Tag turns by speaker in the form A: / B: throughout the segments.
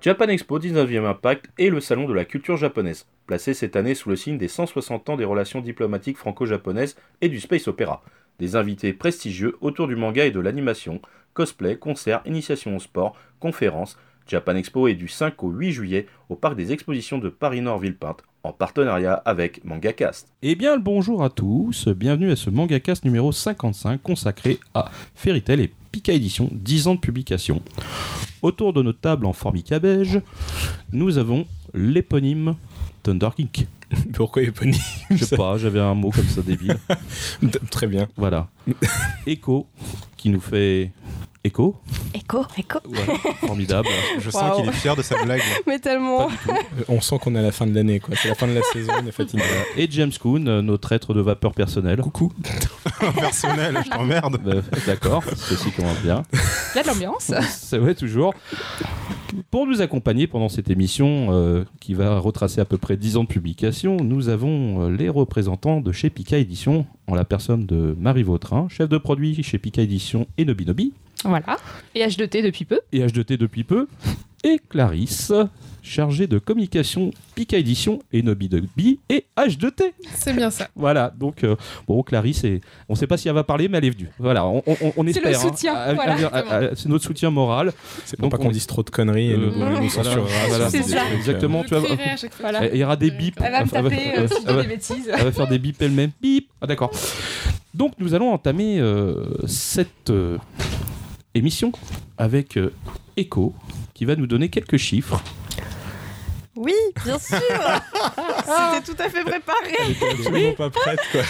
A: Japan Expo 19e Impact est le salon de la culture japonaise, placé cette année sous le signe des 160 ans des relations diplomatiques franco-japonaises et du space opéra. Des invités prestigieux autour du manga et de l'animation, cosplay, concerts, initiation au sport, conférences. Japan Expo est du 5 au 8 juillet au parc des expositions de Paris-Nord-Villepinte en partenariat avec MangaCast.
B: Eh bien, le bonjour à tous, bienvenue à ce MangaCast numéro 55 consacré à Fairy Tail et Pika Édition, 10 ans de publication. Autour de notre table en formica beige, nous avons l'éponyme Thunder Geek.
C: Pourquoi Epony
B: Je sais pas, j'avais un mot comme ça débile.
C: Très bien.
B: Voilà. Echo, qui nous fait écho.
D: Écho, écho.
B: Voilà, formidable.
C: Je sens
D: Waouh.
C: qu'il est fier de sa blague. là.
D: Mais tellement.
C: Euh, On sent qu'on est à la fin de l'année, quoi. C'est la fin de la saison, on est fatigué.
B: Et James Coon, euh, notre être de vapeur personnelle.
C: Coucou. Personnel, je t'emmerde.
B: Euh, D'accord, ceci commence bien.
E: Il y a de l'ambiance.
B: C'est vrai, toujours. Pour nous accompagner pendant cette émission euh, qui va retracer à peu près 10 ans de publication, nous avons euh, les représentants de chez Pika Édition, en la personne de Marie Vautrin, chef de produit chez Pika Édition et Nobinobi,
E: Voilà. Et H2T depuis peu.
B: et H2T depuis peu, et Clarisse, chargée de communication Pika Édition et Nobinobi et H2T.
F: C'est bien ça.
B: Voilà, donc euh, bon, Clarisse, est- on ne sait pas si elle va parler, mais elle est venue. Voilà, on, on- on- on
E: C'est
B: espère. hein. Ah,
E: le soutien,
B: À- à-
E: voilà,
B: à- à- à- C'est notre soutien moral.
C: C'est
B: Donc,
C: pour pas
B: on-
C: qu'on dise trop de conneries et
B: Euh,
C: nous,
B: voilà,
C: on nous censurera.
B: voilà,
C: sur
E: c'est
C: des
E: ça.
C: trucs, euh,
B: Exactement, tu vois.
F: Je crierai à chaque fois.
E: Voilà.
B: Il y aura des bips.
E: Elle
C: Ah,
E: va me taper euh, si je dis
B: elle va-
E: des bêtises.
B: elle va faire des bips elle-même. Bip Ah d'accord. Donc nous allons entamer euh, cette euh, émission avec euh, Echo qui va nous donner quelques chiffres.
D: Oui, bien sûr.
E: Ah,
D: C'était tout à fait préparé.
C: J'étais absolument euh, pas prête, quoi.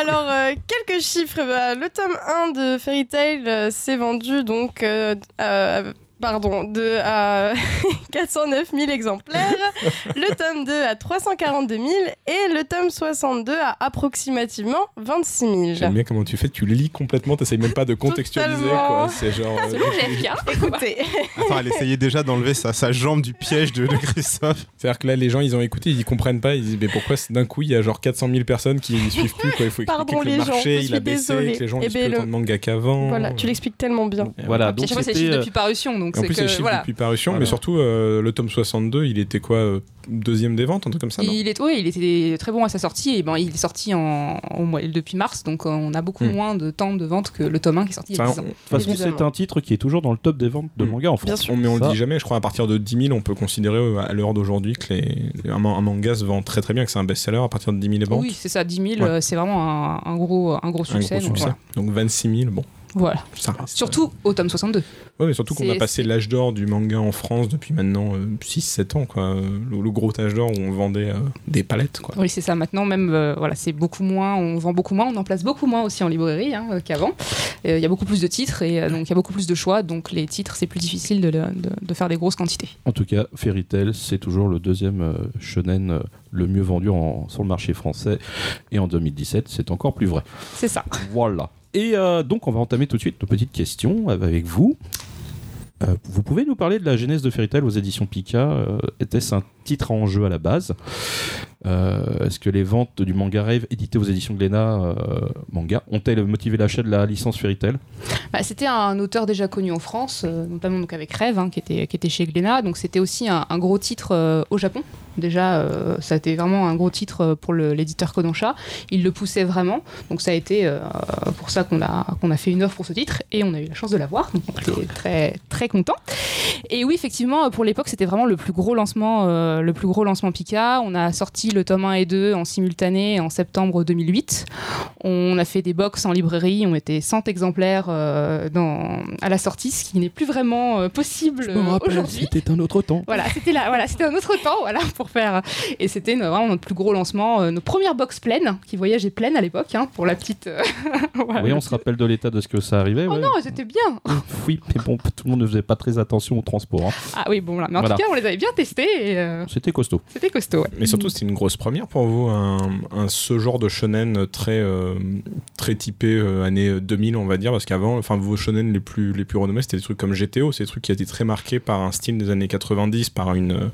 D: Alors, euh, quelques chiffres. Bah, le tome 1 de Fairy Tail euh, s'est vendu donc. euh, euh, Pardon, de à 409 000 exemplaires, le tome 2 à 342 000 et le tome 62 à approximativement 26 000.
C: J'aime bien comment tu fais, tu lis complètement, t'essayes même pas de contextualiser, quoi.
D: Totalement. Ah,
C: C'est genre. euh,
E: C'est bon, j'ai FK.
D: Écoutez,
G: Attends, elle essayait déjà d'enlever sa, sa jambe du piège de, de Christophe.
C: C'est-à-dire que là, les gens, ils ont écouté, ils y comprennent pas, ils disent, mais pourquoi c'est- d'un coup, il y a genre 400 000 personnes qui ne suivent plus, quoi. Il faut expliquer
D: Pardon,
C: que le
D: les gens,
C: marché,
D: je suis
C: il a baissé,
D: désolée.
C: que les gens
D: Eh
C: lisent
D: ben,
C: plus autant de mangas qu'avant.
D: voilà, tu l'expliques tellement bien.
B: Voilà,
E: Puis à
B: donc
E: chaque fois, c'est les chiffres
B: c'était, euh,
E: depuis parution. Donc
C: Et en
E: c'est
C: plus, les
E: que.
C: chiffres
E: Voilà.
C: depuis parution,
B: Voilà.
C: mais surtout euh, le tome 62, il était quoi euh, Deuxième des ventes, un truc comme ça non
E: Il, est, ouais, il était très bon à sa sortie et ben, il est sorti en, en mois- depuis mars donc euh, on a beaucoup
C: Hmm.
E: moins de temps de vente que le tome 1 qui est sorti il y a 10
C: Enfin,
E: ans.
B: de toute façon,
D: Évidemment.
B: c'est un titre qui est toujours dans le top des ventes de
C: Mm.
B: manga en France.
D: Bien
C: on, mais on
B: Ça.
C: le dit jamais, je crois à partir de 10 000, on peut considérer euh, à l'heure d'aujourd'hui que les, un, man- un manga se vend très très bien, que c'est un best-seller à partir de 10 000 ventes.
E: Oui, c'est ça, 10 000,
C: Ouais.
E: euh, c'est vraiment un, un gros, un gros
C: un
E: succès.
C: gros
E: donc
C: succès. Donc 26 000, bon,
E: Voilà. Voilà.
C: ça reste. euh,
E: Surtout au tome 62.
C: Ouais, mais surtout qu'on
E: c'est-
C: a passé l'âge d'or du manga en France depuis maintenant 6-7 ans, quoi. Euh, Le, le gros âge d'or où on vendait euh, des palettes, quoi.
E: Oui, c'est ça. Maintenant, même, euh, voilà, c'est beaucoup moins, on vend beaucoup moins, on en place beaucoup moins aussi en librairie hein, euh, qu'avant. Euh, Il y a beaucoup plus de titres et euh, donc il y a beaucoup plus de choix. Donc les titres, c'est plus difficile de, le- de- de faire des grosses quantités.
B: En tout cas, Fairy Tail, c'est toujours le deuxième euh, shonen euh, le mieux vendu en- sur le marché français. Et en 2017, c'est encore plus vrai.
E: C'est ça.
B: Voilà. Et euh, donc, on va entamer tout de suite nos petites questions avec vous. Euh, vous pouvez nous parler de la genèse de Fairy Tail aux éditions Pika Euh, Était-ce un titre en jeu à la base Euh, Est-ce que les ventes du manga Rave édité aux éditions Glénat euh, manga ont-elles motivé l'achat de la licence Fairy Tail
E: Bah, c'était un auteur déjà connu en France, euh, notamment donc avec Rêve, hein, qui, était, qui était chez Glénat. Donc c'était aussi un, un gros titre euh, au Japon. Déjà, euh, ça a été vraiment un gros titre euh, pour le- l'éditeur Kodansha. Il le poussait vraiment. Donc ça a été euh, pour ça qu'on a, qu'on a fait une offre pour ce titre et on a eu la chance de l'avoir. Donc on était très, très content. Et oui, effectivement, pour l'époque, c'était vraiment le plus gros lancement, euh, le plus gros lancement Pika. On a sorti le tome 1 et 2 en simultané en septembre 2008. On a fait des box en librairie, on était 100 exemplaires euh, dans, à la sortie, ce qui n'est plus vraiment euh, possible euh, aujourd'hui.
B: c'était un autre temps.
E: Voilà, c'était là, voilà, c'était un autre temps, voilà, pour faire. Et c'était no- vraiment notre plus gros lancement, euh, nos premières box pleines, qui voyageaient pleines à l'époque, hein, pour la petite. euh, voilà,
B: Oui,
E: le
B: on se
E: petit-
B: rappelle de l'état de ce que ça arrivait.
E: Oh
B: ouais.
E: non, c'était bien.
B: Oui, mais bon, tout le monde ne faisait pas très attention au transport. hein.
E: Ah oui, bon, voilà. Mais en
B: Voilà.
E: tout cas, on les avait bien testés et euh,
B: C'était costaud.
E: c'était costaud. ouais.
C: Mais surtout, c'était une grosse première pour vous, un, un- ce genre de shonen très, euh, très typé euh, année 2000, on va dire, parce qu'avant, enfin, vos shonen les plus, les plus renommés, c'était des trucs comme GTO, c'est des trucs qui étaient très marqués par un style des années 90, par une, euh,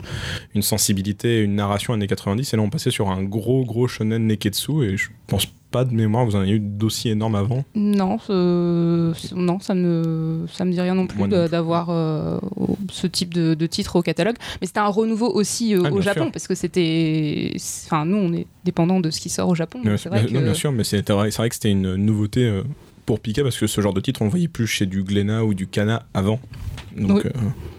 C: une sensibilité, une narration années 90, et là, on passait sur un gros, gros shonen Neketsu, et je pense pas de mémoire, vous en avez eu d'aussi énorme avant.
E: Mm, Non, euh, non, ça me ça me dit rien non plus
C: Moi non
E: d'a-
C: plus.
E: d'avoir euh, ce type de, de titre au catalogue. Mais c'était un renouveau aussi euh,
C: Ah,
E: au
C: bien
E: Japon
C: sûr.
E: parce que c'était, enfin nous on est dépendant de ce qui sort au Japon.
C: Mais
E: donc
C: ouais,
E: C'est
C: bien-
E: vrai
C: Non,
E: que-
C: bien sûr, mais c'était vrai- c'est vrai que c'était une nouveauté euh, pour Pika parce que ce genre de titre, on le voyait plus chez du Glénat ou du Cana avant. Donc, euh,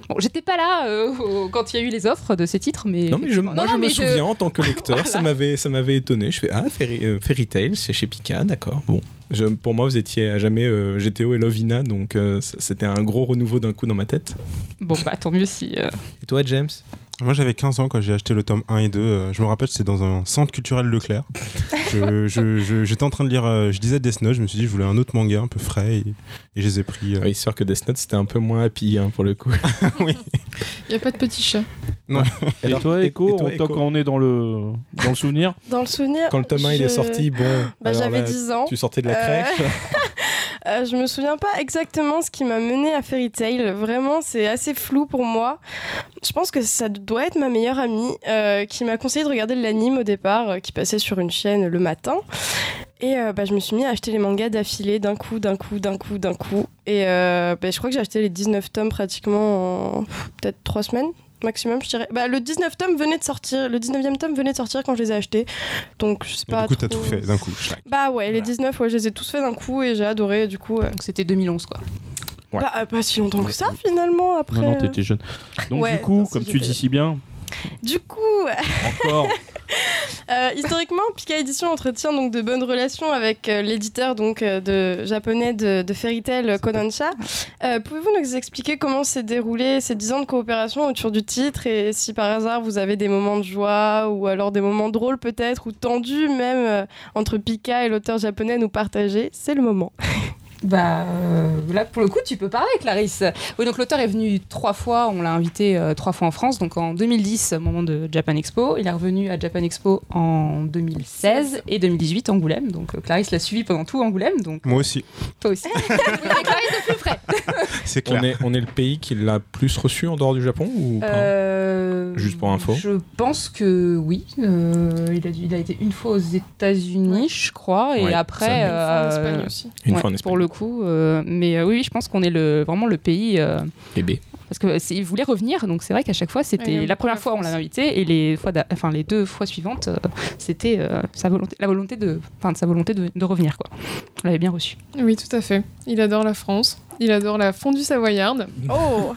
E: Bon, j'étais pas là euh, au- quand il y a eu les offres de ces titres, mais
C: non, mais je,
E: effectivement-
C: moi,
E: Non,
C: je
E: non,
C: me
E: mais
C: souviens en tant que lecteur, ça m'avait ça m'avait étonné. Je fais Ah, Fairy, euh, Fairy Tail, c'est chez Pika, d'accord. Bon. Je- pour moi, vous étiez à jamais euh, GTO et Lovina, donc euh, c- c'était un gros renouveau d'un coup dans ma tête.
E: Bon bah tant mieux si. euh,
C: Et toi, James
G: Moi, j'avais 15 ans quand j'ai acheté le tome 1 et 2. Euh, Je me rappelle, c'était dans un centre culturel Leclerc. Je- je- je- J'étais en train de lire, euh, je disais Death Note, je me suis dit, je voulais un autre manga un peu frais et, et je les ai pris. euh.
C: Ah Oui, c'est sûr que Death Note, c'était un peu moins happy hein, pour le coup.
F: Il n'y a pas de petit chat.
B: Et
C: Alors,
B: toi,
C: et-
B: Echo,
C: et toi,
B: on, tant
C: Echo
B: qu'on est dans le, dans le souvenir,
D: Dans le souvenir.
C: Quand le tome 1 il
D: je-
C: est sorti, bon.
D: bah,
C: alors
D: j'avais
C: là,
D: 10 ans.
C: Tu sortais de la crèche.
D: Euh, je me souviens pas exactement ce qui m'a mené à Fairy Tail. Vraiment, c'est assez flou pour moi. Je pense que ça doit être ma meilleure amie euh, qui m'a conseillé de regarder l'anime au départ, euh, qui passait sur une chaîne le matin. Et euh, bah, je me suis mis à acheter les mangas d'affilée d'un coup, d'un coup, d'un coup, d'un coup. Et euh, bah, je crois que j'ai acheté les 19 tomes pratiquement en pff, peut-être 3 semaines maximum, je dirais. Bah, le 19 tome venait de sortir, le 19e tome venait de sortir quand je les ai achetés. Donc je sais
G: Et
D: pas
G: du coup, t'as
D: trop-
G: tout fait d'un coup.
D: Bah ouais, les 19, ouais, je les ai tous fait d'un coup et j'ai adoré. Du coup, euh,
E: bah, donc c'était 2011 quoi.
C: Ouais.
D: pas, euh, pas si longtemps que ça finalement après.
B: non, non,
D: euh.
B: t'étais jeune. Donc,
D: Ouais,
B: du coup,
D: non, si,
B: comme tu
D: j'étais-
B: dis si bien,
D: Du coup,
B: encore,
D: euh, historiquement, Pika Edition entretient donc de bonnes relations avec euh, l'éditeur donc euh, de japonais de, de Fairy Tail euh, Kodansha. Euh, Pouvez-vous nous expliquer comment s'est déroulé ces 10 ans de coopération autour du titre et si par hasard vous avez des moments de joie ou alors des moments drôles peut-être ou tendus même euh, entre Pika et l'auteur japonais nous partager C'est le moment.
E: Bah euh, là pour le coup tu peux parler Clarisse. Oui donc l'auteur est venu trois fois, on l'a invité euh, trois fois en France, donc en 2010 au moment de Japan Expo, il est revenu à Japan Expo en 2016 et 2018 Angoulême, donc euh, Clarisse l'a suivi pendant tout Angoulême, donc
G: Moi aussi,
E: toi aussi. Oui, mais Clarisse de plus près.
G: c'est
C: on,
G: clair.
C: est, on est le pays qui l'a plus reçu en dehors du Japon ou pas
E: Euh,
C: Juste pour info.
E: Je pense que oui, euh, il, a, dû- il a été une fois aux États-Unis je crois, et
C: Ouais, ça,
E: après...
C: mais-
F: En
E: euh,
F: Espagne aussi.
C: Une
E: Ouais,
C: fois en Espagne.
E: pour le coup. euh, mais euh, oui, oui, je pense qu'on est le, vraiment le pays. euh,
C: Bébé.
E: parce qu'il voulait revenir, donc c'est vrai qu'à chaque fois,
F: Ouais, il
E: c'était
F: aime
E: la
F: beaucoup la
E: première fois on l'a
F: France.
E: invité, et les, fois d'a- enfin, les deux fois suivantes, euh, c'était euh, sa volonté, la volonté de, enfin, de sa volonté de, de revenir. Quoi. On l'avait bien reçu.
F: Oui, tout à fait. Il adore la France. Il adore la fondue savoyarde.
D: Oh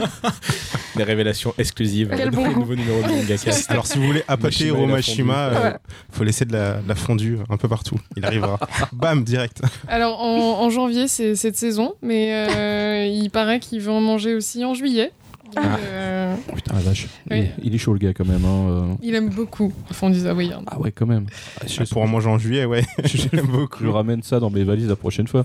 C: Des révélations exclusives.
F: Quel bon
C: le
F: goût.
C: nouveau numéro de Mangaka.
G: Alors, si vous voulez appâter
C: Mishima et la
G: Romashima,
E: fondue.
G: euh, faut laisser de la, de la fondue un peu partout. Il arrivera. Bam, direct.
F: Alors en, en janvier, c'est cette saison, mais euh, il paraît qu'il veut en manger aussi en juillet. Donc,
C: Ah.
F: euh,
B: Oh, putain, la vache,
F: Oui.
B: il, est- il est chaud le gars quand même. hein, euh.
F: il aime beaucoup la fondue savoyarde.
B: Ah ouais, quand même. Je,
G: Pour en manger en juillet, ouais. J'aime beaucoup.
B: je ramène ça dans mes valises la prochaine fois.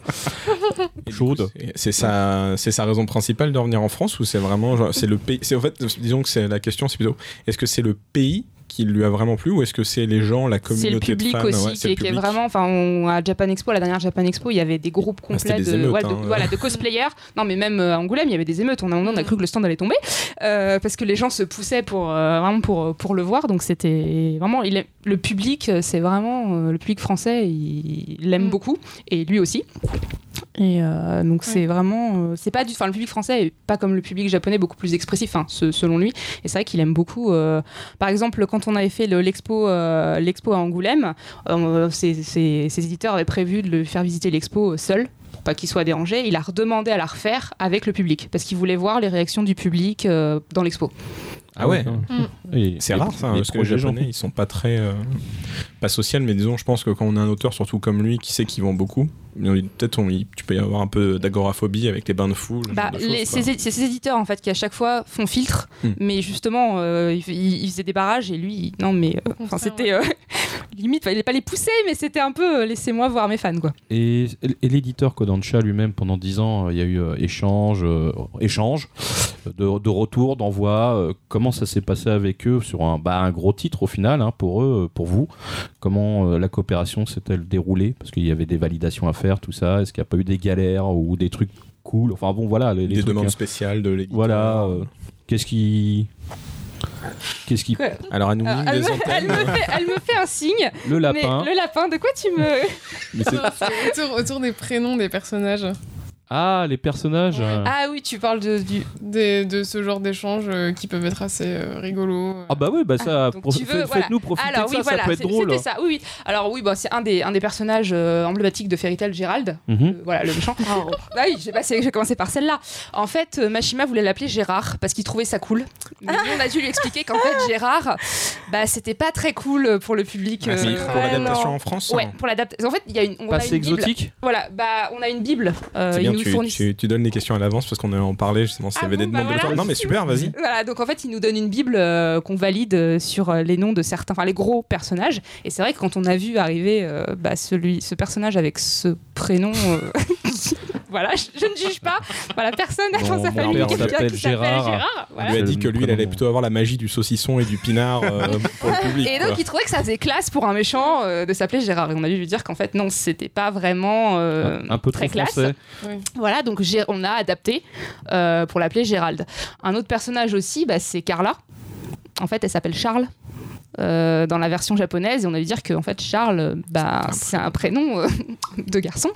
C: Et du
B: Chaude.
C: coup, c'est- C'est sa, c'est sa raison principale de revenir en France ou c'est vraiment, genre, c'est le pays. C'est en fait, disons que c'est la question, c'est plutôt, est-ce que c'est le pays qui lui a vraiment plu ou est-ce que c'est les gens, la
E: C'est
C: communauté
E: le public
C: de fans
E: aussi
C: ouais,
E: qui,
C: c'est le
E: est- qui est
C: public.
E: vraiment. Enfin, on- à Japan Expo, la dernière Japan Expo, il y avait des groupes
C: Ah, c'était
E: complets
C: des
E: de,
C: émeutes,
E: ouais, de-
C: hein.
E: voilà, de cosplayers. Non, mais même euh, à Angoulême, il y avait des émeutes. On a, on
C: Mm.
E: a cru que le stand allait tomber euh, parce que les gens se poussaient pour euh, vraiment pour pour le voir. Donc c'était vraiment il est- le public, euh, c'est vraiment euh, le public français, il il l'aime
F: Mm.
E: beaucoup et lui aussi. Et euh, donc c'est vraiment, euh, c'est pas du, enfin le public français est pas comme le public japonais, beaucoup plus expressif, hein, ce- selon lui. Et c'est vrai qu'il aime beaucoup. euh, par exemple, quand on avait fait le- l'expo, euh, l'expo à Angoulême, euh, ses, ses- ses éditeurs avaient prévu de le faire visiter l'expo euh, seul pour pas qu'il soit dérangé. Il a redemandé à la refaire avec le public parce qu'il voulait voir les réactions du public euh, dans l'expo.
C: Ah ouais.
B: quand même.
F: Mm.
B: hein. Et-
C: C'est
B: et-
C: rare ça,
B: et
C: parce que les
B: projet
C: Japonais ils sont pas très. euh, pas social, mais disons, je pense que quand on a un auteur, surtout comme lui, qui sait qu'il vend beaucoup, peut-être on- il- tu peux y avoir un peu d'agoraphobie avec les bains de foule. ce genre
E: Bah,
C: de
E: les-
C: choses, quoi.
E: c'est c'est ces éditeurs en fait qui à chaque fois font filtre,
C: Hmm.
E: mais justement euh, ils, ils- ils faisaient des barrages et lui il- non mais euh, enfin,
F: contraire,
E: c'était euh, limite il fallait pas les pousser mais c'était un peu euh, laissez-moi voir mes fans quoi.
B: Et, et l'éditeur Kodansha lui-même, pendant 10 ans, euh, il y a eu euh, échange, euh, échange de, de retour, d'envoi. euh, comment ça s'est passé avec eux sur un, bah, un gros titre au final hein, pour eux, euh, pour vous Comment euh, la coopération s'est-elle déroulée Parce qu'il y avait des validations à faire, tout ça. Est-ce qu'il n'y a pas eu des galères ou des trucs cool Enfin bon, voilà. Les, les
C: des
B: trucs,
C: demandes
B: hein.
C: spéciales de l'éditeur.
B: Voilà. euh, Qu'est-ce qui. Qu'est-ce qui.
E: Quoi
C: Alors, elle nous
E: Alors,
C: mime
E: Euh, elle,
C: des
E: me, elle
C: antennes.
E: me fait, elle me fait un signe.
B: Le
E: mais
B: lapin.
E: le lapin, de quoi tu me.
B: mais c'est-
C: Ah.
F: C'est autour, autour des prénoms des personnages,
B: Ah, les personnages. euh. Ah.
E: Ah oui, tu parles de, du.
F: des- de ce genre d'échanges euh, qui peuvent être assez euh, rigolos.
B: bah oui, bah ça,
E: Ah, donc
B: prof-
E: tu veux,
B: faites-
E: voilà.
B: faites-nous profiter
E: Alors
B: de ça,
E: oui, voilà,
B: ça peut
E: c'est-
B: être drôle.
E: c'était ça. Oui, oui. Alors oui, bah, c'est un des, un des personnages euh, emblématiques de Fairy Tail, Gérald.
B: Mhm.
E: Euh, voilà, le méchant. Ah oui, j'ai passé- j'ai commencé par celle-là. En fait, euh, Mashima voulait l'appeler Gérard parce qu'il trouvait ça cool. Mais nous, on a dû lui expliquer qu'en fait, Gérard, bah, c'était pas très cool pour le public.
C: Ah,
B: Bah,
E: euh,
C: c'est
E: ouais.
C: pour
D: Ouais,
C: l'adaptation
D: non.
C: en France hein.
E: pour l'adaptation. En fait, il y a une. On a une
B: Pas assez
E: Bible.
B: exotique
E: Voilà, bah, on a une Bible. euh,
C: C'est
E: ils
C: bien,
E: nous
C: tu,
E: fournissent-
C: tu- tu donnes les questions à l'avance parce qu'on en parlait justement. S'il y
E: Ah
C: avait
E: bon,
C: des
E: bah
C: demandes de
E: voilà.
C: l'auteur. Non, mais super, vas-y.
E: Voilà, donc en fait, il nous donne une Bible euh, qu'on valide euh, sur euh, les noms de certains, enfin les gros personnages. Et c'est vrai que quand on a vu arriver euh, bah, celui, ce personnage avec ce prénom, euh, voilà, je, je ne juge pas. Voilà, personne n'a
B: Mon-
E: dans sa
B: mon
E: famille
B: père
E: quelqu'un qui
B: s'appelle
E: s'appelle
B: Gérard.
E: voilà.
C: On lui a
B: C'est
C: dit
B: le
C: que lui, il allait
B: prénom.
C: plutôt avoir la magie du saucisson et du pinard euh, pour le public.
E: Et
C: quoi.
E: donc, il trouvait que ça faisait classe pour un méchant euh, de s'appeler Gérard. Et on a dû lui dire qu'en fait, non, c'était pas vraiment euh,
B: Un peu trop
E: très classe.
B: français.
E: Voilà, donc Gé- on a adapté euh, pour l'appeler Gérald. Un autre personnage aussi, bah, c'est Carla. En fait, elle s'appelle Charles. euh, dans la version japonaise, et on a dû dire que en fait Charles, euh, bah, c'est un prénom euh, de garçon,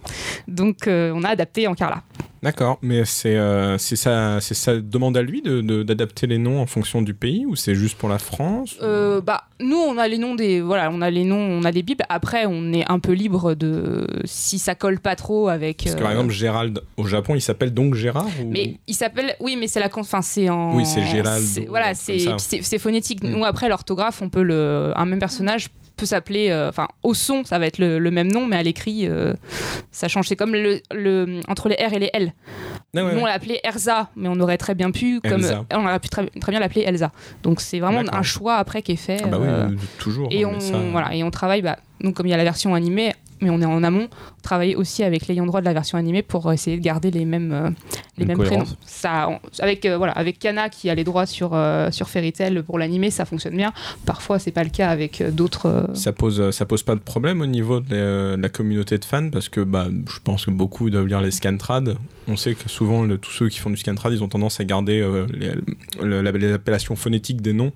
E: donc euh, on a adapté en Carla.
C: D'accord, mais c'est euh, c'est sa, c'est sa demande à lui d'adapter de, d'adapter les noms en fonction du pays ou c'est juste pour la France ou-
E: Euh, bah, nous, on a les noms des, voilà, on a les noms, on a des bibles. Après, on est un peu libre de si ça colle pas trop avec.
C: Parce que
E: euh,
C: par exemple, Gérald au Japon, il s'appelle donc Gérard ou...
E: Mais il s'appelle. Oui, mais c'est la. con- Enfin, c'est en.
C: Oui, c'est Gérald
E: c'est-
C: ou un
E: Voilà,
C: truc comme
E: c'est
C: ça.
E: puis c'est- c'est phonétique.
C: Mm.
E: Nous, après, l'orthographe, on peut le. Un même personnage peut s'appeler. euh, Enfin, au son, ça va être le, le même nom, mais à l'écrit, euh, ça change. C'est comme le, le- entre les R et les L.
C: Ah ouais,
E: Nous, on
C: ouais.
E: l'a appelé Erza, mais on aurait très bien pu. Comme,
C: Elsa.
E: on aurait pu très, très bien l'appeler Elsa. Donc, c'est vraiment
C: D'accord.
E: un choix après qui est fait.
C: Ah bah oui,
E: euh,
C: euh, toujours.
E: et
C: hein, mais
E: on,
C: ça-
E: voilà, et on travaille, bah, donc comme il y a la version animée, mais on est en amont, travailler aussi avec l'ayant droit de la version animée pour essayer de garder les mêmes, euh, les
B: Une
E: mêmes
B: cohérence.
E: prénoms. Ça, on- avec, euh, voilà, avec Kana qui a les droits sur, euh, sur Fairy Tail pour l'animé, ça fonctionne bien. Parfois, c'est pas le cas avec euh, d'autres. euh,
C: Ça pose, ça pose pas de problème au niveau de, la- euh, de la communauté de fans parce que bah, je pense que beaucoup doivent lire les scantrad. On sait que souvent le- tous ceux qui font du scantrad, ils ont tendance à garder euh, les, le- la- les appellations phonétiques des noms.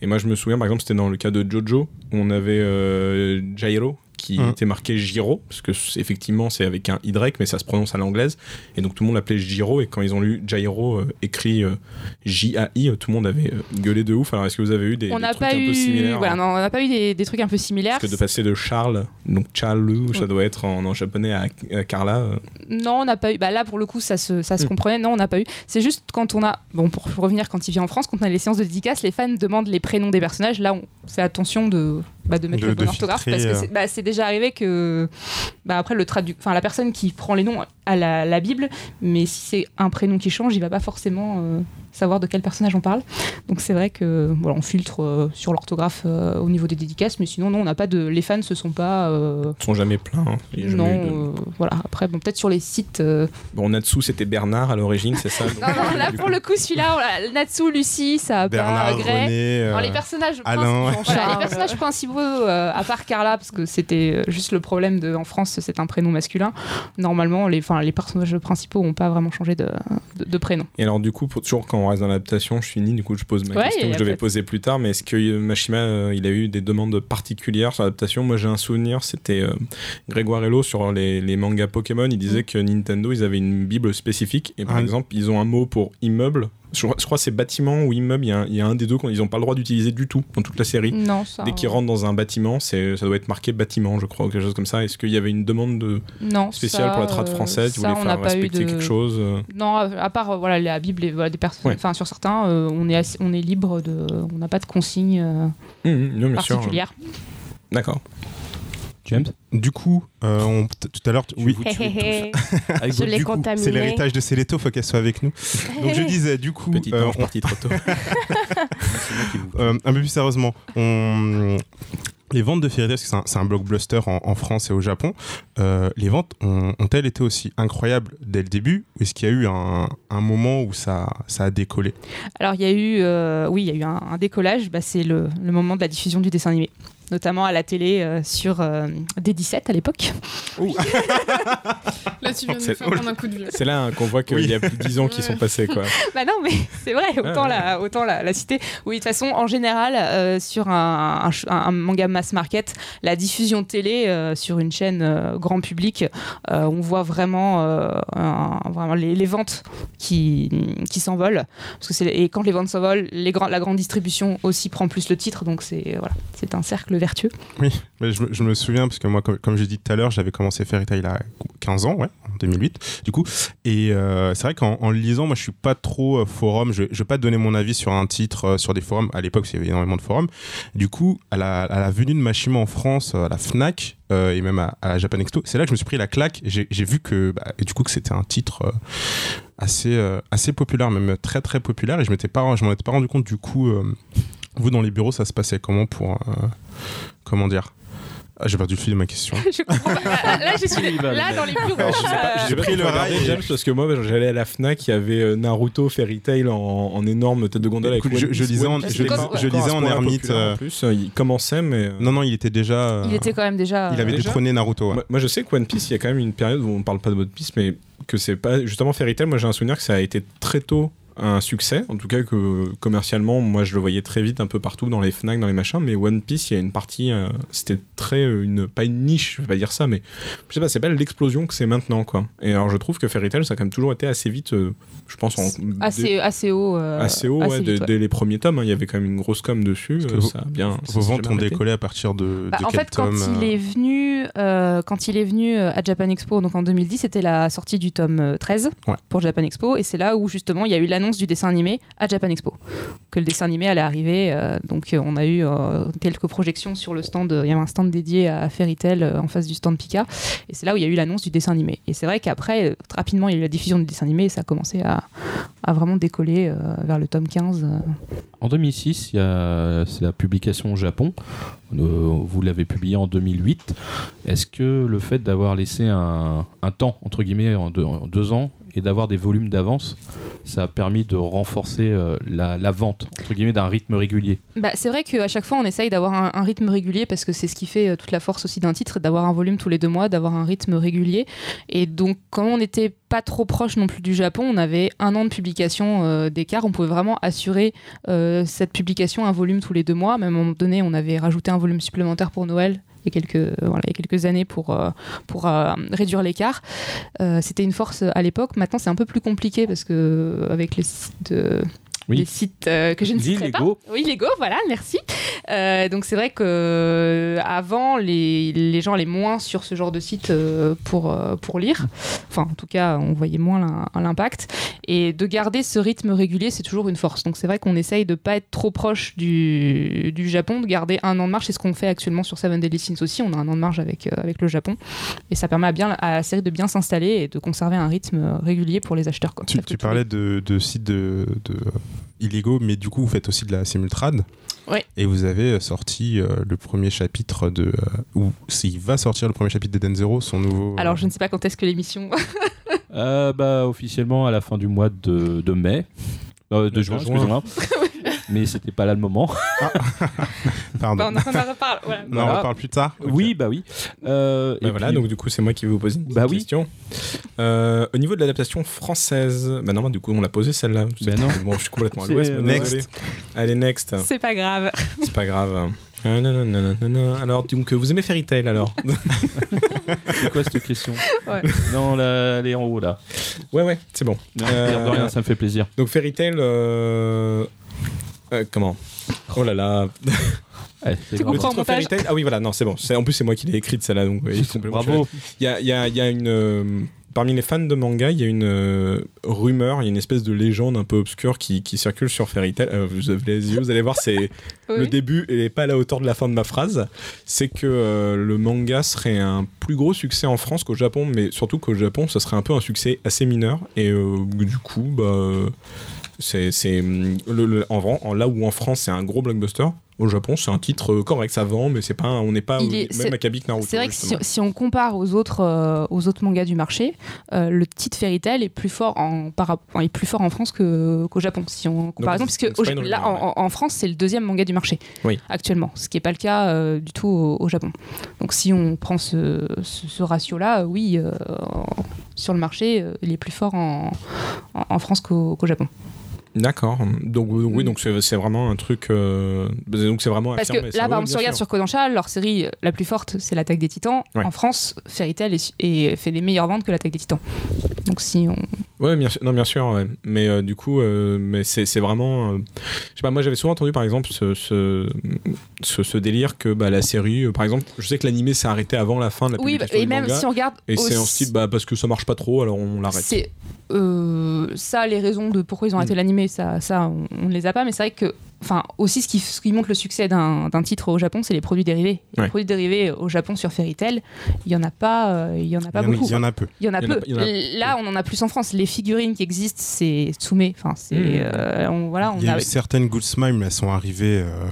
C: Et moi je me souviens par exemple c'était dans le cas de Jojo où on avait euh, Jairo qui
G: Mhm.
C: était marqué Giro parce que c'est- effectivement c'est avec un Y mais ça se prononce à l'anglaise et donc tout le monde l'appelait Giro et quand ils ont lu Jairo euh, écrit euh, J-A-I euh, tout le monde avait euh, gueulé de ouf alors est-ce que vous avez eu des,
E: on
C: des
E: n'a
C: trucs
E: pas,
C: un peu
E: eu,
C: similaires hein.
E: voilà, non, on n'a pas eu des, des trucs un peu similaires.
C: parce que de passer de Charles, donc Charles,
E: Mm.
C: ça doit être en, en japonais à, à Carla. euh.
E: Non, on n'a pas eu. Bah là, pour le coup, ça se, ça se
C: Mm.
E: comprenait. Non, on n'a pas eu. C'est juste quand on a. Bon, pour revenir, quand il vient en France, quand on a les séances de dédicace, les fans demandent les prénoms des personnages. Là, on fait attention de, bah, de mettre
G: De-
E: le bon
G: de
E: orthographe
G: filtrer,
E: parce que
G: euh.
E: c'est bah, c'est déjà arrivé que. Bah, après, le tradu... enfin, la personne qui prend les noms à la, la Bible, mais si c'est un prénom qui change, il va pas forcément euh, savoir de quel personnage on parle. Donc c'est vrai que voilà, on filtre euh, sur l'orthographe euh, au niveau des dédicaces, mais sinon, non, on n'a pas de. Les fans se sont pas. euh,
C: Ils sont jamais pleins. hein. Il y a jamais eu de-
E: non, euh, voilà. Après, bon, peut-être sur les sites. euh,
C: Bon, Natsu, c'était Bernard à l'origine, c'est ça donc,
E: Non, non, là
C: du
E: pour
C: coup,
E: le coup, celui-là, on l'a- Natsu, Lucie,
D: Ah bah,
E: ça a pas
G: Bernard,
E: Grey.
G: René, euh,
E: Alors, les personnages,
G: Alain.
E: principaux, voilà, les personnages principaux, euh, à part Carla, parce que c'était euh, juste le problème de, en France, c'est un prénom masculin. Normalement, les, enfin, les personnages principaux n'ont pas vraiment changé de, de- de prénom.
C: Et alors, du coup, pour, toujours quand on reste dans l'adaptation, je finis, du coup, je pose ma
E: Ouais,
C: question
E: et
C: que je devais
E: après-
C: poser plus tard. Mais est-ce que euh, Mashima, euh, il a eu des demandes particulières sur l'adaptation Moi, j'ai un souvenir, c'était euh, Grégoirello sur les, les mangas Pokémon. Il
E: Mm.
C: disait que Nintendo, ils avaient une Bible spécifique. Et par
G: Ah.
C: exemple, ils ont un mot pour immeuble. Je, crois- je crois que c'est bâtiment ou immeuble. Il y, a un- il y a un des deux qu'ils n'ont pas le droit d'utiliser du tout dans toute la série.
E: Non, ça.
C: Dès qu'ils rentrent dans un bâtiment, c'est, ça doit être marqué bâtiment, je crois, ou quelque chose comme ça. Est-ce qu'il y avait une demande de-
E: non,
C: spéciale
E: ça,
C: pour la trad
E: euh,
C: française Ils
E: ça,
C: voulaient
E: on n'a
C: faire
E: pas eu
C: respecter
E: de-
C: quelque chose euh,
E: Non, à à part euh, voilà la Bible et voilà, des personnes.
C: Ouais.
E: Enfin, sur certains, euh, on est assez- on est libre de, on n'a pas de consignes euh,
C: hum, hum, Non, bien sûr.
E: particulières.
C: D'accord.
B: James
G: Du coup, euh, on- t- tout à l'heure, tu- oui,
C: vous
H: Hé,
C: tuez tous.
H: hé, hé.
B: Avec
H: Je
B: votre-
H: l'ai
G: du coup,
H: contaminé.
G: c'est l'héritage de Céléto, faut qu'elle soit avec nous. Donc je disais, du coup,
C: Petit
G: euh,
C: ange parti trop tôt.
G: Euh, un peu plus sérieusement, on- les ventes de Fairy Tail, parce que c'est un, c'est un blockbuster en, en France et au Japon, euh, les ventes ont- ont-elles été aussi incroyables dès le début ou est-ce qu'il y a eu un, un moment où ça, ça a décollé
E: Alors il y a eu, euh, oui, il y a eu un, un décollage. Bah, c'est le, le moment de la diffusion du dessin animé. notamment à la télé euh, sur euh, D17 à l'époque.
F: Là, tu viens
C: Ah bah, C'est
F: de me faire prendre un coup de vieux.
C: C'est là hein, qu'on voit qu'il
G: Oui.
C: y a plus de 10 ans qui sont passés, quoi.
E: Bah non, mais c'est vrai, autant, la, autant la, la cité. Oui, de toute façon, en général, euh, sur un, un ch- un- un manga mass market, la diffusion télé euh, sur une chaîne euh, grand public, euh, on voit vraiment, euh, un- vraiment les, les ventes qui, qui s'envolent. Parce que c'est- et quand les ventes s'envolent, les grands- la grande distribution aussi prend plus le titre, donc c'est voilà, c'est un cercle vertueux.
G: Mais je, me- je me souviens, parce que moi, comme, comme j'ai dit tout à l'heure, j'avais commencé Fairy Tail à 15 ans, ouais, en 2008, du coup. Et euh, c'est vrai qu'en en le lisant, moi, je suis pas trop euh, forum. Je, je vais pas donner mon avis sur un titre, euh, sur des forums. À l'époque, il y avait énormément de forums. Du coup, à la, à la venue de Machima en France, euh, à la Fnac, euh, et même à, à la Japan Expo, c'est là que je me suis pris la claque. J'ai j'ai vu que, bah, et du coup, que c'était un titre euh, assez, euh, assez populaire, même très, très populaire. Et je m'étais pas, je m'en étais pas rendu compte, du coup. euh, vous, dans les bureaux, ça se passait comment pour. euh, comment dire ah, j'ai perdu le fil de ma question.
E: Je comprends pas. Là, là, je suis
B: va,
E: là
B: le
E: dans les bureaux. euh,
C: J'ai pris le rail, James, parce que moi, ben, j'allais à la Fnac, il y avait euh, Naruto, Fairy Tail en, en énorme tête de gondole. Avec
G: Écoute, je-
C: One
G: je
C: Piece.
G: lisais en-
C: One Piece,
G: je
C: c'était
E: lisais-
C: pas
G: je
C: encore à
G: lisais
C: ce
G: en
C: point-là
G: ermite,
C: populaire,
G: euh,
C: En plus, il commençait, mais. euh,
G: Non, non, il était déjà. euh,
E: Il était quand même déjà.
G: il avait
C: Déjà
G: détrôné Naruto. ouais.
C: Moi, moi, je sais que One Piece, il y a quand même une période où on parle pas de One Piece, mais que c'est pas. Justement, Fairy Tail, moi j'ai un souvenir que ça a été très tôt un succès, en tout cas que euh, commercialement, moi je le voyais très vite un peu partout dans les Fnac, dans les machins, mais One Piece, il y a une partie, euh, c'était très euh, une pas une niche, je vais pas dire ça, mais je sais pas, c'est pas l'explosion que c'est maintenant quoi. Et alors je trouve que Fairy Tail, ça a quand même toujours été assez vite, euh, je pense en dès-
E: assez, assez haut. euh,
C: assez haut, ouais, dès,
E: vite, ouais.
C: dès les premiers tomes, hein, il y avait quand même une grosse com dessus,
G: Parce que
C: euh,
G: vos-
C: ça a bien. ça
G: Vos
C: s'est
G: ventes
C: jamais
G: ont
C: arrêté.
G: décollé à partir de,
E: Bah,
G: de
E: en
G: quel
E: fait, quand
G: tome
E: il
G: euh,
E: est venu, euh, quand il est venu euh, à Japan Expo, donc en 2010, c'était la sortie du tome euh, 13
G: Ouais.
E: pour Japan Expo, et c'est là où justement il y a eu l'annonce du dessin animé à Japan Expo, que le dessin animé allait arriver. euh, donc euh, on a eu euh, quelques projections sur le stand. euh, Il y avait un stand dédié à Fairy Tail euh, en face du stand Pika, et c'est là où il y a eu l'annonce du dessin animé. Et c'est vrai qu'après, euh, très rapidement, il y a eu la diffusion du dessin animé et ça a commencé à, à vraiment décoller euh, vers le tome 15. euh,
B: En 2006, il y a- c'est la publication au Japon. Euh, vous l'avez publié en 2008. Est-ce que le fait d'avoir laissé un, un temps, entre guillemets, en deux, en deux ans, et d'avoir des volumes d'avance, ça a permis de renforcer euh, la, la vente, entre guillemets, d'un rythme régulier
E: Bah, c'est vrai qu'à chaque fois, on essaye d'avoir un, un rythme régulier parce que c'est ce qui fait euh, toute la force aussi d'un titre, d'avoir un volume tous les deux mois, d'avoir un rythme régulier. Et donc, quand on n'était pas trop proche non plus du Japon, on avait un an de publication euh, d'écart. On pouvait vraiment assurer euh, cette publication, un volume tous les deux mois. Même à un moment donné, on avait rajouté un volume supplémentaire pour Noël. Il y, a quelques, euh, voilà, il y a quelques années pour, euh, pour euh, réduire l'écart. Euh, C'était une force à l'époque. Maintenant, c'est un peu plus compliqué parce que, euh, avec les sites, de-
B: Oui.
E: les sites euh, que je ne
B: Dis
E: citerai pas,
B: Lego.
E: oui, Lego, voilà, merci. Euh, donc c'est vrai que euh, avant les, les gens allaient moins sur ce genre de site euh, pour, euh, pour lire. Enfin, en tout cas, on voyait moins l'im- l'impact. Et de garder ce rythme régulier, c'est toujours une force. Donc c'est vrai qu'on essaye de pas être trop proche du, du Japon, de garder un an de marche. C'est ce qu'on fait actuellement sur Seven Deadly Sins aussi. On a un an de marge avec, euh, avec le Japon. Et ça permet à, bien, à la série de bien s'installer et de conserver un rythme euh, régulier pour les acheteurs. Quoi.
G: Tu,
E: Parce que
G: tu
E: tous les-
G: parlais de, de sites de, de, euh, illégaux, mais du coup, vous faites aussi de la simultrade.
E: Ouais.
G: Et vous avez euh, sorti euh, le premier chapitre de. euh, ou s'il va sortir le premier chapitre d'Eden Zero, son nouveau. euh,
E: Alors je ne sais pas quand est-ce que l'émission...
B: Euh, bah, officiellement à la fin du mois de, de mai. Euh, de
C: De
B: juin,
C: juin.
B: excusez-moi. Mais c'était pas là le moment.
G: Pardon.
E: Bah, on en reparle. Voilà.
G: Non, on
B: Voilà.
G: en parle plus tard. Ok.
B: Oui, bah oui. Euh,
C: Bah
B: et
C: voilà,
B: puis-
C: donc du coup, c'est moi qui vais vous poser une petite
B: Bah oui.
C: question. Euh, au niveau de l'adaptation française, bah non, bah, du coup, on l'a posée celle-là.
B: Bah non.
C: Bon, je suis complètement à
B: C'est-
C: l'ouest. mais
G: next.
C: désolé. Allez, next.
E: C'est pas grave.
C: C'est pas grave. Euh, non, non, non, non, non. Alors, donc, euh, vous aimez Fairy Tail alors
B: C'est quoi cette question
E: Ouais.
B: Non, là, elle est en haut là.
C: Ouais, ouais, c'est bon.
B: Non,
C: Euh,
B: merde de rien, ça me fait plaisir.
C: Donc, Fairy Tail. euh, euh, comment Oh là là.
B: Ouais, Eh, c'est
E: Tu
B: grave.
C: Le
E: comprends. en
C: titre Fairy
E: montage.
C: Tail. Ah oui, voilà, non, c'est bon. C'est- En plus, c'est moi qui l'ai écrite celle-là. Donc, ouais, complètement, je suis
B: Bravo.
C: Il y a, il y a- il y a une. euh, Parmi les fans de manga, il y a une euh, rumeur, il y a une espèce de légende un peu obscure qui, qui circule sur Fairy Tail. Euh, vous avez les yeux, vous allez voir, c'est le début et pas à la hauteur de la fin de ma phrase. C'est que euh, le manga serait un plus gros succès en France qu'au Japon, mais surtout qu'au Japon, ce serait un peu un succès assez mineur. Et euh, du coup, bah, euh, c'est c'est, hum, le- le- en, vra- en- là où en France c'est un gros blockbuster. Au Japon, c'est un titre euh, correct, ça vend, mais c'est pas, un- on n'est pas
E: Il
C: au-
E: est-
C: même
E: c'est-
C: acabit que Naruto.
E: C'est vrai que si,
C: justement.
E: si on compare aux autres, euh, aux autres mangas du marché, euh, le titre Fairy Tail est plus fort en, par, rap- enfin, est plus fort en France que- qu'au Japon. Si on comparaison,
C: Donc,
E: parce
C: donc
E: que
C: c'est
E: au-
C: pas une rumeur,
E: là, en, en France, c'est le deuxième manga du marché
C: Oui.
E: actuellement, ce qui n'est pas le cas euh, du tout au, au Japon. Donc si on prend ce, ce- ce ratio-là, euh, oui, euh, en- sur le marché, euh, il est plus fort en, en- en France qu'au qu'au Japon.
C: D'accord. Donc euh, oui, donc c'est c'est vraiment un truc. euh, donc c'est vraiment.
E: Mm. Parce que
C: affirmé, ça,
E: là,
C: oui,
E: par
C: bien
E: exemple, si on regarde
C: sûr.
E: sur Kodansha, leur série euh, la plus forte, c'est l'attaque des titans.
C: Ouais.
E: En France, Fairy Tail est- est- fait des meilleures ventes que l'attaque des titans. Donc si
C: Bah,
E: on.
C: Ouais, bien sûr, non, bien sûr. ouais. Mais euh, du coup, euh, mais c'est c'est vraiment. euh, je sais pas. Moi, j'avais souvent entendu, par exemple, ce ce, ce- ce délire que bah, la série, euh, par exemple, je sais que l'animé s'est arrêté avant la fin de la
E: Oui, bah,
C: publication
E: et
C: du
E: même
C: manga,
E: si on regarde.
C: et c'est en
E: aussi-
C: style bah, parce que ça marche pas trop, alors on l'arrête.
E: C'est euh, ça, les raisons de pourquoi
C: Mm.
E: ils ont arrêté l'animé, ça, ça on, on ne les a pas, mais c'est vrai que. Enfin, aussi, ce qui, ce qui montre le succès d'un d'un titre au Japon, c'est les produits dérivés. Et
C: Ouais.
E: Les produits dérivés au Japon sur Fairy Tail, il n'y en a pas, euh, il y en a pas
G: Il y en a-
E: beaucoup.
G: il y en a peu.
E: Il y en a
C: Il y en a
E: peu.
C: pas- il y en a-
E: Là, on en a plus en France. Les figurines qui existent, c'est Tsume. Enfin, c'est
C: Mm.
E: euh, on- voilà, on
G: Il y a
E: a-
G: eu certaines Good Smile, mais elles sont arrivées. euh,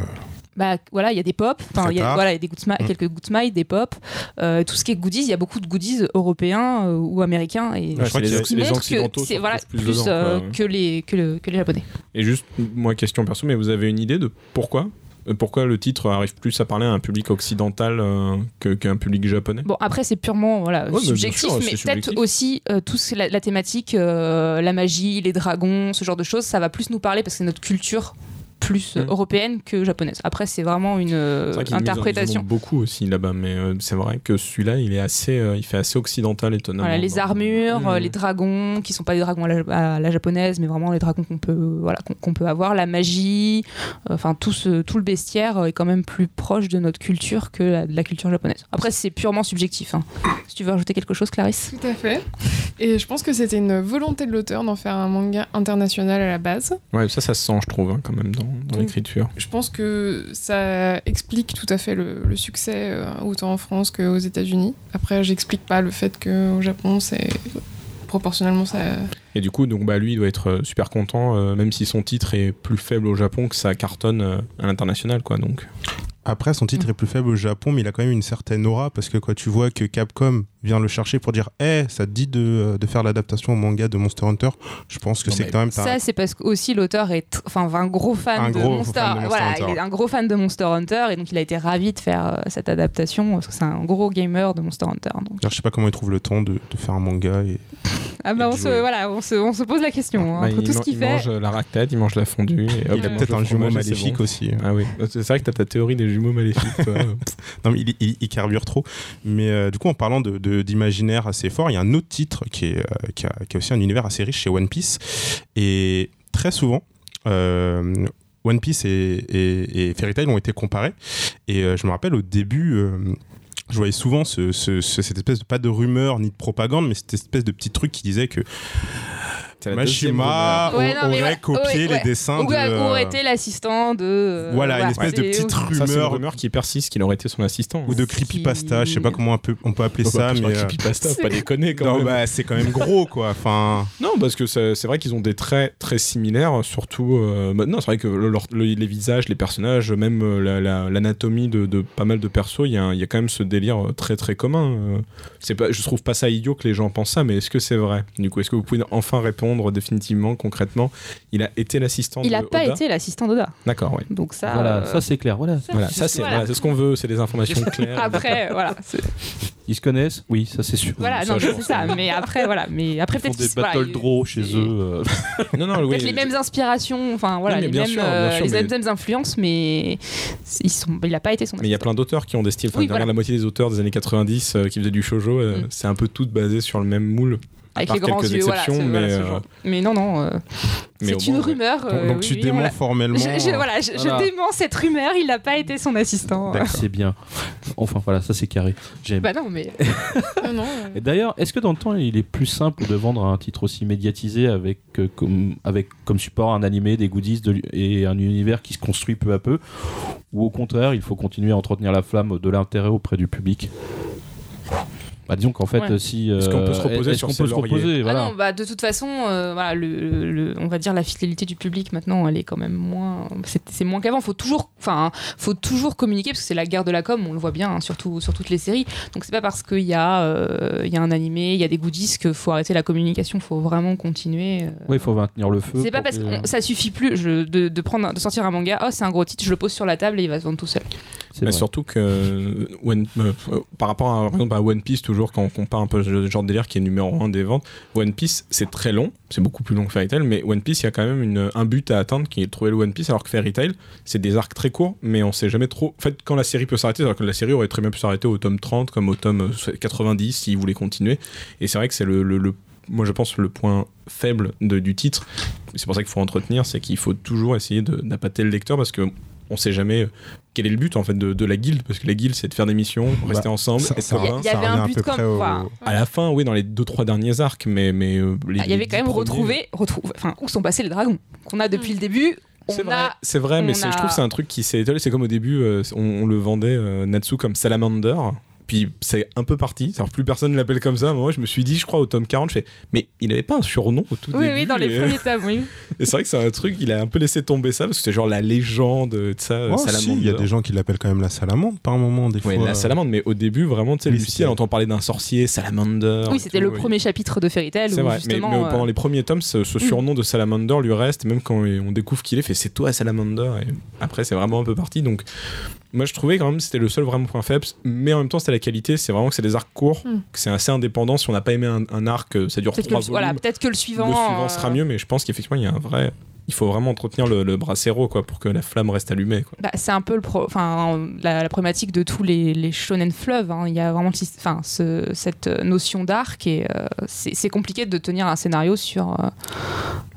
E: bah voilà, il y a des pop. Enfin,
G: Très
E: il y a
G: tard.
E: voilà, il y a des good smi-
G: Mm.
E: quelques good smile, des pop. Euh, tout ce qui est goodies, il y a beaucoup de goodies européens euh, ou américains et
C: Ouais,
G: je crois
C: c'est
G: qu'il y a-
E: ce qui
C: les
E: montre
C: Occidentaux
E: que c'est
C: sont
E: voilà
C: plus
E: plus,
C: dedans, quoi,
E: euh,
C: ouais.
E: que les que le- que les japonais.
C: Et juste, moi, question perso, mais vous avez une idée de pourquoi euh, pourquoi le titre arrive plus à parler à un public occidental euh, que- qu'à un public japonais
E: Bon, après, c'est purement voilà,
C: Ouais, mais bien
E: subjectif,
C: sûr,
E: mais,
C: c'est subjectif.
E: peut-être aussi euh, tout ce- la, la thématique, euh, la magie, les dragons, ce genre de choses, ça va plus nous parler parce que c'est notre culture plus euh,
C: Mm.
E: européenne que japonaise. Après, c'est vraiment une euh,
C: C'est vrai qu'ils nous en- ils en ont
E: interprétation.
C: beaucoup aussi là-bas, mais euh, c'est vrai que celui-là, il est assez, euh, il fait assez occidental étonnamment.
E: Voilà, les
C: Dans-
E: armures, euh,
C: Mhm.
E: les dragons, qui sont pas des dragons à la, à la japonaise, mais vraiment les dragons qu'on peut, voilà, qu'on qu'on peut avoir, la magie, euh, enfin tout, ce- tout le bestiaire euh, est quand même plus proche de notre culture que la, de la culture japonaise. Après, c'est purement subjectif. hein. Si tu veux rajouter quelque chose, Clarisse
F: Tout à fait. Et je pense que c'était une volonté de l'auteur d'en faire un manga international à la base.
C: Mmh. Ouais, ça, ça se sent, je trouve, hein, quand même, dans, dans
E: Mmh.
F: Oui.
C: l'écriture.
F: Je pense que ça explique tout à fait le, le succès euh, autant en France qu'aux États-Unis. Après, j'explique pas le fait qu'au Japon, c'est proportionnellement ça.
C: Et du coup, donc, bah, lui, il doit être euh, super content, euh, même si son titre est plus faible au Japon, que ça cartonne euh, à l'international, quoi. Donc,
G: Après, son titre est plus faible au Japon, mais il a quand même une certaine aura parce que quand tu vois que Capcom vient le chercher pour dire Eh, ça te dit de, euh, de faire l'adaptation au manga de Monster Hunter, je pense que
C: Non,
G: c'est
C: mais
G: quand même.
E: Ça, c'est parce que aussi l'auteur est tr- enfin un gros fan
G: Un
E: de
G: gros
E: Monster.
G: fan de Monster
E: voilà,
G: Hunter.
E: il est un gros fan de Monster Hunter et donc il a été ravi de faire euh, cette adaptation parce que c'est un gros gamer de Monster Hunter. donc.
G: Alors, je sais pas comment il trouve le temps de, de faire un manga. Et...
E: Ah
C: Et
E: bah
C: de
E: on se,
C: jouer.
E: voilà, on se, on se pose la question hein,
C: bah,
E: entre
C: il,
E: tout ce
C: man-
E: qu'il
C: il
E: fait.
C: mange euh, la raclette, il mange la fondue. et hop,
F: Il a
C: mange
G: Peut-être
C: le
G: un jumeau
C: fromage, et c'est
G: maléfique
C: bon.
G: aussi. euh.
E: hein.
C: Ah oui, c'est vrai que t'as ta théorie des jumeaux maléfiques, toi.
G: Non, mais il, il- il carbure trop. Mais euh, du coup, en parlant d'imaginaire de, d'imaginaire assez fort, il y a un autre titre qui, est, euh, qui, a, qui a aussi un univers assez riche chez One Piece. Et très souvent, euh, One Piece et, et- et Fairy Tail ont été comparés. Et euh, je me rappelle au début. euh, je voyais souvent ce- ce- ce- cette espèce de, pas de rumeur ni de propagande, mais cette espèèce de petit truc qui disait que
C: C'est la deuxième rumeur.
G: Mashima
E: rumeur. Ouais,
G: aurait
E: non, mais ouais.
G: copié
E: Ouais,
G: les
E: ouais.
G: dessins
E: Ou
G: de... euh,
E: aurait été l'assistant de. euh,
G: voilà, une espèce de
E: c'est-
G: petite
C: Ça, c'est une
G: rumeur
C: rumeur qui persiste, qu'il aurait été son assistant. hein.
G: ou de
E: qui-
G: creepypasta, je sais pas comment on peut, on peut appeler
C: Oh, bah,
G: ça,
C: putain,
G: mais... euh,
C: creepypasta,
E: C'est-
C: pas déconner quand
G: non,
C: même.
G: bah, c'est quand même gros, quoi. Enfin,
C: Non, parce que ça- c'est vrai qu'ils ont des traits très similaires, surtout. euh, bah, non, c'est vrai que le- leur- le- les visages, les personnages, même euh, la- la- l'anatomie de, de pas mal de persos, il y, a un- il y a quand même ce délire euh, très très commun. euh. C'est pas, je trouve pas ça idiot que les gens pensent ça, mais est-ce que c'est vrai Du coup, est-ce que vous pouvez enfin répondre définitivement, concrètement Il a été l'assistant
E: Il
C: de
E: n'a pas
C: Oda
E: été l'assistant d'Oda.
C: D'accord, oui.
E: Donc ça.
B: Voilà,
E: euh,
B: ça c'est clair. Voilà.
C: Voilà, ça c'est
E: Voilà. Ah.
C: voilà, c'est ce qu'on veut, c'est des informations claires.
E: après, voilà. c'est-
B: Ils se connaissent Oui, ça c'est sûr.
E: Voilà,
C: ça,
E: non,
C: je
E: mais
C: pense
E: c'est ça. Mais après, voilà. Mais après,
B: Ils font
E: peut-être
B: des
E: qu'ils- voilà,
B: battle
E: ils-
B: draw chez
E: ils-
B: eux. euh,
C: non, non, oui.
E: Peut-être les mêmes inspirations, enfin voilà,
C: mais
E: les,
C: bien
E: mêmes,
C: sûr, bien
E: euh,
C: sûr,
E: les
C: mais-
E: mêmes influences, mais c'est- ils sont, il n'a pas été son
C: Mais il y a
E: assistant.
C: plein d'auteurs qui ont des styles. Enfin,
E: Oui,
C: derrière
E: voilà.
C: la moitié des auteurs des années 90 euh, qui faisaient du shoujo, euh,
E: Mm.
C: c'est un peu tout basé sur le même moule.
E: Avec
C: part
E: les grands
C: quelques
E: yeux, voilà,
C: exceptions,
E: ce- voilà,
C: mais,
E: ce
C: euh,
E: genre. Mais non, non, euh,
C: mais au
E: c'est une
C: moins, ouais.
E: rumeur.
G: donc,
E: euh,
G: donc
E: oui,
G: tu
E: oui, on
G: déments
E: l'a-
G: formellement.
E: Je, je- voilà, je, je
B: Voilà.
E: dément cette rumeur, il n'a pas été son assistant.
G: D'accord.
B: euh, C'est bien. Enfin voilà, ça c'est carré. J'aime.
E: Bah non, mais
F: Non, non. euh,
B: Et D'ailleurs, est-ce que dans le temps, il est plus simple de vendre un titre aussi médiatisé avec, euh, comme, avec comme support un animé, des goodies de, l'u- et un univers qui se construit peu à peu Ou au contraire, il faut continuer à entretenir la flamme de l'intérêt auprès du public Bah, disons qu'en fait,
F: Ouais.
B: si.
C: Est-ce qu'on peut
B: euh,
C: se reposer
B: est-ce
C: sur
B: qu'on
C: ses
B: peut se
C: lauriers
B: reposer, voilà.
E: Ah non, bah de toute façon, euh, voilà, le, le- on va dire la fidélité du public maintenant, elle est quand même moins, c'est c'est moins qu'avant. Faut toujours, enfin, faut toujours communiquer parce que c'est la guerre de la com, on le voit bien, hein, surtout sur toutes les séries. Donc c'est pas parce qu'il y a, euh, il y a un animé, il y a des goodies que faut arrêter la communication, faut vraiment continuer. euh.
B: Oui, il faut maintenir le feu.
E: C'est pas
B: pour
E: parce que euh,
B: que-
E: on- ça suffit plus je- de, de prendre, un- de sortir un manga. Oh, c'est un gros titre, je le pose sur la table et il va se vendre tout seul.
B: C'est
C: Mais
B: vrai.
C: surtout que euh, One- euh, euh, par rapport à, par exemple, à One Piece, toujours quand on compare un peu le genre de délire qui est numéro 1 des ventes, One Piece c'est très long, c'est beaucoup plus long que Fairy Tail, mais One Piece il y a quand même une- un but à atteindre qui est de trouver le One Piece, alors que Fairy Tail c'est des arcs très courts, mais on sait jamais trop. En fait, quand la série peut s'arrêter, alors que la série aurait très bien pu s'arrêter au tome 30 comme au tome euh, 90 s'il voulait continuer, et c'est vrai que c'est le- le- le moi je pense le point faible de- du titre, c'est pour ça qu'il faut entretenir, c'est qu'il faut toujours essayer de- d'appâter le lecteur parce que on sait jamais euh, quel est le but en fait de, de la guilde parce que la guilde c'est de faire des missions, rester ensemble,
G: Bah, Ça,
C: être
G: ça-
E: Il y a-
C: convainc-
E: il y
G: ça
E: avait
G: revient
E: un
G: à
E: but
G: peu
E: comme-
G: près au-
E: enfin,
C: À la fin, oui, dans les deux trois derniers arcs, mais mais euh, les-
E: Ah, il y
C: les
E: avait quand
C: dix
E: même
C: premiers-
E: retrouvé, retrouvé, enfin, où sont passés les dragons qu'on a depuis
D: Mm.
E: le début. On
C: C'est vrai,
E: a
C: c'est vrai, mais
E: on
C: c'est-
E: a-
C: je trouve que c'est un truc qui s'est étalé. C'est comme au début, euh, on, on le vendait euh, Natsu comme Salamander, puis c'est un peu parti. Alors plus personne ne l'appelle comme ça. Moi, je me suis dit, je crois au tome 40, je fais, mais il n'avait pas un surnom au tout
E: oui,
C: début.
E: oui, dans les
C: et-
E: premiers tables, oui.
C: Et c'est vrai que c'est un truc, il a un peu laissé tomber ça, parce que c'est genre la légende de ça, euh,
G: Oh,
C: salamandre.
G: si, il y a des gens qui l'appellent quand même la salamande par moment, des
C: Ouais,
G: fois.
C: la salamandre, mais au début, vraiment, tu sais,
G: Oui,
C: Lucie,
G: c'était-
C: elle entend parler d'un sorcier, salamander.
E: Oui,
C: et
E: c'était
C: tout,
E: le
C: oui.
E: premier chapitre de Fairy Tail.
C: C'est
E: où
C: vrai, mais,
E: justement,
C: mais
E: euh, Mm.
C: pendant les premiers tomes, ce, ce surnom de Salamander lui reste, et même quand on découvre qu'il est, fait c'est toi Salamander, et après c'est vraiment un peu parti. Donc, moi je trouvais quand même que c'était le seul vraiment point faible, mais en même temps c'était la qualité, c'est vraiment que c'est des arcs courts,
F: Mm.
C: que c'est assez indépendant. Si on n'a pas aimé un, un arc, euh, ça dure
E: peut-être que,
C: trois
E: le- voilà,
C: volumes,
E: peut-être que le suivant,
C: le suivant
E: euh,
C: sera mieux, mais je pense qu'effectivement il y a un vrai. Il faut vraiment entretenir le, le bracero quoi, pour que la flamme reste allumée. Quoi.
E: bah, c'est un peu le pro- enfin, la, la problématique de tous les, les shonen fleuves. hein. Il y a vraiment le syst- enfin, ce- cette notion d'arc et euh, c'est c'est compliqué de tenir un scénario sur euh,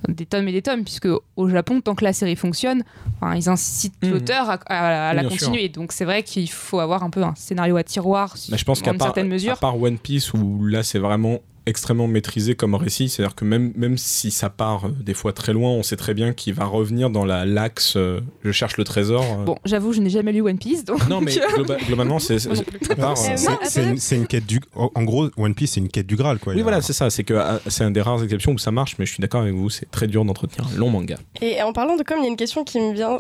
E: des tomes et des tomes, puisque au Japon, tant que la série fonctionne, enfin, ils incitent
C: Mhm.
E: l'auteur à, à- à
C: Oui,
E: la
C: bien
E: continuer. Donc c'est vrai qu'il faut avoir un peu un scénario à tiroir
C: Mais je pense
E: en
C: qu'à
E: une
C: part, euh, ah,
E: certaine
C: à
E: mesure.
C: part One Piece, où là c'est vraiment extrêmement maîtrisé comme récit, c'est-à-dire que même, même si ça part euh, des fois très loin, on sait très bien qu'il va revenir dans la l'axe euh, je cherche le trésor. euh.
E: Bon, j'avoue, je n'ai jamais lu One Piece, donc
C: Non, mais globa- globalement, c'est. c'est-
F: Moi non plus.
C: ça part,
G: C'est-
C: euh,
D: non,
G: c'est- C'est
D: attendez.
G: une- c'est une quête du. En en gros, One Piece, c'est une quête du Graal, quoi. Il
C: Oui,
G: y a-
C: voilà, c'est ça. C'est que ah, c'est une des rares exceptions où ça marche, mais je suis d'accord avec vous, c'est très dur d'entretenir un long manga.
D: Et en parlant de com, il y a une question qui me vient.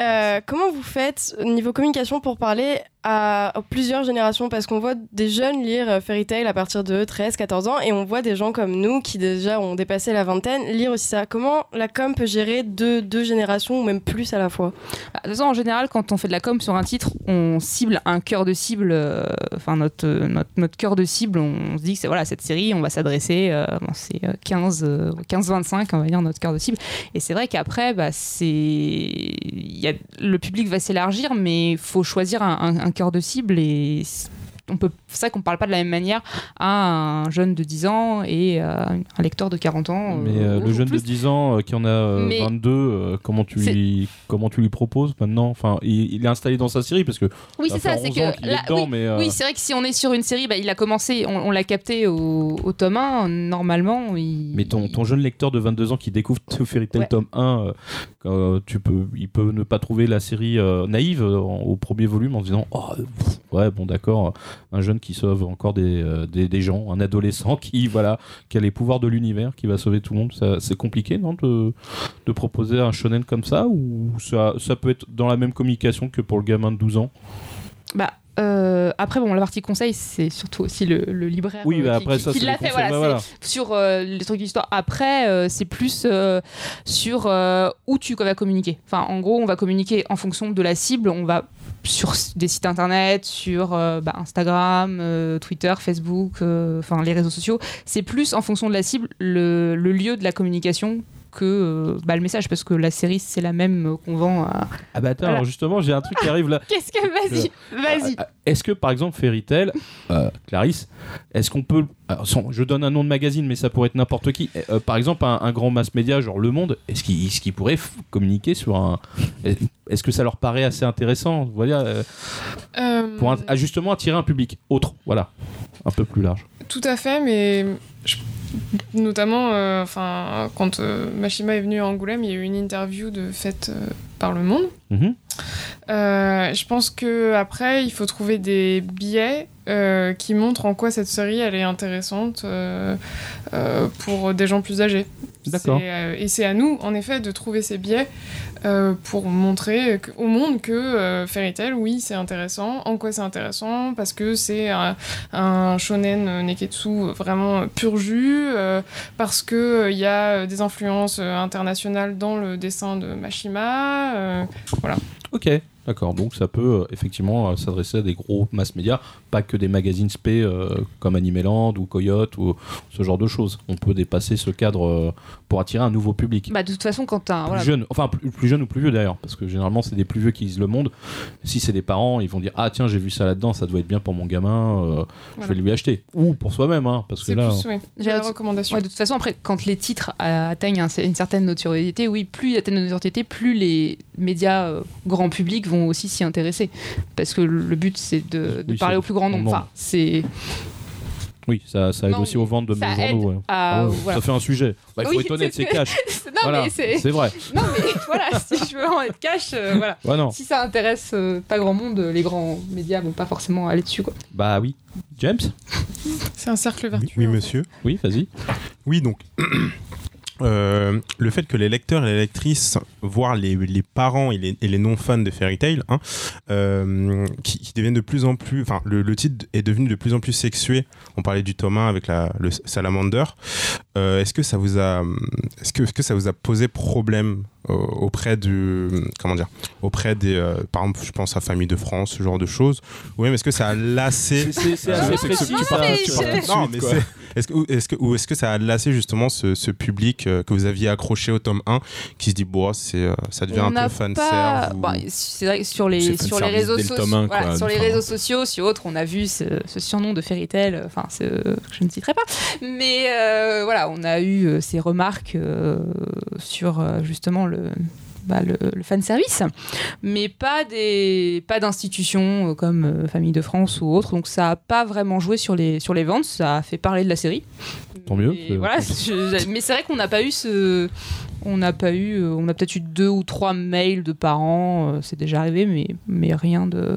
D: Euh, comment vous faites au niveau communication pour parler à, à plusieurs générations Parce qu'on voit des jeunes lire euh, Fairy Tail à partir de 13, 14 ans et on voit des gens comme nous qui déjà ont dépassé la vingtaine lire aussi ça. Comment la com peut gérer deux, deux générations ou même plus à la fois
E: Bah, De toute façon, en général, quand on fait de la com sur un titre, on cible un cœur de cible. euh, Enfin, notre, euh, notre, notre cœur de cible, on se dit que c'est voilà, cette série, on va s'adresser. euh, bon, c'est euh, 15, euh, 15-25, on va dire, notre cœur de cible. Et c'est vrai qu'après, bah, c'est... il y a- le public va s'élargir, mais il faut choisir un, un- un cœur de cible. Et c'est- on peut... c'est vrai qu'on ne parle pas de la même manière à un jeune de 10 ans et euh, un lecteur de 40 ans. euh,
B: Mais euh,
E: ou
B: le jeune
E: plus.
B: de 10 ans euh, qui en a euh,
E: Mais-
B: 22, euh, comment, tu
E: C'est-
B: lui, comment tu lui proposes maintenant enfin, il, il est installé dans sa série parce que
E: Oui,
B: ça
E: c'est
B: fait
E: ça, c'est
B: 11
E: que.
B: ans qu'il est
E: là-
B: dedans,
E: oui,
B: mais euh,
E: Oui, c'est vrai que si on est sur une série, bah, il a commencé, on, on l'a capté au, au tome 1, normalement. Il...
B: Mais ton, ton jeune lecteur de 22 ans qui découvre The Fairy Tail
E: Ouais.
B: tome 1, euh, euh, tu peux, il peut ne pas trouver la série euh, naïve euh, en- au premier volume en se disant Oh, euh, pff, Ouais, bon, d'accord, euh, un jeune qui sauve encore des, euh, des, des gens, un adolescent qui, voilà, qui a les pouvoirs de l'univers, qui va sauver tout le monde. Ça, C'est compliqué, non, de, de proposer un shonen comme ça Ou ça, ça peut être dans la même communication que pour le gamin de 12 ans
E: Bah, euh, après, bon, la partie conseil, c'est surtout aussi le, le libraire
B: Oui,
E: euh,
B: bah,
E: qui-
B: après,
E: qui,
B: ça,
E: qui
B: c'est
E: l'a
B: les
E: fait.
B: conseils,
E: Voilà,
B: bah,
E: c'est-
B: voilà.
E: sur euh, les trucs d'histoire. Après, euh, c'est plus euh, sur euh, où tu vas communiquer. Enfin, en gros, on va communiquer en fonction de la cible. On va sur s- des sites internet, sur euh, bah, Instagram, euh, Twitter, Facebook, euh, enfin les réseaux sociaux. C'est plus en fonction de la cible le, le lieu de la communication que euh, bah, le message, parce que la série, c'est la même euh, qu'on vend à...
B: Ah, bah, attends,
E: Voilà.
B: alors justement, j'ai un truc qui arrive là.
E: Qu'est-ce que... Vas-y, vas-y.
B: Ah, ah, Est-ce que par exemple Fairy Tail, euh, Clarisse, est-ce qu'on peut, alors, sans- je donne un nom de magazine, mais ça pourrait être n'importe qui. Euh, par exemple, un, un grand mass média genre Le Monde, est-ce qu'il est-ce qu'il pourrait f- communiquer sur un, est-ce que ça leur paraît assez intéressant, voilà, euh,
F: Euh,
B: pour un- ah, justement attirer un public autre, voilà, un peu plus large.
F: Tout à fait, mais je- notamment, euh, enfin, quand
B: Mhm.
F: euh, Mashima est venu à Angoulême, il y a eu une interview de faite euh, par Le Monde. Euh, je pense que après, il faut trouver des billets euh, qui montrent en quoi cette série elle est intéressante euh, euh, pour des gens plus âgés.
B: D'accord.
F: C'est, euh, et c'est à nous, en effet, de trouver ces biais euh, pour montrer que- au monde que euh, Fairy Tail, oui, c'est intéressant. En quoi c'est intéressant Parce que c'est un, un shonen euh, neketsu vraiment pur jus, euh, parce que euh, il y a euh, des influences euh, internationales dans le dessin de Mashima. euh,
B: Oh, Ok, d'accord. Donc ça peut euh, effectivement euh, s'adresser à des gros mass médias, pas que des magazines spé euh, comme Animeland ou Coyote ou ce genre de choses. On peut dépasser ce cadre euh, pour attirer un nouveau public.
E: Bah, de toute façon, quand t'as.
B: plus
E: Voilà.
B: jeune, enfin plus, plus jeune ou plus vieux d'ailleurs, parce que généralement c'est des plus vieux qui lisent le monde. Si c'est des parents, ils vont dire ah tiens j'ai vu ça là-dedans, ça doit être bien pour mon gamin, euh, je vais
F: Voilà.
B: lui acheter. Ou pour soi-même, hein, parce que
F: c'est
B: là
F: plus ouais, de la
E: J'ai-
F: recommandation.
E: Ouais, de toute façon, après, quand les titres euh, atteignent un- une certaine notoriété, oui, plus ils atteignent une notoriété, plus les médias euh, grand public vont aussi s'y intéresser. Parce que le but, c'est de, de
B: Oui,
E: parler
B: c'est-
E: au plus grand nombre.
B: non.
E: Enfin, c'est.
B: oui ça, ça aide
E: Non,
B: aussi aux ventes de
E: ça
B: mes
E: aide
B: journaux. ouais.
E: à-
B: Ah ouais,
E: voilà.
B: Ça fait un sujet. Bah, il faut
E: Oui,
B: être honnête,
E: c'est-
B: c'est cash.
E: Non,
B: Voilà,
E: mais c'est.
B: c'est vrai.
E: Non, mais voilà, si je veux en être cash, euh, voilà.
B: Ouais, non.
E: Si ça intéresse euh, pas grand monde, euh, les grands médias vont pas forcément aller dessus, quoi.
B: Bah oui. James
F: C'est un cercle vertueux.
G: Oui,
F: en fait.
G: monsieur.
B: Oui, vas-y.
G: Oui, donc. euh, le fait que les lecteurs et les lectrices, voire les, les parents et les, et les non-fans de Fairy Tail, hein, euh, qui, qui deviennent de plus en plus. Enfin, le, le titre est devenu de plus en plus sexué. On parlait du Thomas avec la, le salamander. Euh, est-ce que ça vous a, est-ce que, est-ce que ça vous a posé problème euh, auprès du, comment dire, auprès des, euh, par exemple, je pense à Famille de France, ce genre de choses. Oui, mais est-ce que ça a lassé
B: Ah, C'est
G: assez
E: précis, ça.
G: tu
E: Je-
G: parles tout de
C: Non,
G: suite,
C: mais
G: quoi.
C: c'est-
G: Est-ce que, ou est-ce que, ou est-ce que ça a lassé justement ce, ce public euh, que vous aviez accroché au tome 1 qui se dit, bon, c'est, euh, ça devient
E: On
G: un
E: n'a
G: peu fan
E: pas-
G: serve ou-
E: bah, c'est vrai que sur
C: C'est
E: les
C: fan
E: sur les
C: service
E: réseaux
C: dès le
E: sociaux
C: tome un,
E: voilà,
C: quoi,
E: sur les
C: enfin.
E: réseaux sociaux sur autres on a vu ce, ce surnom de Fairy Tail euh, enfin ce que je ne citerai pas mais euh, voilà on a eu euh, ces remarques euh, sur euh, justement le bah, le, le fan service, mais pas des pas d'institutions euh, comme euh, Famille de France ou autre, donc ça a pas vraiment joué sur les sur les ventes, ça a fait parler de la série.
B: Tant mieux, Euh,
E: Mais
B: c'est-
E: voilà, je- mais c'est vrai qu'on n'a pas eu ce on n'a pas eu, euh, on a peut-être eu deux ou trois mails de parents, euh, c'est déjà arrivé, mais, mais rien de.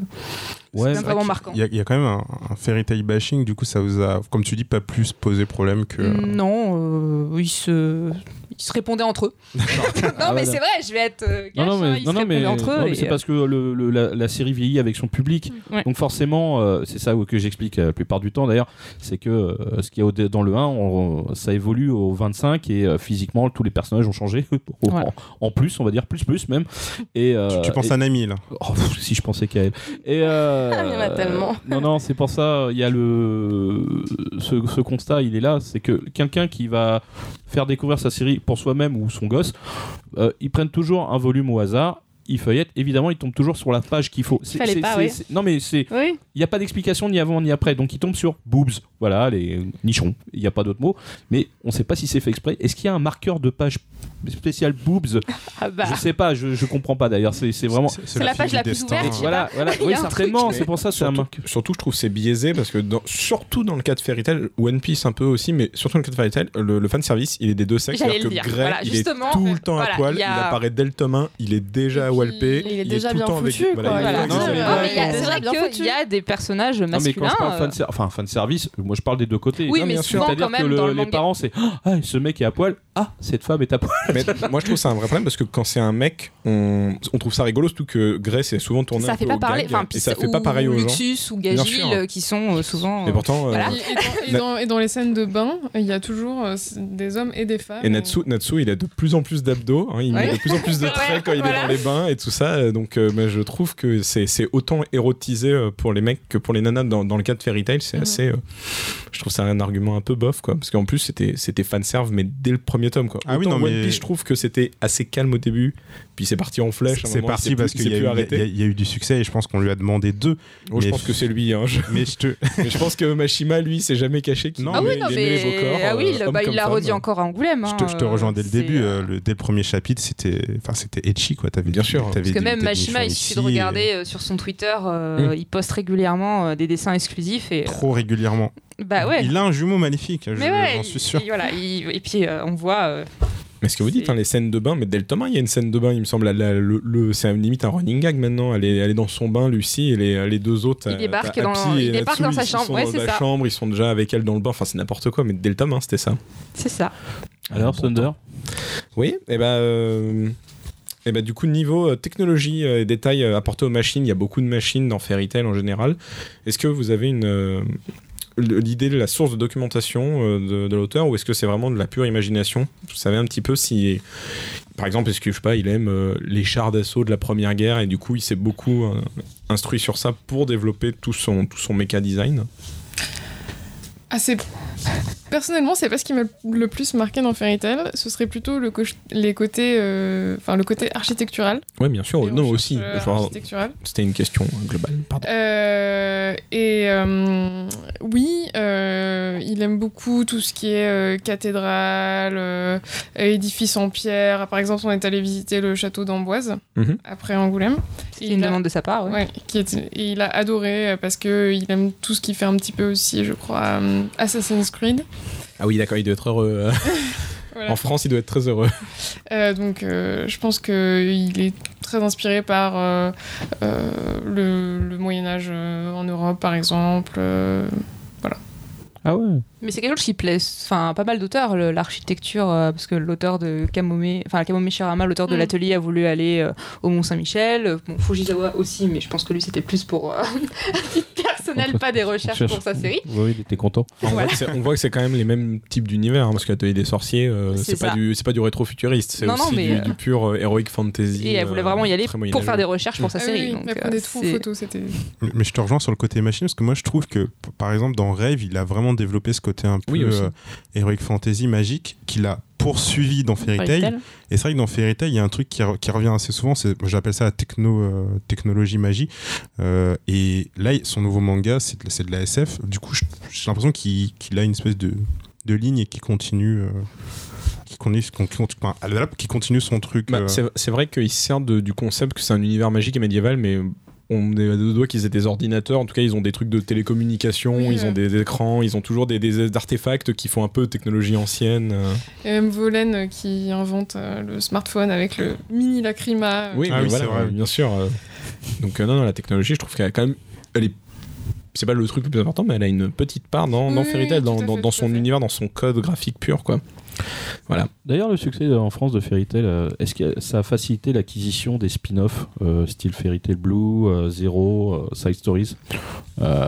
E: c'est
B: Ouais,
G: vrai
E: vraiment
G: qu'il-
E: marquant.
G: Il y, a- il y a quand même un, un fairy tale bashing, du coup, ça vous a, comme tu dis, pas plus posé problème que.
B: euh,
E: Mm. Non, euh, ils, se, ils se répondaient entre eux. non,
B: Ah ouais,
E: mais
B: non.
E: c'est vrai, je vais être. euh, cash,
B: Non, non,
E: hein,
B: mais,
E: ils
B: non,
E: se
B: non, mais,
E: répondaient entre eux.
B: non, mais
E: et,
B: c'est
E: euh, Mm.
B: parce que le- le- la, la série vieillit avec son public.
E: Ouais.
B: Donc forcément, euh, c'est ça que j'explique euh, la plupart du temps d'ailleurs, c'est que euh, ce qu'il y a au- dans le 1, on- ça évolue au 25 et euh, physiquement, tous les personnages ont changé. en,
E: Voilà.
B: en plus, on va dire, plus plus même. Et, euh,
G: Tu, tu penses
B: et-
G: à Nami là
B: Oh, pff, si je pensais qu'à elle. Et euh,
D: Il y en a tellement.
B: Non, non, c'est pour ça, il y a le. Ce, ce constat, il est là, c'est que quelqu'un qui va faire découvrir sa série pour soi-même ou son gosse, euh, ils prennent toujours un volume au hasard, ils feuillettent, évidemment, ils tombent toujours sur la page qu'il faut. C'est-
D: Fallait
B: c'est-
D: pas,
B: c'est-
D: oui.
B: c'est- Non, mais c'est.
D: Oui.
B: Il n'y a pas d'explication ni avant ni après, donc ils tombent sur boobs, voilà, les nichons, il n'y a pas d'autre mot, mais on ne sait pas si c'est fait exprès. Est-ce qu'il y a un marqueur de page spécial boobs
E: ah bah,
B: Je sais pas, je ne comprends pas d'ailleurs, c'est c'est vraiment.
E: C'est la
G: fille
E: page
G: du
E: la plus
G: destin,
E: ouverte,
G: hein.
E: je sais pas.
B: Voilà, voilà.
E: Il y a
B: oui,
E: un
B: certainement,
C: truc,
B: c'est pour ça que c'est un
C: surtout,
B: marque.
C: surtout, je trouve c'est biaisé parce que dans- surtout dans le cas de Fairy Tail, One Piece un peu aussi, mais surtout dans le cas de Fairy Tail, le, fan service, il est des deux sexes.
E: J'allais
C: c'est-à-dire
E: le
C: que
E: dire,
C: Gray,
E: voilà,
C: il est
E: justement,
C: tout
E: en
C: le
E: fait.
C: temps à
E: Voilà,
C: poil,
E: il
C: il
E: y a-
C: apparaît dès le tome 1, il est déjà à
F: puis,
C: walpé.
F: il est déjà
C: tout le
F: bien
C: temps avec-
F: foutu,
C: voilà,
F: quoi.
C: il est
E: Voilà.
C: exactement.
B: Non, mais-
E: Ah, mais il y a-
B: Ouais,
E: c'est
D: ouais.
E: vrai
D: Bien
E: qu'il
D: foutu.
E: y a des personnages
B: Non, mais quand
E: masculins.
B: je parle
E: euh,
B: fan, ser- enfin, fan service, moi je parle des deux côtés.
E: Oui,
C: Non,
E: mais
C: bien sûr.
E: souvent
B: C'est-à-dire
E: quand
B: que
E: même
B: le-
E: dans le
B: les
E: manga.
B: parents, c'est Ah, ce mec est à poil, ah, cette femme est à poil.
C: Mais moi je trouve ça un vrai problème parce que quand c'est un mec, on, on trouve ça rigolo, surtout que Grey c'est souvent tourné
E: ça
C: un
E: fait
C: peu
E: pas
C: au
E: parler,
C: gag,
E: enfin,
C: et ça
E: Pis-
C: fait pas
E: ou
C: pareil aux gens.
E: Luxus ou
C: Bien
E: Gagil
C: sûr.
E: euh, qui sont euh, souvent.
C: Mais
E: euh,
C: pourtant, euh,
E: Voilà.
F: Et, et dans, et dans- et dans les scènes de bain, il y a toujours euh, des hommes et des femmes.
C: Et Natsu, Natsu, il a de plus en plus d'abdos, hein, il
E: Ah, Ouais.
C: met de plus en plus de traits
E: Ouais,
C: quand il est
E: voilà.
C: dans les bains et tout ça. euh, Donc euh, mais je trouve que c'est c'est autant érotisé euh, pour les mecs que pour les nanas dans, dans le cas de Fairy Tail. C'est
F: Mhm.
C: assez. euh, je trouve ça un argument un peu bof, quoi. Parce qu'en plus, c'était c'était fanserve, mais dès le premier tome, quoi.
G: Ah oui,
C: Autant
G: non,
C: One
G: mais-
C: Piece, je trouve que c'était assez calme au début, puis c'est parti en flèche. à un
G: C'est
C: moment, il s'est
G: parti
C: plus-
G: parce
C: il
G: qu'il
C: s'est
G: y, a eu-
C: plus
G: il y a-
C: arrêté.
G: il y a eu du succès et je pense qu'on lui a demandé deux.
C: Oh, je
G: mais-
C: pense que c'est lui. hein, je-
G: Mais je te.
C: mais je pense que Mashima, lui, s'est jamais caché qu'il
G: Non,
E: Ah oui,
C: aimait-
E: non,
C: il aimait les beaux corps,
E: mais. Ah oui,
C: euh,
E: le-
C: hommes
E: bah,
C: comme
E: il l'a
C: femmes.
E: redit encore à Angoulême.
G: Je te, je te
E: hein,
G: rejoins dès le
E: c'est,
G: début.
E: euh,
G: euh, le, dès le premier chapitre, c'était, enfin, c'était etchi quoi. T'avais
C: Bien sûr.
G: t'avais
E: Parce que
G: des-
E: même
G: des
E: Mashima, il
G: nichons
E: suffit de
G: ici,
E: regarder euh, sur son Twitter, euh, il poste régulièrement euh, des dessins exclusifs et
G: euh, Trop régulièrement.
E: bah ouais.
G: Il a un jumeau magnifique. Je,
E: mais ouais,
G: j'en
E: il-
G: suis sûr.
E: il- voilà, il- et puis euh, on voit euh,
C: Mais ce que vous dites,
E: C'est-
C: hein, les scènes de bain, mais dès le tome un, il y a une scène de bain, il me semble. la- la- le, le- c'est limite un running gag maintenant. Elle est, elle est dans son bain, Lucie, et les, les deux autres.
E: Ils
C: euh,
E: débarquent
C: t'as
E: dans-
C: Happy et
E: ils débarquent dans
C: Natsu,
E: sa
C: ils
E: chambre,
C: sont
E: ouais,
C: dans
E: c'est
C: la
E: ça.
C: chambre, ils sont déjà avec elle dans le bain. Enfin, c'est n'importe quoi, mais dès le tome un, c'était ça.
E: C'est ça.
B: Alors, Thunder
C: Oui, et bah, euh, et bah, du coup, niveau euh, technologie euh, et détails euh, apportés aux machines, il y a beaucoup de machines dans Fairy Tail en général. Est-ce que vous avez une. euh, L'idée de la source de documentation euh, de, de l'auteur, ou est-ce que c'est vraiment de la pure imagination Vous savez un petit peu si, par exemple, est-ce que je sais pas, il aime euh, les chars d'assaut de la Première Guerre et du coup il s'est beaucoup euh, instruit sur ça pour développer tout son tout son méca design.
F: Ah, c'est- Personnellement, c'est pas ce qui m'a le plus marqué dans Fairy Tail. Ce serait plutôt le, co- les côtés, euh, enfin, le côté architectural.
C: Oui, bien sûr.
F: Les
C: Oh, non,
F: recherches,
C: aussi.
F: euh,
C: Genre,
F: architecturales.
C: C'était une question euh, globale. Pardon.
F: Euh, et euh, oui, euh, il aime beaucoup tout ce qui est euh, cathédrale, euh, édifice en pierre. Par exemple, on est allé visiter le château d'Amboise
C: Mhm.
F: après Angoulême.
E: C'est une
F: a-
E: demande de sa part, ouais.
F: Ouais, qui est, et il a adoré euh, parce que il aime tout ce qui fait un petit peu aussi, je crois, euh, Assassin's Creed.
C: Ah oui, d'accord, il doit être heureux. euh,
F: Voilà.
C: En France, il doit être très heureux.
F: Euh, donc euh, je pense qu'il est très inspiré par euh, euh, le, le Moyen Âge euh, en Europe, par exemple. euh,
B: Ah ouais
E: Mais c'est quelque chose qui plaît enfin, à pas mal d'auteurs, le- l'architecture, euh, parce que l'auteur de Kamome, enfin Kamome Shirama, l'auteur de
F: Mm.
E: l'atelier, a voulu aller euh, au Mont-Saint-Michel. Euh, Bon, Fujisawa aussi, mais je pense que lui c'était plus pour euh, à titre personnel, pas des recherches pour sa série.
B: Oui, il était content.
C: On, voit
E: Voilà.
C: que c'est- on voit que c'est quand même les mêmes types d'univers, hein, parce que l'atelier des sorciers, euh,
E: C'est
C: c'est pas
E: ça.
C: du, c'est pas du rétro-futuriste, c'est
E: Non, non,
C: aussi
E: mais,
C: du,
E: euh,
C: du pur euh, heroic fantasy.
E: Et elle voulait
C: euh,
E: vraiment y aller
C: très
E: pour faire
C: moyen-âgeux.
E: des recherches pour sa
F: Ah oui,
E: série.
F: oui,
E: donc, euh,
F: elle prenait trop en
E: c'est-
F: photo, c'était.
G: Mais- Mais je te rejoins sur le côté machine, parce que moi je trouve que, p- par exemple, dans Rave, il a vraiment développé ce côté un peu
C: Oui, aussi.
G: euh, heroic fantasy magique qu'il a poursuivi dans Fairy
E: Fairy
G: Tail.
E: Tail.
G: Et c'est vrai que dans Fairy Tail, il y a un truc qui, re- qui revient assez souvent, c'est, moi, j'appelle ça la techno, euh, technologie magie. Euh, et là, il- son nouveau manga, c'est de, c'est de la SF. Du coup, je- j'ai l'impression qu'il, qu'il a une espèce de, de ligne et qui continue. euh, qui continue, qu'on- qu'on- enfin, à la lampe, qui continue son truc.
C: Bah,
G: euh,
C: c'est- C'est vrai qu'il sert de- du concept que c'est un univers magique et médiéval, mais on est à deux doigts qu'ils aient des ordinateurs, en tout cas ils ont des trucs de télécommunication,
F: Oui,
C: ils
F: euh.
C: ont des écrans, ils ont toujours des, des artefacts qui font un peu technologie ancienne. euh.
F: Et même Volen euh, qui invente euh, le smartphone avec le mini lacrima. euh,
C: Oui,
G: Ah
C: mais
G: oui,
C: voilà,
G: c'est vrai,
C: euh,
G: oui.
C: bien sûr. euh. Donc euh, non, non, la technologie, je trouve qu'elle a quand même, elle est, c'est pas le truc le plus important, mais elle a une petite part dans, dans
F: Oui,
C: Fairy Tail,
F: tout
C: dans, dans-
F: à fait,
C: dans
F: tout à
C: son
F: fait.
C: univers, dans son code graphique pur, quoi.
B: D'ailleurs, le succès en France de Fairy Tail, euh, est-ce que ça a facilité l'acquisition des spin-offs euh, style Fairy Tail Blue, euh, Zero, euh, Side Stories, euh,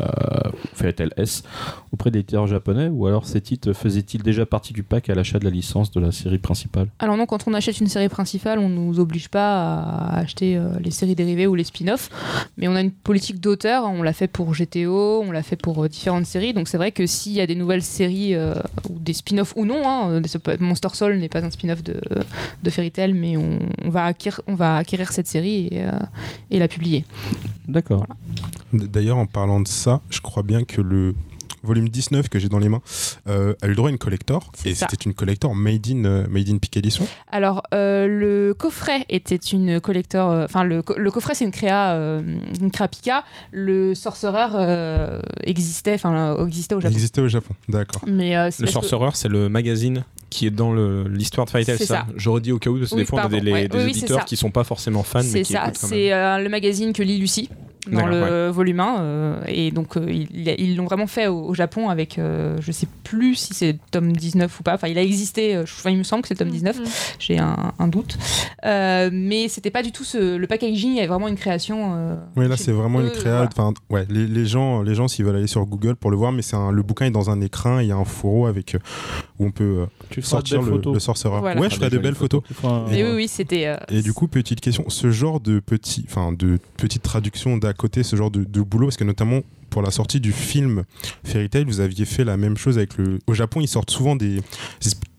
B: Fairy Tail S auprès des éditeurs japonais ou alors ces titres faisaient-ils déjà partie du pack à l'achat de la licence de la série principale
E: Alors non, quand on achète une série principale, on nous oblige pas à acheter euh, les séries dérivées ou les spin-offs, mais on a une politique d'auteur, on l'a fait pour GTO, on l'a fait pour euh, différentes séries, donc c'est vrai que s'il y a des nouvelles séries, euh, ou des spin-offs ou non, hein, euh, ça peut être- Monster Soul n'est pas un spin-off de, de Fairy Tail, mais on, on va acquérir, on va acquérir cette série et, euh, et la publier.
B: D'accord.
G: D- D'ailleurs, en parlant de ça, je crois bien que le volume 19 que j'ai dans les mains euh, a eu le droit à une collector.
E: C'est
G: Et
E: ça.
G: c'était une collector made in, euh, made in Picalisson.
E: Alors, euh, le coffret était une collector. euh, Enfin, le, co- le coffret, c'est une créa, euh, une créa Pika. Le sorcereur euh, existait, enfin, euh, existait au
G: Il
E: Japon.
G: existait au Japon, d'accord.
E: Mais euh, c'est
C: Le
E: parce que-
C: Sorcerer, c'est le magazine qui est dans le- l'histoire de Fairy Tail,
E: C'est
C: ça.
E: ça.
C: Je redis au cas où, parce que
E: Oui,
C: des fois, on a
E: pardon,
C: des, les-
E: ouais.
C: des
E: Oui, oui, c'est
C: auditeurs
E: ça.
C: qui sont pas forcément fans, mais
E: C'est
C: qui
E: ça,
C: écoutent quand même.
E: c'est euh, le magazine que lit Lucie dans
C: D'accord,
E: le
C: ouais.
E: euh, volume 1. euh, et donc, euh, il- il a- ils l'ont vraiment fait au, au Japon avec, euh, je sais plus si c'est le tome 19 ou pas. Enfin, il a existé, euh, je- enfin, il me semble que c'est le tome 19,
F: Mhm.
E: j'ai un, un doute. Euh, mais c'était pas du tout ce, le packaging, il y avait vraiment une création. euh,
G: Oui, là,
E: chez-
G: c'est vraiment une
E: Euh,
G: créa.
E: voilà.
G: Enfin, ouais, les, les gens, les gens s'ils veulent aller sur Google pour le voir, mais c'est un- le bouquin est dans un écrin, il y a un fourreau avec, euh, où on peut euh,
B: Tu feras
G: sortir
B: de belles
G: le,
B: photos.
G: le sorcereur.
E: Voilà. bah,
G: Ouais,
C: Ah,
G: je
C: des
G: ferai de
C: jolies
G: belles photos.
B: Tu feras un-
E: Mais oui, oui, c'était. euh,
G: Et du coup, petite question, ce genre de petit, enfin de petite traduction d'à côté, ce genre de, de boulot, parce que notamment pour la sortie du film Fairy Tail, vous aviez fait la même chose avec le. Au Japon, ils sortent souvent des,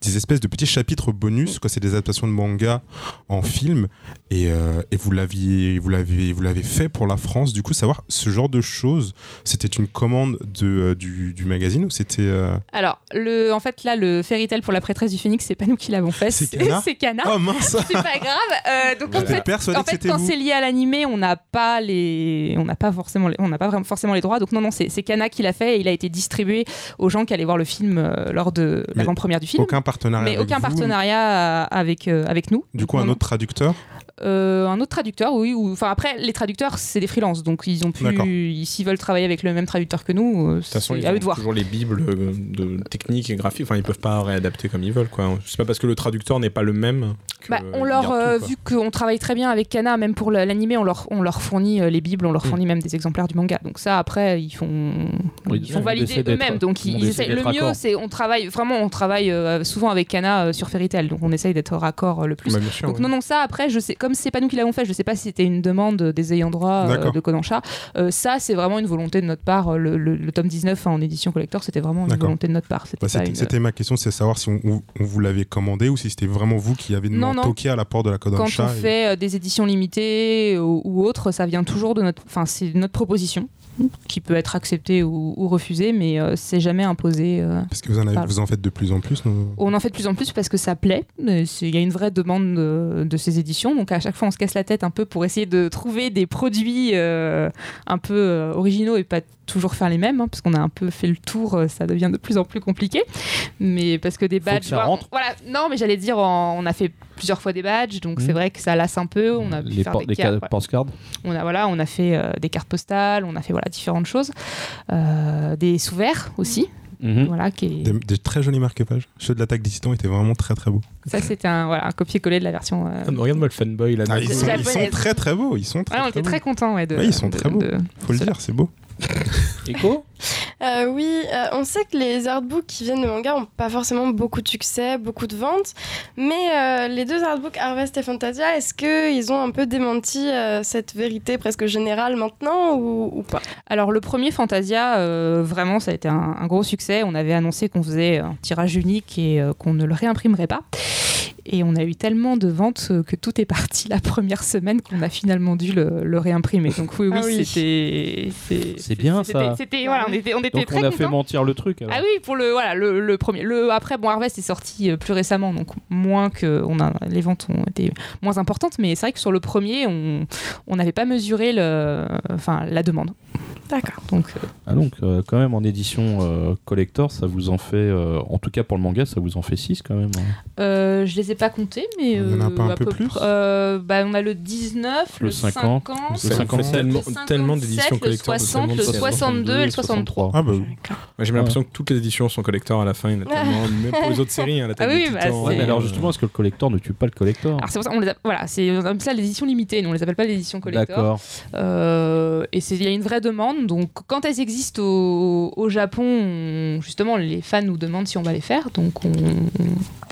G: des espèces de petits chapitres bonus, quoi. C'est des adaptations de manga en film, et, euh, et vous l'aviez, vous l'avez, vous l'avez fait pour la France. Du coup, savoir ce genre de choses, c'était une commande de euh, du, du magazine ou c'était. euh,
E: Alors, le, en fait, là, le fairy tale pour la prêtresse du phénix, c'est pas nous qui l'avons fait,
G: C'est
E: c'est
G: Cana
E: c'est Cana.
G: Oh mince.
E: C'est pas grave. Euh, donc, Ah. en
G: J'étais
E: fait,
G: persuadé
E: en
G: que
E: fait,
G: c'était
E: quand
G: vous.
E: c'est lié à l'animé, on n'a pas les, on n'a pas forcément, les- on n'a pas vraiment forcément les droits, donc Donc non, non, c'est c'est Kana qui l'a fait et il a été distribué aux gens qui allaient voir le film euh, lors de
G: Mais
E: l'avant-première du film.
G: Aucun partenariat.
E: mais
G: avec
E: aucun
G: vous. hein.
E: partenariat euh, avec, euh, avec nous.
G: Du coup, un
E: Non,
G: autre traducteur.
E: Euh, un autre traducteur, oui. ou- Enfin, après, les traducteurs, c'est des freelances, donc ils ont
G: D'accord.
E: pu. ils- S'ils veulent travailler avec le même traducteur que nous, euh,
C: De toute façon,
E: c'est
C: ils
E: à eux
C: ont
E: de voir.
C: toujours les bibles euh, de techniques et graphiques. Enfin, ils peuvent pas réadapter comme ils veulent, quoi. C'est pas parce que le traducteur n'est pas le même. que,
E: Bah,
C: euh,
E: on
C: il
E: leur,
C: garde
E: euh,
C: tout, quoi.
E: vu qu'on travaille très bien avec Kana, même pour le- l'animé, on leur, on leur fournit euh, les bibles, on leur fournit même des exemplaires du manga. Donc ça, après, ils font,
B: Oui,
E: ils
B: on
E: font
B: essaie
E: valider
B: d'être-
E: eux-mêmes. Donc ils,
B: on
E: ils
B: essaie
E: essayent. Le
B: d'être
E: mieux,
B: raccord.
E: c'est on travaille vraiment, on travaille euh, souvent avec Kana euh, sur Fairytale, donc on essaye d'être raccord euh, le plus.
C: Bah, bien sûr,
E: Donc
C: ouais.
E: non, non, ça après, je sais, comme c'est pas nous qui l'avons fait, je sais pas si c'était une demande des ayants droit euh,
G: D'accord.
E: de Kodansha. Euh, ça, c'est vraiment une volonté de notre part. Euh, Le, le- le tome 19 hein, en édition collector, c'était vraiment une
G: D'accord.
E: volonté de notre part. C'était
G: Bah,
E: pas
G: C'était
E: une-
G: c'était ma question, c'est savoir si on, on- on vous l'avait commandé ou si c'était vraiment vous qui avez
E: Non, non.
G: toqué à la porte de la
E: Quand
G: Kodansha.
E: on
G: et-
E: fait euh, des éditions limitées ou, ou autres, ça vient toujours de notre, enfin c'est notre proposition qui peut être acceptée ou, ou refusée, mais euh, c'est jamais imposé. euh.
G: Parce que vous en, avez-
E: Pardon.
G: vous en faites de plus en plus. non
E: On en fait de plus en plus parce que ça plaît. mais c'est- Il y a une vraie demande de, de ces éditions. Donc à chaque fois, on se casse la tête un peu pour essayer de trouver des produits euh, un peu euh, originaux et pas toujours faire les mêmes, hein, parce qu'on a un peu fait le tour. euh, Ça devient de plus en plus compliqué. Mais parce que des
B: Faut
E: badges.
B: que ça
E: voilà,
B: rentre.
E: Voilà. Non, mais j'allais dire, en- on a fait plusieurs fois des badges, donc
B: Mhm.
E: c'est vrai que ça lasse un peu. On a pu
B: les
E: faire
B: por-
E: des
B: les
E: cartes,
B: ca-
E: ouais.
B: postcards.
E: On a voilà, on a fait euh, des cartes postales, on a fait voilà différentes choses, Euh, des sous-verts aussi.
B: Mhm.
E: Voilà qui est-
G: Des, des très jolis marque-pages. Ceux de l'attaque des titans étaient vraiment très très beaux.
E: ça c'était un voilà un copier-coller de la version. euh,
C: Ah, mais Regarde-moi le fanboy là.
G: Ah,
C: dedans
G: ils, sont,
E: japonais.
G: ils sont très très beaux. Ils sont très,
E: Ouais, Ah, on était
G: très
E: très
G: beaux.
E: contents ouais, de.
G: Ouais, ils sont
E: de-
G: très beaux.
E: de-
G: Faut le dire, c'est beau.
B: Echo
D: Euh, oui, euh, on sait que les artbooks qui viennent de manga n'ont pas forcément beaucoup de succès, beaucoup de ventes, mais euh, les deux artbooks Harvest et Fantasia, est-ce qu'ils ont un peu démenti euh, cette vérité presque générale maintenant ou, ou pas
E: Alors le premier Fantasia, euh, vraiment, ça a été un, un gros succès. On avait annoncé qu'on faisait un tirage unique et euh, qu'on ne le réimprimerait pas. Et on a eu tellement de ventes euh, que tout est parti la première semaine qu'on a finalement dû le, le réimprimer. Donc oui, oui,
D: Ah oui.
E: c'était c'est-
B: C'est bien,
E: c'était-
B: ça.
E: C'était voilà, on était on était
B: Donc
E: très
B: on a fait
E: contents.
B: mentir le truc. alors.
E: Ah oui, pour le voilà le, le premier. Le après, bon, Harvest est sorti euh, plus récemment, donc moins que on a les ventes ont été moins importantes, mais c'est vrai que sur le premier, on on n'avait pas mesuré le enfin la demande.
D: D'accord.
E: Donc euh,
B: Ah donc euh, quand même en édition euh, collector, ça vous en fait, euh, en tout cas pour le manga, ça vous en fait 6 quand même. hein.
E: euh, je les ai pas comptés, mais
G: Il y en a
E: euh,
G: pas un
E: à
G: peu plus
E: pr- euh, bah, on a le 19,
B: Le
E: le,
B: 50,
E: 50,
B: le
C: Ça me fait
B: 57,
C: tellement,
E: le
C: tellement d'éditions
E: 57, le
C: collector. de
E: 60, le
C: tellement de-
E: 60. 62 et le 63.
G: Ah bah oui.
C: Moi, J'ai l'impression que toutes les éditions sont collector à la fin. il y en a tellement, même pour les autres séries. hein, la Tête
E: Ah oui,
C: des
E: bah,
C: Titans,
B: Ouais, mais
E: c'est-
B: alors justement, est-ce que le collector ne tue pas le collector
E: Alors Ah, c'est pour ça, on les a- voilà, c'est comme ça l'édition limitée, nous on les appelle pas l'édition collector.
B: D'accord.
E: Euh, et c'est- il y a une vraie demande. Donc, quand elles existent au, au Japon, on- justement, les fans nous demandent si on va les faire. Donc, on,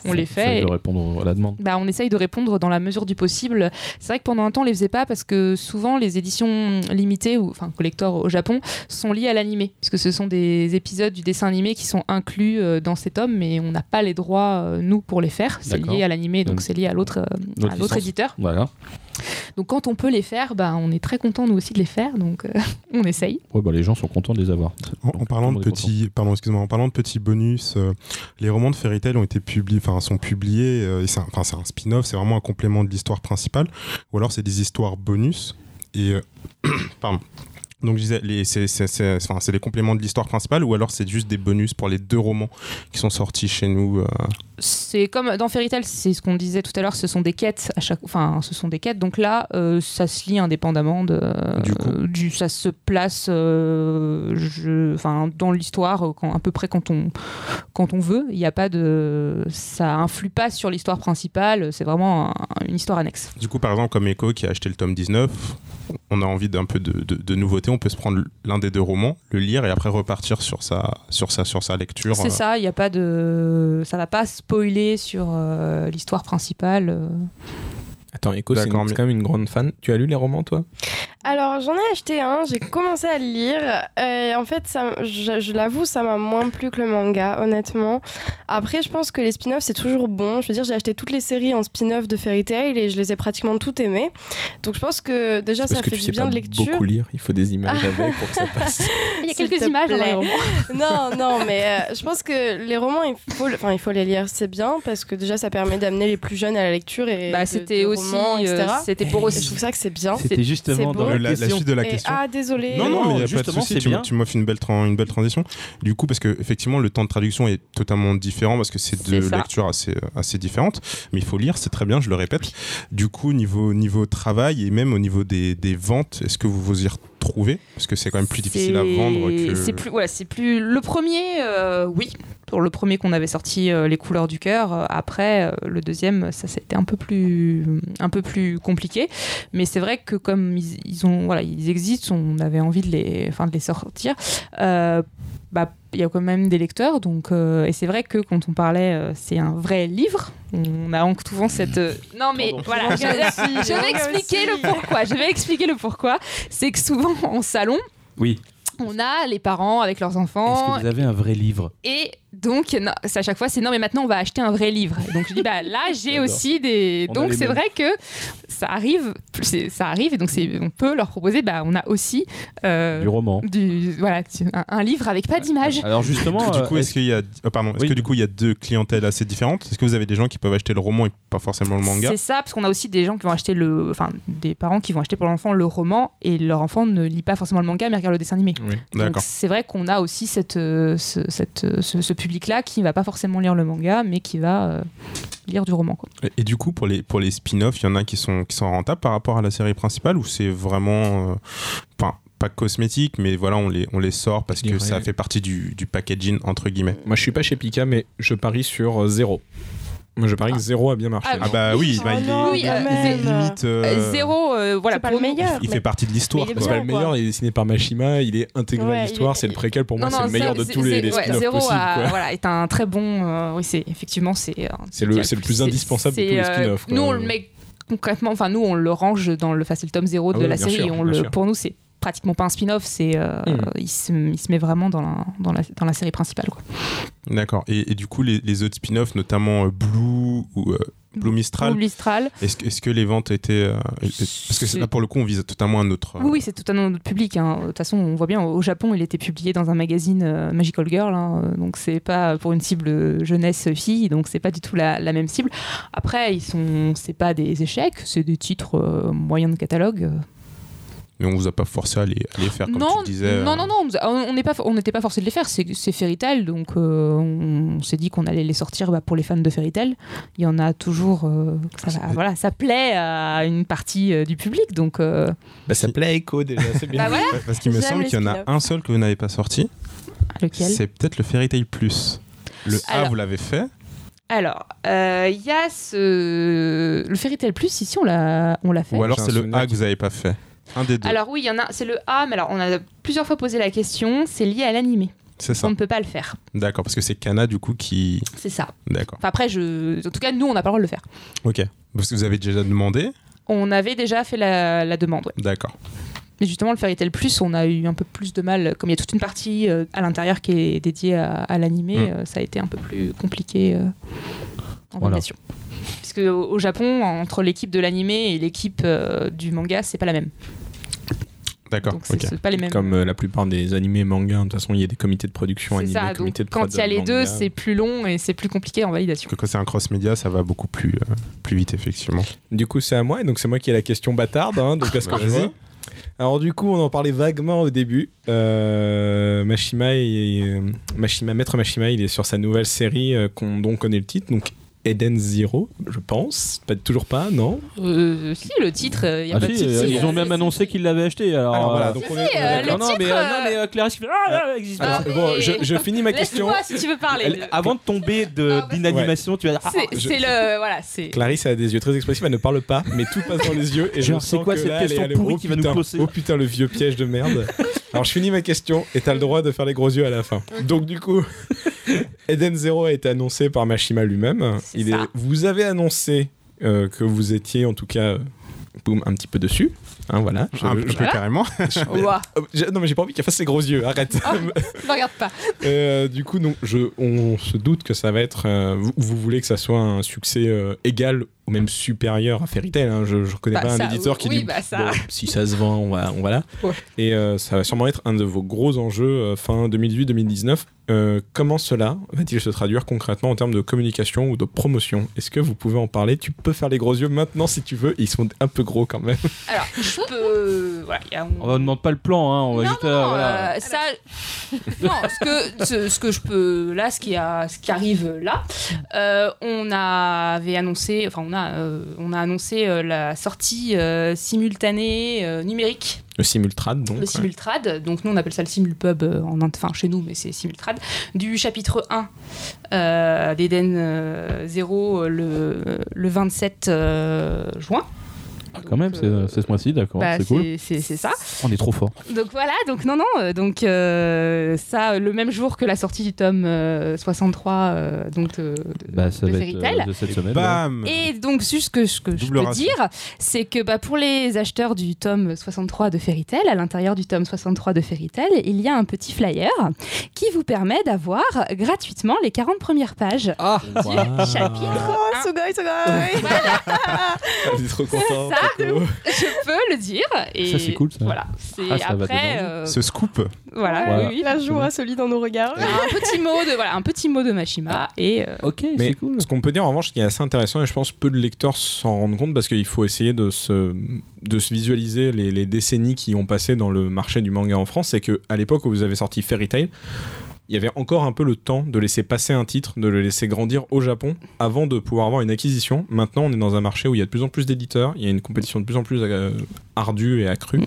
E: on les fait.
B: J'essaie de répondre à la demande.
E: Bah, on essaye de répondre dans la mesure du possible. C'est vrai que pendant un temps, on les faisait pas parce que souvent, les éditions limitées, ou enfin collector au Japon, sont liées à l'animé. Puisque ce sont des épisodes du dessin animé qui sont inclus euh, dans cet tome, mais on n'a pas les droits, euh, nous, pour les faire. C'est
B: D'accord.
E: lié à l'animé, donc
B: Donc,
E: c'est lié à l'autre euh,
B: notre
E: à l'autre
B: licence.
E: éditeur.
B: Voilà.
E: Donc quand on peut les faire, bah, on est très content nous aussi de les faire, donc euh, on essaye.
B: Ouais, bah, les gens sont contents de les avoir.
G: En,
B: Donc,
G: en parlant
B: tout le
G: de
B: monde est
G: petits, pardon, excuse-moi, en parlant de petits bonus, euh, les romans de Fairy Tail ont été publiés, enfin sont publiés. euh, et c'est un, enfin, c'est un spin-off, c'est vraiment un complément de l'histoire principale, ou alors c'est des histoires bonus. Et euh, pardon. Donc je disais, les- c'est- c'est c'est- enfin, c'est les compléments de l'histoire principale, ou alors c'est juste des bonus pour les deux romans qui sont sortis chez nous. euh,
E: C'est comme dans Fairy Tail, c'est ce qu'on disait tout à l'heure, ce sont des quêtes à chaque, enfin ce sont des quêtes. Donc là, euh, ça se lie indépendamment de,
G: Ah, Du coup.
E: euh, du- ça se place, euh, je- enfin dans l'histoire euh, quand- à peu près quand on quand on veut. Il n'y a pas de, ça influe pas sur l'histoire principale. C'est vraiment un- une histoire annexe.
G: Du coup, par exemple, comme Echo qui a acheté le tome 19, on a envie d'un peu de, de, de nouveauté, on peut se prendre l'un des deux romans, le lire et après repartir sur sa, sur sa, sur sa lecture.
E: C'est
G: euh,
E: ça, il y a pas de, ça va pas spoiler sur euh, l'histoire principale. euh.
C: Attends, Echo, c'est
G: D'accord,
C: une-
G: mais-
C: c'est quand même une grande fan. Tu as lu les romans, toi
D: Alors j'en ai acheté un, j'ai commencé à le lire, et en fait ça, m- je, je l'avoue ça m'a moins plu que le manga honnêtement. Après je pense que les spin-offs c'est toujours bon, je veux dire j'ai acheté toutes les séries en spin-off de Fairy Tail et je les ai pratiquement toutes aimées, donc je pense que déjà ça
C: Parce que
D: fait
C: tu
D: du
C: sais
D: bien
C: pas
D: de lecture.
C: beaucoup lire. Il faut des images
E: Ah.
C: avec pour que ça passe.
E: Il y a
D: S'il
E: quelques
D: te
E: images dans les
D: plaît.
E: romans.
D: Non, non, mais euh, je pense que les romans, il faut, le- enfin, il faut les lire, c'est bien, parce que déjà, ça permet d'amener les plus jeunes à la lecture. Et
E: Bah,
D: de-
E: c'était
D: de
E: aussi
D: environnement,
E: aussi, euh,
D: etc.
E: C'était pour
D: Et je
E: aussi.
D: trouve ça que c'est bien.
B: C'était justement
D: c'est
B: dans
D: beau.
B: la
G: la, la
B: question.
G: suite de la
D: Et-
G: question.
D: ah, désolé.
G: Non, non, mais il n'y a pas de
B: justement,
G: souci.
B: c'est
G: Tu,
B: bien.
G: tu m'offres une belle, tran- une belle transition. Du coup, parce que effectivement, le temps de traduction est totalement différent parce que c'est deux
E: C'est ça.
G: lectures assez, euh, assez différentes. Mais il faut lire, c'est très bien, je le répète. Du coup, niveau, niveau travail et même au niveau des, des ventes, est-ce que vous vous y retrouvez Parce que c'est quand même plus difficile à
E: C'est-
G: vendre que.
E: C'est plus, voilà, c'est plus le premier, euh, oui. Pour le premier qu'on avait sorti, euh, les couleurs du cœur. euh, Après, euh, le deuxième, ça c'était un peu plus, un peu plus compliqué. Mais c'est vrai que comme ils, ils ont, voilà, ils existent, on avait envie de les, enfin, de les sortir. Euh, bah, il y a quand même des lecteurs, donc euh, et c'est vrai que quand on parlait, euh, c'est un vrai livre. On a en- souvent cette euh, non mais
I: Pardon.
E: voilà, je, je vais expliquer le pourquoi. Je vais expliquer le pourquoi. C'est que souvent en salon,
B: Oui.
E: on a les parents avec leurs
B: Est-ce
E: enfants
B: que vous avez un vrai livre
E: et donc non, c'est à chaque fois c'est non mais maintenant on va acheter un vrai livre Et donc je dis bah là j'ai
B: J'adore.
E: aussi des
B: On a
E: donc
B: les
E: c'est
B: mêmes.
E: vrai que ça arrive c'est- ça arrive et donc c'est on peut leur proposer bah on a aussi euh,
B: Du roman.
E: du voilà tu- un, un livre avec pas d'image
B: Alors justement,
G: Du
B: euh,
G: coup, est-ce qu'il y a, oh, pardon, est-ce
B: Oui.
G: que du coup il y a deux clientèles assez différentes Est-ce que vous avez des gens qui peuvent acheter le roman et pas forcément le manga
E: C'est ça, parce qu'on a aussi des gens qui vont acheter le, enfin des parents qui vont acheter pour l'enfant le roman et leur enfant ne lit pas forcément le manga mais regarde le dessin animé.
C: Oui.
E: Donc
G: D'accord.
E: c'est vrai qu'on a aussi cette, euh, ce, cette, euh, ce, ce public-là qui va pas forcément lire le manga, mais qui va euh, lire du roman. quoi.
G: Et, et du coup, pour les, pour les spin-offs, il y en a qui sont, qui sont rentables par rapport à la série principale ou c'est vraiment. euh, Enfin, pas cosmétique, mais voilà, on les, on les sort parce
C: Je
G: que
C: dirais-
G: ça fait partie du, du packaging, entre guillemets.
C: Moi, je suis pas chez Pika, mais je parie sur euh, zéro. Moi, je parie que zéro a bien marché.
E: Ah,
G: Ah bah oui, bah, il, est,
E: oui,
G: il est
E: euh,
G: limite, euh,
E: Euh, zéro, euh, voilà.
D: C'est pas
E: pour
D: le
E: nous-
D: meilleur.
G: Il fait partie de l'histoire.
D: Mais il est
G: quoi.
C: C'est pas le meilleur, il est dessiné par Mashima, il est intégré
D: Ouais,
C: à l'histoire,
D: il est-
C: c'est le préquel pour moi,
E: Non,
C: c'est
E: non,
C: le meilleur de
E: c'est-
C: tous les,
E: c'est-
C: les
E: ouais,
C: spin-offs
E: zéro
C: possibles.
E: a-
C: quoi.
E: voilà, est un très bon. euh, oui, c'est effectivement c'est. euh,
C: C'est le-
E: qui a
C: c'est le plus indispensable de
E: c'est,
C: tous les
E: euh,
C: spin-offs, quoi.
E: Nous on le met concrètement, enfin nous on le range dans le, enfin c'est le tome 0
C: Ah
E: de
C: oui,
E: la
C: bien
E: série.
C: sûr,
E: et on
C: bien
E: le,
C: sûr.
E: pour nous c'est pratiquement pas un spin-off, c'est euh,
C: Mm.
E: il, se, il se met vraiment dans la, dans la, dans la série principale. Quoi.
G: D'accord. Et, et du coup, les, les autres spin-offs, notamment euh, Blue ou euh, Blue Mistral,
E: Ou Listral.
G: est-ce que, est-ce que les ventes étaient. euh, et- et- parce que c'est- là, pour le coup, on vise totalement un autre. euh,
E: Oui, oui, c'est tout un autre public. hein. De toute façon, on voit bien, au Japon, il était publié dans un magazine euh, Magical Girl, hein, euh, donc c'est pas pour une cible euh, jeunesse-fille, donc c'est pas du tout la, la même cible. Après, ils sont, c'est pas des échecs, c'est des titres euh, moyens de catalogue.
G: Mais on vous a pas forcé à les, à les faire comme
E: non,
G: tu disais.
E: non,
G: euh,
E: non, non, on nous a- on n'est pas, on n'était pas forcé de les faire. C'est c'est Fairy Tail, donc euh, on, on s'est dit qu'on allait les sortir bah, pour les fans de Fairy Tail. Il y en a toujours, euh, ça,
G: Ah,
E: va- voilà, ça plaît à une partie euh, du public, donc. euh,
C: Bah, ça plaît à Echo déjà, c'est bien.
E: Bah voilà,
G: Ouais, Parce qu'il me
D: J'aime
G: semble
D: les
G: qu'il y en a
D: spin-offs.
G: un seul que vous n'avez pas sorti.
E: lequel
G: C'est peut-être le Fairy Tail Plus. Le A,
E: Alors-
G: vous l'avez fait.
E: Alors, euh, il y a ce... le Fairy Tail Plus, ici, on l'a, on l'a fait.
G: Ou alors
C: J'ai un
G: c'est le
C: souvenir
G: A que
C: qui-
G: vous n'avez pas fait. Un des deux.
E: Alors oui, il y en a, c'est le A, mais alors on a plusieurs fois posé la question, c'est lié à l'animé.
G: C'est
E: On
G: ça.
E: ne peut pas le faire,
G: D'accord, parce que c'est Kana du coup qui.
E: c'est ça.
G: D'accord.
E: Enfin, après, je... en tout cas, nous, on n'a pas le droit de le faire.
G: Ok. Parce que vous avez déjà demandé.
E: On avait déjà fait la, la demande, ouais.
G: D'accord.
E: Mais justement, le Fairy Tail Plus, on a eu un peu plus de mal, comme il y a toute une partie euh, à l'intérieur qui est dédiée à, à l'animé,
G: Mm.
E: euh, ça a été un peu plus compliqué euh, en
B: Voilà.
E: validation. Puisque au au Japon, entre l'équipe de l'animé et l'équipe euh, du manga, c'est pas la même.
G: D'accord.
E: Donc c'est
G: Ok.
E: c'est pas les mêmes.
C: Comme euh, la plupart des animés mangas, hein, de toute façon, il y a des comités de production
E: C'est
C: animés,
E: ça, donc
C: comités de
E: quand
C: prod
E: il y a les
C: manga.
E: deux, c'est plus long et c'est plus compliqué en validation.
G: Parce que quand c'est un cross-média, ça va beaucoup plus, euh, plus vite, effectivement.
C: Du coup, c'est à moi, et donc c'est moi qui ai la question bâtarde, hein, donc à ce que je
G: Vas-y.
C: vois. Alors du coup, on en parlait vaguement au début. Euh, Mashima, et, Mashima, Maître Mashima, il est sur sa nouvelle série euh, qu'on dont on connaît le titre, donc Eden Zero, je pense. Pas toujours pas, non.
E: Euh, si, le titre, il n'y a
B: ah
E: pas de
B: si, euh,
E: souci.
B: ils ont même annoncé qu'ils l'avaient acheté. Alors,
C: Alors voilà,
B: euh,
C: donc
E: si,
C: on est,
E: si,
C: on est
E: euh,
C: d'accord.
E: le
B: non, non, mais,
E: titre,
B: euh, non, mais euh, Clarisse qui fait Ah, là, elle existe
C: Alors,
B: pas.
E: Ah,
C: bon,
E: mais-
C: je, je finis ma question.
E: Laisse-moi si tu veux parler.
C: Elle-
B: Avant de tomber
E: Ah,
B: de-
E: bah-
B: d'inanimation, tu vas dire Ah,
E: C'est
C: je-
E: c'est le. Voilà, c'est.
C: Clarisse a des yeux très expressifs, elle ne parle pas, mais tout passe dans les yeux. Et je
B: Genre, c'est
C: sens
B: quoi
C: que
B: cette
C: là, elle est
B: question
C: allée-
B: pourrie
C: oh,
B: qui va nous
C: putain,
B: pousser
C: Oh putain, le vieux piège de merde. Alors, je finis ma question et t'as le droit de faire les gros yeux à la fin. Donc, du coup, Eden Zero a été annoncé par Mashima lui-même.
E: C'est
C: Il est...
E: ça.
C: Vous avez annoncé euh, que vous étiez, en tout cas, euh, boum, un petit peu dessus. Hein, voilà. Je-
G: Un peu
C: je-
E: Voilà.
G: carrément.
E: Ouah,
C: Oh, j'ai- non, mais j'ai pas envie qu'elle fasse ses gros yeux, arrête.
E: ne regarde pas.
C: Euh, du coup, donc, je, on se doute que ça va être. euh, vous, vous voulez que ça soit un succès euh, égal ou même supérieur à Fairy Tail. hein. Je, je reconnais
E: Bah,
C: pas un
E: ça,
C: éditeur
E: oui,
C: qui
E: oui,
C: dit
E: bah, ça.
C: Bon, si ça se vend, on va, on va là.
E: Ouais.
C: Et euh, ça va sûrement être un de vos gros enjeux euh, fin 2018-2019. Euh, comment cela va-t-il se traduire concrètement en termes de communication ou de promotion Est-ce que vous pouvez en parler Tu peux faire les gros yeux maintenant si tu veux. Ils sont un peu gros quand même.
E: Alors, je peux. Voilà, il y a-
B: On ne demande pas le plan, hein, on va
E: Non,
B: juste.
E: non,
B: euh, voilà.
E: euh, ça. non, ce que, ce, ce que je peux. Là, ce qui, a, ce qui arrive là, euh, on avait annoncé. Enfin, on a, euh, on a annoncé euh, la sortie euh, simultanée euh, numérique
C: Le simultrade, donc.
E: le
C: ouais.
E: Simultrad, donc nous on appelle ça le Simulpub euh, en Inde, enfin chez nous, mais c'est Simultrad, du chapitre 1 euh, d'Eden euh, 0 euh, le, le 27 euh, juin.
B: Ah, Quand même,
E: Donc,
B: c'est
E: euh,
B: c'est ce mois-ci, d'accord.
E: bah,
B: c'est cool.
E: c'est- c'est c'est ça.
B: On est trop fort.
E: Donc voilà, donc non, non, euh, donc euh, ça, euh, le même jour que la sortie du tome euh, 63, euh, donc de, de-
B: Bah, ça
E: de
B: va
E: Fairy
B: être
E: Tail.
B: euh, de cette semaine. ouais.
G: Bam
E: Et donc, juste ce que, ce que je
G: Double
E: peux
G: ratio.
E: dire, c'est que bah, pour les acheteurs du tome 63 de Fairy Tail, à l'intérieur du tome 63 de Fairy Tail, il y a un petit flyer qui vous permet d'avoir gratuitement les 40 premières pages
B: Ah,
E: du
C: Wow.
E: chapitre.
D: Oh, Sugoi, Sugoi
C: Ah, Vous êtes trop content.
E: Ça, Je peux le dire. Et
B: Ça, c'est cool, ça.
E: Voilà. C'est
B: Ah, ça va
E: après.
B: dedans.
E: euh,
G: Ce scoop
E: voilà.
B: Voilà.
E: oui, oui,
D: La joie se lit dans nos regards.
E: Alors, un petit mot de voilà un petit mot de
B: Ah.
E: Mashima et euh,
B: ok,
C: Mais
B: c'est cool.
C: ce qu'on peut dire en revanche, ce qui est assez intéressant, et je pense peu de lecteurs s'en rendent compte, parce qu'il faut essayer de se, de se visualiser les, les décennies qui ont passé dans le marché du manga en France, c'est qu'à l'époque où vous avez sorti Fairy Tail, il y avait encore un peu le temps de laisser passer un titre, de le laisser grandir au Japon avant de pouvoir avoir une acquisition. Maintenant, on est dans un marché où il y a de plus en plus d'éditeurs, il y a une compétition de plus en plus euh, ardue et accrue.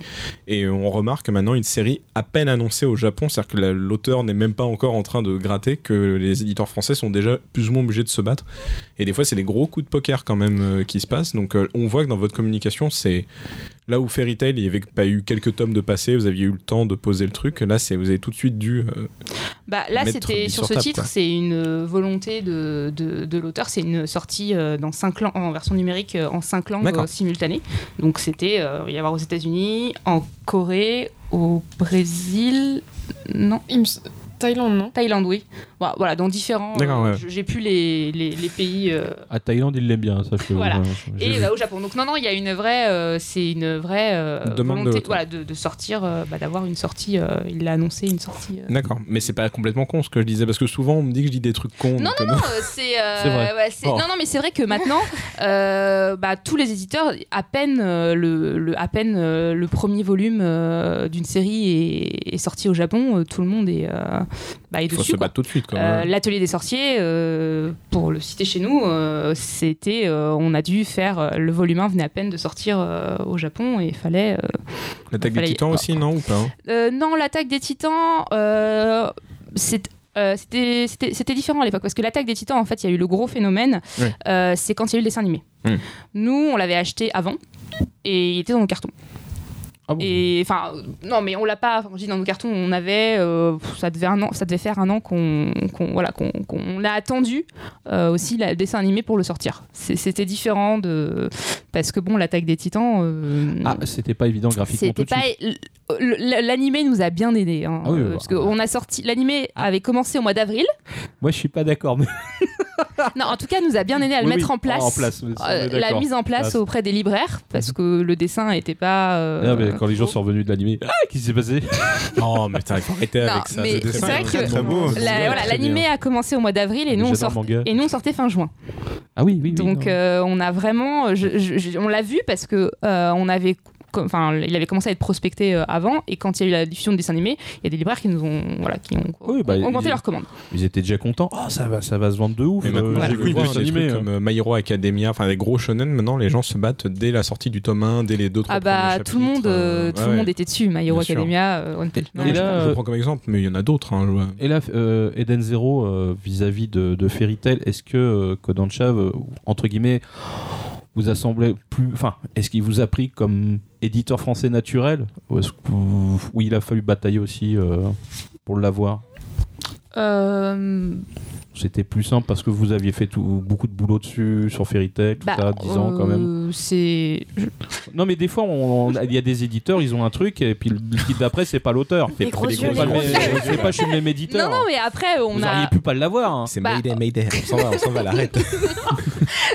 C: Et on remarque maintenant une série à peine annoncée au Japon, c'est-à-dire que la- l'auteur n'est même pas encore en train de gratter, que les éditeurs français sont déjà plus ou moins obligés de se battre. Et des fois, c'est des gros coups de poker quand même euh, qui se passent. Donc euh, on voit que dans votre communication, c'est là où Fairy Tail, il n'y avait pas eu quelques tomes de passé, vous aviez eu le temps de poser le truc. Là, c'est vous avez tout de suite dû. euh,
E: Bah, là,
C: mettre
E: c'était
C: du
E: sur
C: sur
E: ce
C: table,
E: titre,
C: quoi.
E: c'est une euh, volonté de, de, de l'auteur. C'est une sortie euh, dans cinq langues, en version numérique euh, en cinq langues
C: D'accord.
E: euh, simultanées. Donc, c'était euh, il va y avoir aux États-Unis, en Corée, au Brésil, non,
F: Il me s- Thaïlande, non
E: Thaïlande, oui. Voilà, voilà, dans différents.
C: D'accord,
E: euh,
C: ouais.
E: j- J'ai plus les, les, les pays. euh,
B: À Thaïlande, ils l'aiment bien, ça. Je...
E: Voilà.
B: je- j'ai
E: et
B: vu.
E: bah, au Japon. Donc non, non, il y a une vraie, euh, c'est une vraie euh,
C: Demande de
E: volonté,
C: l'auteur.
E: voilà, de, de sortir, euh, bah, d'avoir une sortie. euh, il a annoncé une sortie. euh,
C: D'accord, mais c'est pas complètement con ce que je disais parce que souvent on me dit que je dis des trucs cons.
E: Non,
C: donc, euh,
E: Non, euh, c'est euh,
B: C'est vrai.
E: ouais, c'est-
C: Oh.
E: non non mais c'est vrai que maintenant euh, bah, tous les éditeurs à peine euh, le, le- à peine euh, le premier volume euh, d'une série est, est sorti au Japon euh, tout le monde est euh, bah, est
C: Il faut
E: dessus
C: se
E: quoi.
C: battre tout de suite. Quoi.
E: Euh, L'atelier des sorciers, euh, pour le citer chez nous, euh, c'était, euh, on a dû faire euh, le volume 1 venait à peine de sortir euh, au Japon et il fallait. euh,
C: L'attaque des
E: fallait-
C: titans aussi, non ou pas hein
E: euh, non, l'attaque des titans, euh, c'est- euh, c'était c'était- c'était différent à l'époque parce que l'attaque des titans, en fait, il y a eu le gros phénomène,
C: Ouais.
E: euh, c'est quand il y a eu le dessin animé.
C: Mm.
E: Nous, on l'avait acheté avant et il était dans nos cartons.
B: Ah bon
E: Et enfin, euh, non, mais on l'a pas. Enfin, je dis dans nos cartons, on avait, euh, pff, ça devait un an, ça devait faire un an qu'on, qu'on- voilà, qu'on, qu'on l'a attendu euh, aussi la- le dessin animé pour le sortir. C'est- C'était différent de parce que bon, l'attaque des titans. euh,
B: Ah, c'était pas évident graphiquement tout
E: c'était
B: de suite.
E: pas l- l- l'animé nous a bien aidé hein,
B: Ah oui,
E: euh,
B: bah,
E: parce
B: bah. Ah.
E: qu'on a sorti l'animé avait commencé au mois d'avril.
B: Moi, je suis pas d'accord. mais-
E: non, en tout cas, nous a bien aidé à le
B: Oui,
E: mettre
B: oui.
E: en place.
B: En place, mais ça, on
E: Euh,
B: est
E: la
B: d'accord.
E: mise en place
B: Ah,
E: auprès des libraires parce que le dessin était pas euh,
B: Ah, mais quand les gens sont revenus de l'animé, ah, qu'est-ce qui s'est passé
C: Non, mais t'as arrêté
E: Non,
C: avec ça.
E: mais
C: ce dessin,
E: c'est vrai
C: hein.
E: que-
G: Très beau.
E: la- voilà, l'animé a commencé au mois d'avril et nous on
B: Ah, J'adore
E: sort-
B: manga.
E: et nous on sortait fin juin.
B: Ah oui, oui. oui,
E: Donc
B: non.
E: euh, on a vraiment, je- je- je- on l'a vu parce que euh, on avait, com- enfin, il avait commencé à être prospecté euh, avant et quand il y a eu la diffusion de dessin animé, il y a des libraires qui nous ont, voilà, qui ont,
B: Oui, bah,
E: ont
B: il-
E: augmenté leurs commandes.
B: Ils étaient déjà contents. Oh, ça va, ça va se vendre de ouf.
C: Mais maintenant,
B: Euh,
C: j'ai
B: j'ai
C: vu
B: vu
C: des
B: voir un
C: trucs
B: animé.
C: comme euh, My Hero Academia, enfin les gros shonen, maintenant les gens se battent dès la sortie du tome 1, dès les deux, trois
E: Ah bah
C: premiers
E: tout le monde,
C: chapitres,
E: euh,
C: euh,
E: tout
C: ouais,
E: le
C: ouais.
E: monde était dessus, My Hero
C: Bien sûr.
E: Academia, euh, One Punch
C: Non,
E: Man.
B: Et
C: mais je-
B: là,
C: je,
B: euh,
C: prends comme exemple, mais il y en a d'autres. hein, je vois.
B: Et là, euh, Eden Zero, euh, vis-à-vis de, de Fairy Tail, est-ce que euh, Kodansha, euh, entre guillemets, vous a semblé plus. Enfin, est-ce qu'il vous a pris comme éditeur français naturel Ou est-ce que vous- ou il a fallu batailler aussi euh, pour l'avoir
E: Euh,
B: C'était plus simple parce que vous aviez fait tout- beaucoup de boulot dessus, sur Fairy Tail, tout
E: bah,
B: ça, 10 ans quand même.
E: euh, C'est. je-
B: Non, mais des fois, on- on- il y a des éditeurs, ils ont un truc, et puis le le titre d'après, c'est pas l'auteur.
D: Les
B: Fait-
D: gros
B: fait-
D: yeux,
B: c'est pas
D: les
B: le
D: gros
B: même- C'est pas chez le même éditeur.
E: Non non mais après on
B: vous
E: a.
B: auriez pu pas l'avoir. hein.
C: C'est
E: bah,
C: Mayday, Mayday. On s'en va, on s'en va, l'arrête.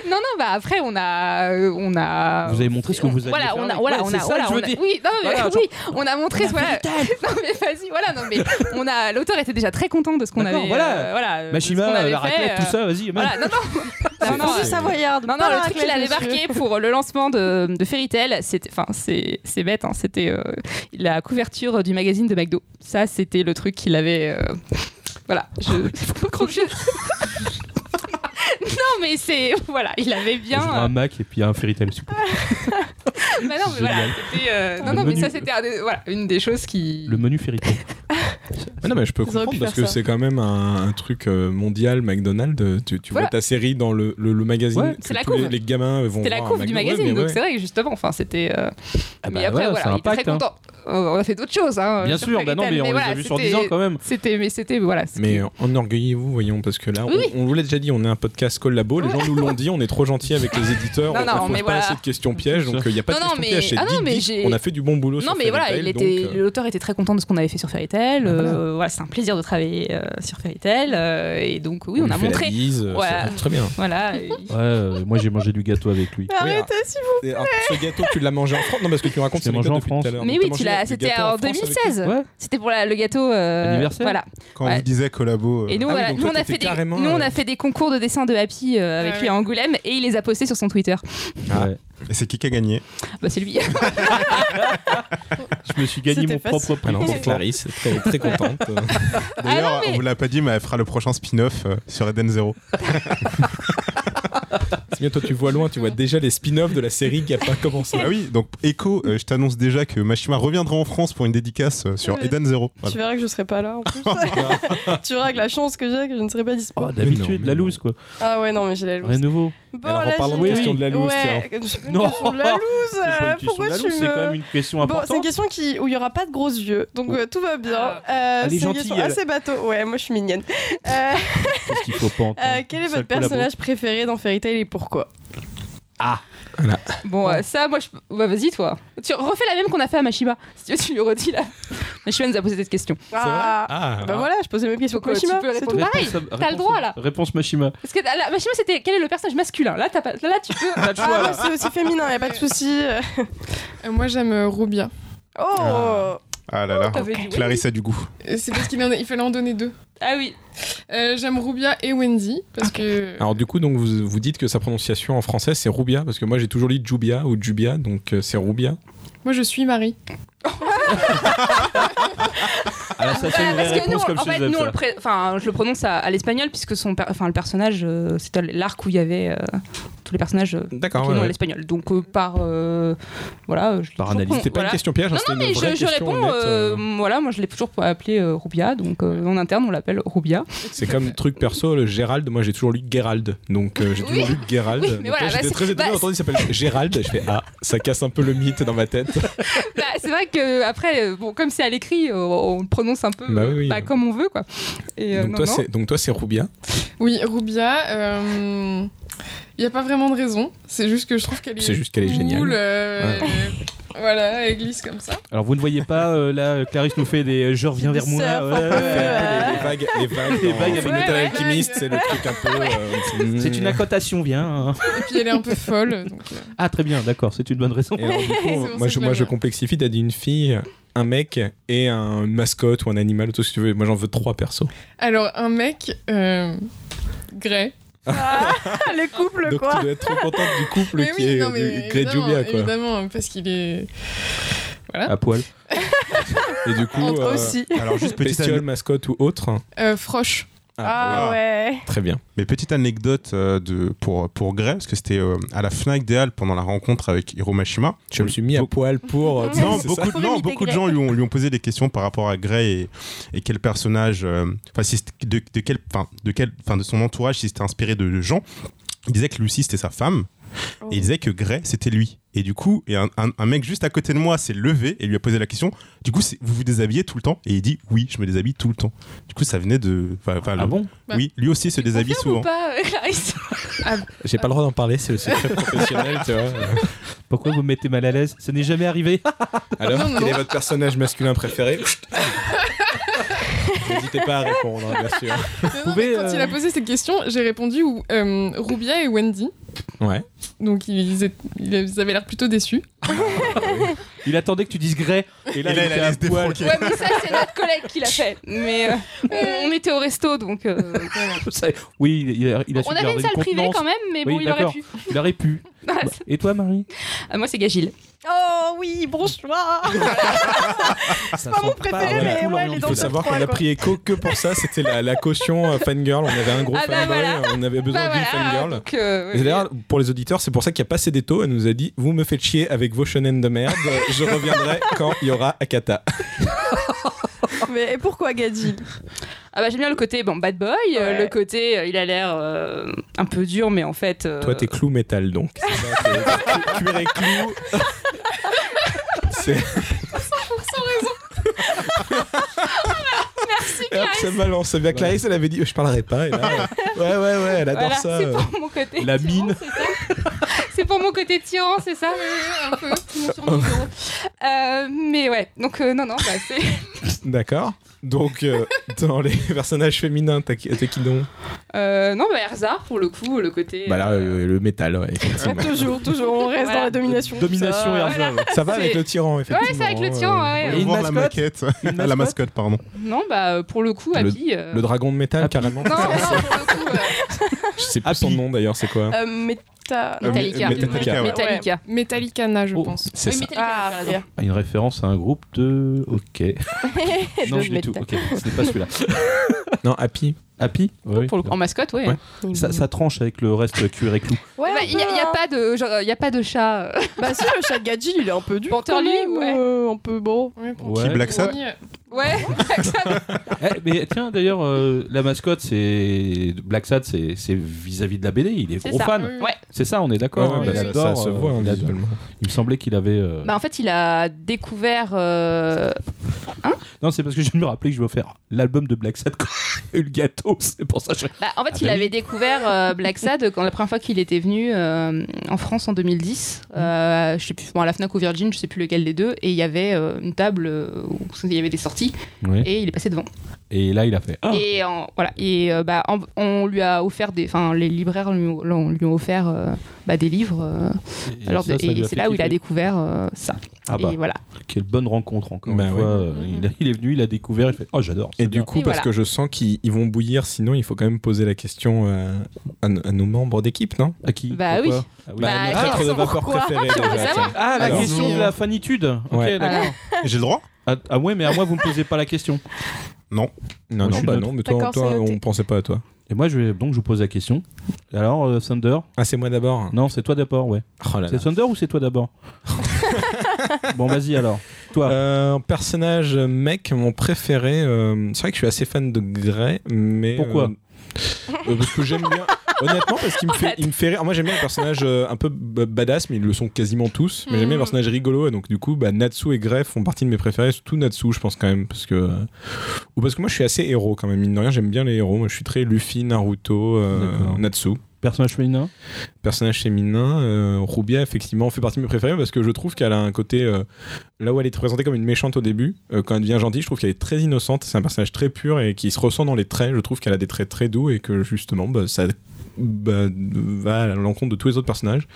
E: Non, non, bah après, on a. euh, On a
B: Vous avez montré ce que vous aviez
E: voilà,
B: fait
E: on a,
B: avec.
E: voilà,
B: Ouais,
E: on
B: c'est
E: a,
B: ça
E: voilà,
B: que je veux
E: on a-
B: dire.
E: oui, non, mais,
B: Voilà, genre,
E: oui, on a montré, voilà, non mais vas-y, voilà, non mais, on a, l'auteur était déjà très content de ce qu'on
B: D'accord,
E: avait,
B: voilà.
E: euh, voilà, euh, de ce qu'on
B: Machima,
E: avait
B: la
E: fait,
B: raclette,
E: euh,
B: tout ça, vas-y. man.
E: Voilà, non, non, non, non,
D: Fondue
E: euh,
D: savoyarde.
E: non, non,
D: pas
E: le
D: la
E: truc qu'il a
D: raclette,
E: débarqué
D: monsieur.
E: pour le lancement de, de Fairy Tail, c'était, enfin, c'est, c'est bête, hein, c'était euh, la couverture du magazine de McDo. Ça, c'était le truc qu'il avait. euh, voilà, je. faut croire que je- non, mais c'est. Voilà, il avait
B: Je voudrais
E: bien.
B: un Mac et puis un Fairy Tail. s'il vous plaît.
E: Bah non, mais voilà,
B: Génial.
E: c'était. euh, non,
B: Le
E: non, mais
B: menu-
E: ça, c'était un des- voilà, une des choses qui.
B: Le menu Fairy Tail.
C: Mais non, mais je peux
D: Ils auraient
C: comprendre
D: pu
C: parce
D: faire
C: que
D: ça.
C: c'est quand même un, un truc euh, mondial, McDonald's. Tu, tu
E: Voilà.
C: vois ta série dans le, le, le magazine.
B: Ouais,
E: c'est la
C: tous les-
E: couve.
C: Les, gamins vont.
E: C'était la
C: voir à
E: couve du
C: McDo, ouais,
E: magazine,
C: mais
E: donc
C: ouais.
E: c'est vrai que justement, enfin, c'était. euh,
B: Ah
E: mais
B: bah
E: après,
B: ouais,
E: voilà,
B: ça
E: il était très
B: impacte, hein.
E: content. Euh, on a fait d'autres choses, hein,
B: Bien
E: sur
B: sûr,
E: Fairy
B: bah non,
E: Tail,
B: mais on les a
E: voilà,
B: vus sur
E: c'était-
B: 10 ans quand même.
E: C'était, mais c'était, voilà. ce
C: Mais
E: qui-
C: euh, enorgueillez-vous, voyons, parce que là,
E: Oui,
C: on-
E: oui.
C: on, vous l'a déjà dit, on est un podcast collabo, les gens nous l'ont dit, on est trop gentils avec les éditeurs,
E: Non,
C: on
E: non,
C: ne pose
E: mais
C: pas
E: voilà.
C: assez de questions pièges, donc il n'y a pas
E: Non,
C: de
E: non,
C: questions
E: mais-
C: pièges. c'est
E: ah non,
C: dit,
E: mais
C: dit,
E: j'ai-
C: on a fait du bon boulot
E: Non,
C: sur
E: mais
C: Fairy
E: voilà,
C: Tail,
E: il était-
C: donc, euh,
E: l'auteur était très content de ce qu'on avait fait sur Fairy Tail.
C: Ah, voilà.
E: euh, voilà, c'est un plaisir de travailler euh, sur Fairy Tail. euh, et donc, oui, on,
C: lui
E: a
C: fait la
E: montré.
C: bise, euh,
E: Voilà.
C: c'est très bien.
E: Voilà. et-
B: Ouais, euh, moi j'ai mangé du gâteau avec lui.
D: Mais Arrêtez, s'il vous
C: Et alors, ce gâteau, tu l'as mangé en France Non, parce que tu racontes,
B: Je l'ai mangé en
C: depuis tout à
B: France.
C: l'heure,
E: mais
C: donc
E: oui,
C: t'as mangé
E: tu l'as-
C: le
E: c'était
C: gâteau
E: en
C: France avec-
E: 2016.
B: Ouais.
E: C'était pour la- le gâteau. euh,
B: Anniversaire.
E: Voilà.
G: Quand
E: Ouais.
G: on vous disait collabo. euh,
E: Et
C: Ah
E: nous,
C: oui,
E: voilà,
C: donc
E: nous,
C: toi,
E: on a
C: t'étais
E: fait des,
C: carrément,
E: nous, on
C: euh,
E: a fait des concours de dessin de Happy euh, avec
F: Ah
E: lui à
F: ouais.
E: Angoulême et il les a postés sur son Twitter.
C: Ah.
B: Ouais.
G: Et c'est qui qui a gagné
E: Bah, c'est lui.
B: Je me suis gagné
D: C'était
B: mon
D: facile.
B: propre prix.
C: Alors,
B: pour ça.
C: Clarisse, Ah très, très contente.
G: D'ailleurs,
E: Ah non, mais-
G: on vous l'a pas dit, mais elle fera le prochain spin-off euh, sur Eden Zero.
C: C'est bien, toi, tu vois loin, tu vois déjà les spin-offs de la série qui n'a pas commencé.
G: ah oui, donc Echo, euh, je t'annonce déjà que Mashima reviendra en France pour une dédicace euh, sur
D: Ouais.
G: Eden Zero.
D: Tu
G: Voilà.
D: verras que je serai pas là en plus. tu verras que la chance que j'ai que je ne serai pas dispo.
B: Oh,
C: Mais
B: D'habitude,
C: non,
B: la
C: mais non.
B: loose quoi.
D: Ah ouais, non, mais j'ai la
B: Rien
D: loose.
B: de nouveau.
D: Bon,
C: Alors, en
D: là,
C: parlant
D: j'ai-
C: de question de la loose,
D: ouais, c'est une
B: Non.
D: question de la loose.
B: C'est pas
D: euh,
B: une question
D: Pourquoi
B: de la
D: tu
B: loose, c'est quand
D: me.
B: même une question
D: Bon, c'est une
B: importante.
D: question qui, où il n'y aura pas de gros yeux, donc euh, tout va
E: Ah.
D: bien. Euh,
B: Elle est
D: c'est une
B: gentille,
D: question
B: elle.
D: assez bateau. Ouais, moi je suis mignonne. Euh,
B: Qu'est-ce qu'il faut pas entendre
D: euh, quel est
B: Sale
D: votre
B: collabo.
D: personnage préféré dans Fairy Tail et pourquoi
E: Bon, euh, ça, moi, je... bah, vas-y, toi. Tu refais la même qu'on a fait à Mashiba. Si tu veux, tu lui redis là. Mashiba nous a posé cette question.
D: Ah,
C: Ah,
D: Bah voilà, je posais mes questions.
E: Donc, euh, tu
D: Kojima,
E: peux
D: c'est
E: répondre.
D: tout.
E: Pareil,
B: Réponse-
E: t'as le
B: réponse-
E: droit, là.
B: Réponse Mashima.
E: Parce que la, la Mashima, c'était quel est le personnage masculin Là, t'as pas... là, tu peux.
D: Ah, moi, c'est aussi féminin, y a pas de souci.
F: Euh, moi j'aime euh, Rubia.
D: Oh
G: Ah. Ah
C: Oh,
G: là là,
E: t'avais dit oui.
G: Clarisse a du goût.
F: Euh, C'est parce qu'il en a- il fallait en donner deux.
E: Ah oui.
F: Euh, j'aime Rubia et Wendy parce que.
C: Alors du coup, donc vous, vous dites que sa prononciation en français c'est Rubia, parce que moi j'ai toujours lu Jubia ou Jubia, donc euh, c'est Rubia.
F: Moi je suis Marie.
B: Ah, ça, c'est
E: Voilà,
B: une
E: Euh, parce
B: vraie
E: que nous,
B: réponse comme
E: en fait,
B: Suzanne,
E: nous, on
B: ça.
E: le pré- enfin, je le prononce à, à l'espagnol puisque son, per- enfin, le personnage, euh, c'était l'arc où il y avait euh, tous les personnages euh,
C: D'accord.
E: qui
C: Ah ouais,
E: ont à
C: ouais.
E: l'espagnol. Donc euh, par, euh, voilà, je l'ai
B: Par
E: toujours
B: analyse.
E: con-
C: C'était pas
E: voilà.
C: une question piège, hein,
E: Non,
C: c'était
E: non,
C: une
E: mais
C: vraie
E: je, je
C: question
E: réponds.
C: honnête,
E: euh,
C: euh,
E: Voilà, moi, je l'ai toujours appelé euh, Rubia, donc euh, en interne, on l'appelle Rubia.
C: C'est comme truc perso, le Gérald, moi j'ai toujours lu Gérald, donc euh, j'ai
E: Oui.
C: toujours lu Gérald.
E: Oui, mais
C: Donc,
E: voilà,
C: là,
E: bah,
C: j'étais
E: c'est-
C: très étonné
E: bah,
C: d'entendre il s'appelle Gérald, je fais ah, ça casse un peu le mythe dans ma tête.
E: Bah, c'est vrai que après, euh, bon, comme c'est à l'écrit, euh, on le prononce un peu
C: Bah
E: euh,
C: oui.
E: pas comme on veut, quoi. Et euh,
C: donc,
E: non,
C: toi,
E: non.
C: c'est, donc toi c'est Rubia.
F: Oui, Rubia. euh, Il n'y a pas vraiment de raison. C'est juste que je trouve qu'elle est.
C: C'est juste qu'elle est
F: cool,
C: géniale.
F: euh, Voilà, elle glisse comme ça.
B: Alors, vous ne voyez pas, euh, là, Clarisse nous fait des euh, je reviens vers moi.
D: Ça,
B: ouais,
D: un peu,
B: ouais.
D: euh,
C: Les vagues, les vagues,
B: Les
C: dans
B: vagues avec
C: Fullmetal
F: les vagues.
C: Alchemist, c'est le truc un peu. euh,
B: C'est une accotation, viens. hein.
F: Et puis elle est un peu folle. donc, euh,
B: Ah, très bien, d'accord, c'est une bonne raison.
C: Et alors, du coup,
F: pour ça
C: moi,
F: que
C: je,
F: je
C: moi,
F: l'aime
C: je
F: bien.
C: complexifie, t'as dit une fille, un mec et un- une mascotte ou un animal, tout ce que tu veux. Moi, j'en veux trois persos.
F: Alors, un mec. Euh... Grey.
D: Ah, le couple,
C: Donc,
D: quoi.
C: tu dois être trop contente du couple
F: Mais
C: qui
F: oui,
C: est
F: non,
C: du-
F: mais
C: Grey
F: évidemment,
C: Jubia, quoi.
F: Évidemment, parce qu'il est.
B: À poil.
C: Et du coup,
D: Entre
C: euh,
D: aussi.
G: Alors juste petite,
C: bestiole,
G: ane-
C: mascotte ou autre.
F: euh, froche.
D: Ah ouais.
C: Très bien.
G: mais petite anecdote euh, de, pour, pour Grey, parce que c'était euh, à la Fnac des Halles pendant la rencontre avec Hiro Mashima.
C: Je me suis mis à
G: Beaucoup-
C: poil pour. euh,
G: Non,
C: c'est
G: beaucoup,
C: ça.
G: non,
D: imiter
G: beaucoup de
D: Grey.
G: gens lui ont, lui ont posé des questions par rapport à Grey et, et quel personnage, euh, enfin si c'était- de, de quel, enfin de quel, enfin de son entourage, si c'était inspiré de, de gens. Il disait que Lucy c'était sa femme
D: Oh.
G: et il disait que Grey c'était lui. Et du coup, et un, un- un mec juste à côté de moi s'est levé et lui a posé la question. Du coup, c'est- vous vous déshabillez tout le temps Et il dit oui, je me déshabille tout le temps. Du coup, ça venait de. enfin, enfin,
B: Ah
G: le-
B: bon
G: Oui, lui aussi se déshabille
E: Ou
G: souvent.
E: pas, euh, Clarisse
C: J'ai pas le droit d'en parler, c'est le secret professionnel, tu vois.
B: Pourquoi vous me mettez mal à l'aise Ça n'est jamais arrivé.
C: Alors,
F: Non, non.
C: quel est votre personnage masculin préféré N'hésitez pas à répondre, hein, bien sûr.
F: Non, non, mais
B: pouvez,
F: Quand
B: euh,
F: il a posé cette question, j'ai répondu ou- euh, Rubia et Wendy.
C: Ouais.
F: Donc ils, étaient- ils avaient l'air plutôt déçus.
B: Il attendait que tu dises grès.
C: Et
G: là, il
C: était
G: allait
C: à
G: se
C: poil.
G: défroquer.
E: Ouais, mais ça, c'est notre collègue qui l'a fait. Mais euh, on, on était au resto, donc. euh,
B: Ça- Oui, il- il a, il a su
E: on avait
B: garder
E: une salle privée
B: contenance.
E: quand même, mais bon,
B: Oui,
E: il aurait
B: d'accord.
E: pu.
B: Il aurait pu. Bah, Et toi, Marie
E: Ah, moi, Ah, c'est Gagil.
D: Oh oui, bonsoir
B: C'est
D: pas mon préféré,
C: ouais,
D: mais ouais, les
C: Il
D: dents
C: faut
D: de
C: savoir
D: trois,
C: qu'on a
D: quoi.
C: pris écho que pour ça. C'était la, la caution euh, fangirl. On avait un gros
E: Ah bah
C: fanboy.
E: voilà.
C: On avait besoin
E: Bah
C: d'une
E: voilà,
C: fangirl.
E: donc, euh,
C: Et
E: ouais.
C: d'ailleurs, pour les auditeurs, c'est pour ça qu'il y a passé des taux. Elle nous a dit Vous me faites chier avec vos shonen de merde. Je reviendrai quand il y aura Akata.
D: Mais et pourquoi Gadji
E: Ah bah j'aime bien le côté bon bad boy, euh, le côté euh, il a l'air euh, un peu dur mais en fait euh,
C: Toi, t'es clou métal donc. C'est ça, t'es- Cuir et clou. C'est.
E: Merci
C: Hop,
E: Clarisse.
C: ça balance. C'est bien Clarisse, elle avait dit oh, Je parlerai pas. Et là, euh, ouais, ouais, ouais, elle adore
E: Voilà,
C: ça.
E: c'est
C: euh.
E: pour mon côté
B: la
E: tyran,
B: mine.
E: c'est ça C'est pour mon côté tyran, c'est ça un peu qui monte sur mon bureau. Euh, mais ouais, donc euh, non non, bah, c'est
C: D'accord. Donc, euh, dans les personnages féminins, t'as qui, t'as qui donc
E: euh, non bah Erza pour le coup, le côté
C: Bah là,
E: euh,
C: euh, le métal, ouais, effectivement.
D: Toujours, toujours, on reste
E: Voilà.
D: dans la domination.
B: Euh, Domination et Erza. ouais.
C: Ça va avec
E: C'est-
C: le tyran, effectivement.
E: Ouais, c'est avec le
C: hein,
E: tyran, ouais.
B: Et une
G: voir la
B: mascotte
G: maquette.
B: Une
G: La mascotte, pardon.
E: Non bah euh, pour le coup
C: Le-
E: Abby euh,
C: Le dragon de métal,
B: Ah,
C: carrément.
E: Non, non, pour le coup euh,
C: Je sais plus son nom d'ailleurs, c'est quoi
D: Euh, Meta.
E: Ah
G: Euh,
E: Metallica.
G: Metallica, ouais.
E: Metallica.
F: Ouais. Metallicana, je
B: Oh.
F: pense.
C: C'est
E: oui,
C: ça.
E: Metallica,
D: Ah,
E: t'as raison.
B: Une référence à un groupe de. Ok. non,
D: De
B: je l'ai tout.
D: Meta.
B: Ok, ce n'est pas celui-là.
C: Non, Happy.
B: Happy Oui.
E: pour le coup, en mascotte, ouais.
B: Ouais. Ça, ça tranche avec le reste cuir et clou.
D: Ouais,
E: Bah, Il n'y a, il y a pas de genre, il y a pas de chat. euh.
D: Bah si, le chat de Gadji, il est un peu dur.
E: Porter
D: quand
E: Lee,
D: même,
E: ouais.
D: euh, un peu bon.
F: Ouais, pour-
B: Ouais. Qui,
G: Black Sad
F: Oui,
E: Ouais.
B: Eh, mais tiens, d'ailleurs, euh, la mascotte, c'est. Black Sad, c'est c'est vis-à-vis de la BD. Il est,
E: C'est
B: gros
E: ça. Mm.
B: fan.
F: oui, oui.
E: Ouais.
B: C'est ça, on est d'accord. hein,
F: ouais,
B: il
F: bah, ça-
B: adore,
C: se
B: euh,
C: voit,
B: il, adore.
C: visuellement.
B: Il me semblait qu'il avait. euh,
E: Bah en fait, il a découvert. euh,
B: Non, c'est parce que je me rappelais que je vais faire l'album de Black Sad quand il y a eu le gâteau. C'est pour ça que je.
E: Bah, en fait,
B: Ah
E: il
B: bah
E: avait découvert euh, Black Sad quand la première fois qu'il était venu euh, en France en 2010.
B: Mm.
E: euh, je sais plus, bon, à la Fnac ou Virgin, je sais plus lequel des deux. Et il y avait euh, une table euh, où il y avait des sorties et il est passé devant.
B: Et là, il a fait. Ah
E: Et en- voilà. Et euh, bah en- on lui a offert des, enfin les libraires lui, ont- l'ont- lui ont offert euh, bah, des livres. euh,
B: Et
E: alors
B: ça,
E: de-
B: ça lui
E: et
B: a
E: c'est
B: fait
E: là où il a
B: kiffer.
E: découvert euh, ça.
B: Ah bah,
E: Et voilà.
B: quelle bonne rencontre encore
C: Bah
B: une
C: ouais.
B: fois. euh, il, a- il est venu, il a découvert, il fait Oh, j'adore.
C: Et
B: c'est
C: du
B: bien.
C: coup,
E: Et
C: parce
E: voilà.
C: que je sens qu'ils ils vont bouillir, sinon il faut quand même poser la question euh, à, à nos membres d'équipe, non
B: À qui
E: Bah oui.
B: Pourquoi Ah oui.
E: Bah,
C: notre
E: alors,
C: être de vapeur
D: pourquoi
C: préféré.
E: on veut
C: déjà,
E: savoir.
C: tiens.
B: Ah, la
G: Alors,
B: question
G: oui,
B: de la fanitude. Ok,
C: Ouais.
B: d'accord.
E: Voilà.
G: J'ai le droit
B: Ah, ah ouais, mais à moi, vous me posez pas la question.
C: Non,
B: Moi, je
C: non,
B: suis
C: bah
B: neutre.
C: non, mais toi,
D: D'accord,
C: toi,
D: c'est noté.
C: on pensait pas à toi.
B: Et moi, je vais donc je vous pose la question. Alors, euh, Thunder
C: Ah, c'est moi d'abord
B: Non, c'est toi d'abord, ouais.
C: Oh là là.
B: C'est Thunder ou c'est toi d'abord Bon, vas-y alors. Toi.
C: Euh, personnage mec, mon préféré. euh, c'est vrai que je suis assez fan de Grey, mais.
B: Pourquoi
C: euh, euh, Parce que j'aime bien. Honnêtement, parce qu'il me fait, il me fait rire. Moi, j'aime bien les personnages euh, un peu b- badass, mais ils le sont quasiment tous. Mais j'aime bien les
F: Mhm.
C: personnages rigolos. Et donc, du coup, bah, Natsu et Grey font partie de mes préférés. Surtout Natsu, je pense quand même. Parce que. euh, Ou parce que moi, je suis assez héros quand même. Mine de rien, j'aime bien les héros. Moi, je suis très Luffy, Naruto, euh,
B: D'accord.
C: Natsu
B: Personnage féminin
C: personnage féminin. euh, Rubia, effectivement, fait partie de mes préférés parce que je trouve qu'elle a un côté. euh, là où elle est présentée comme une méchante au début, euh, quand elle devient gentille, je trouve qu'elle est très innocente. C'est un personnage très pur et qui se ressent dans les traits. Je trouve qu'elle a des traits très doux et que justement, bah, ça bah, va à l'encontre de tous les autres personnages.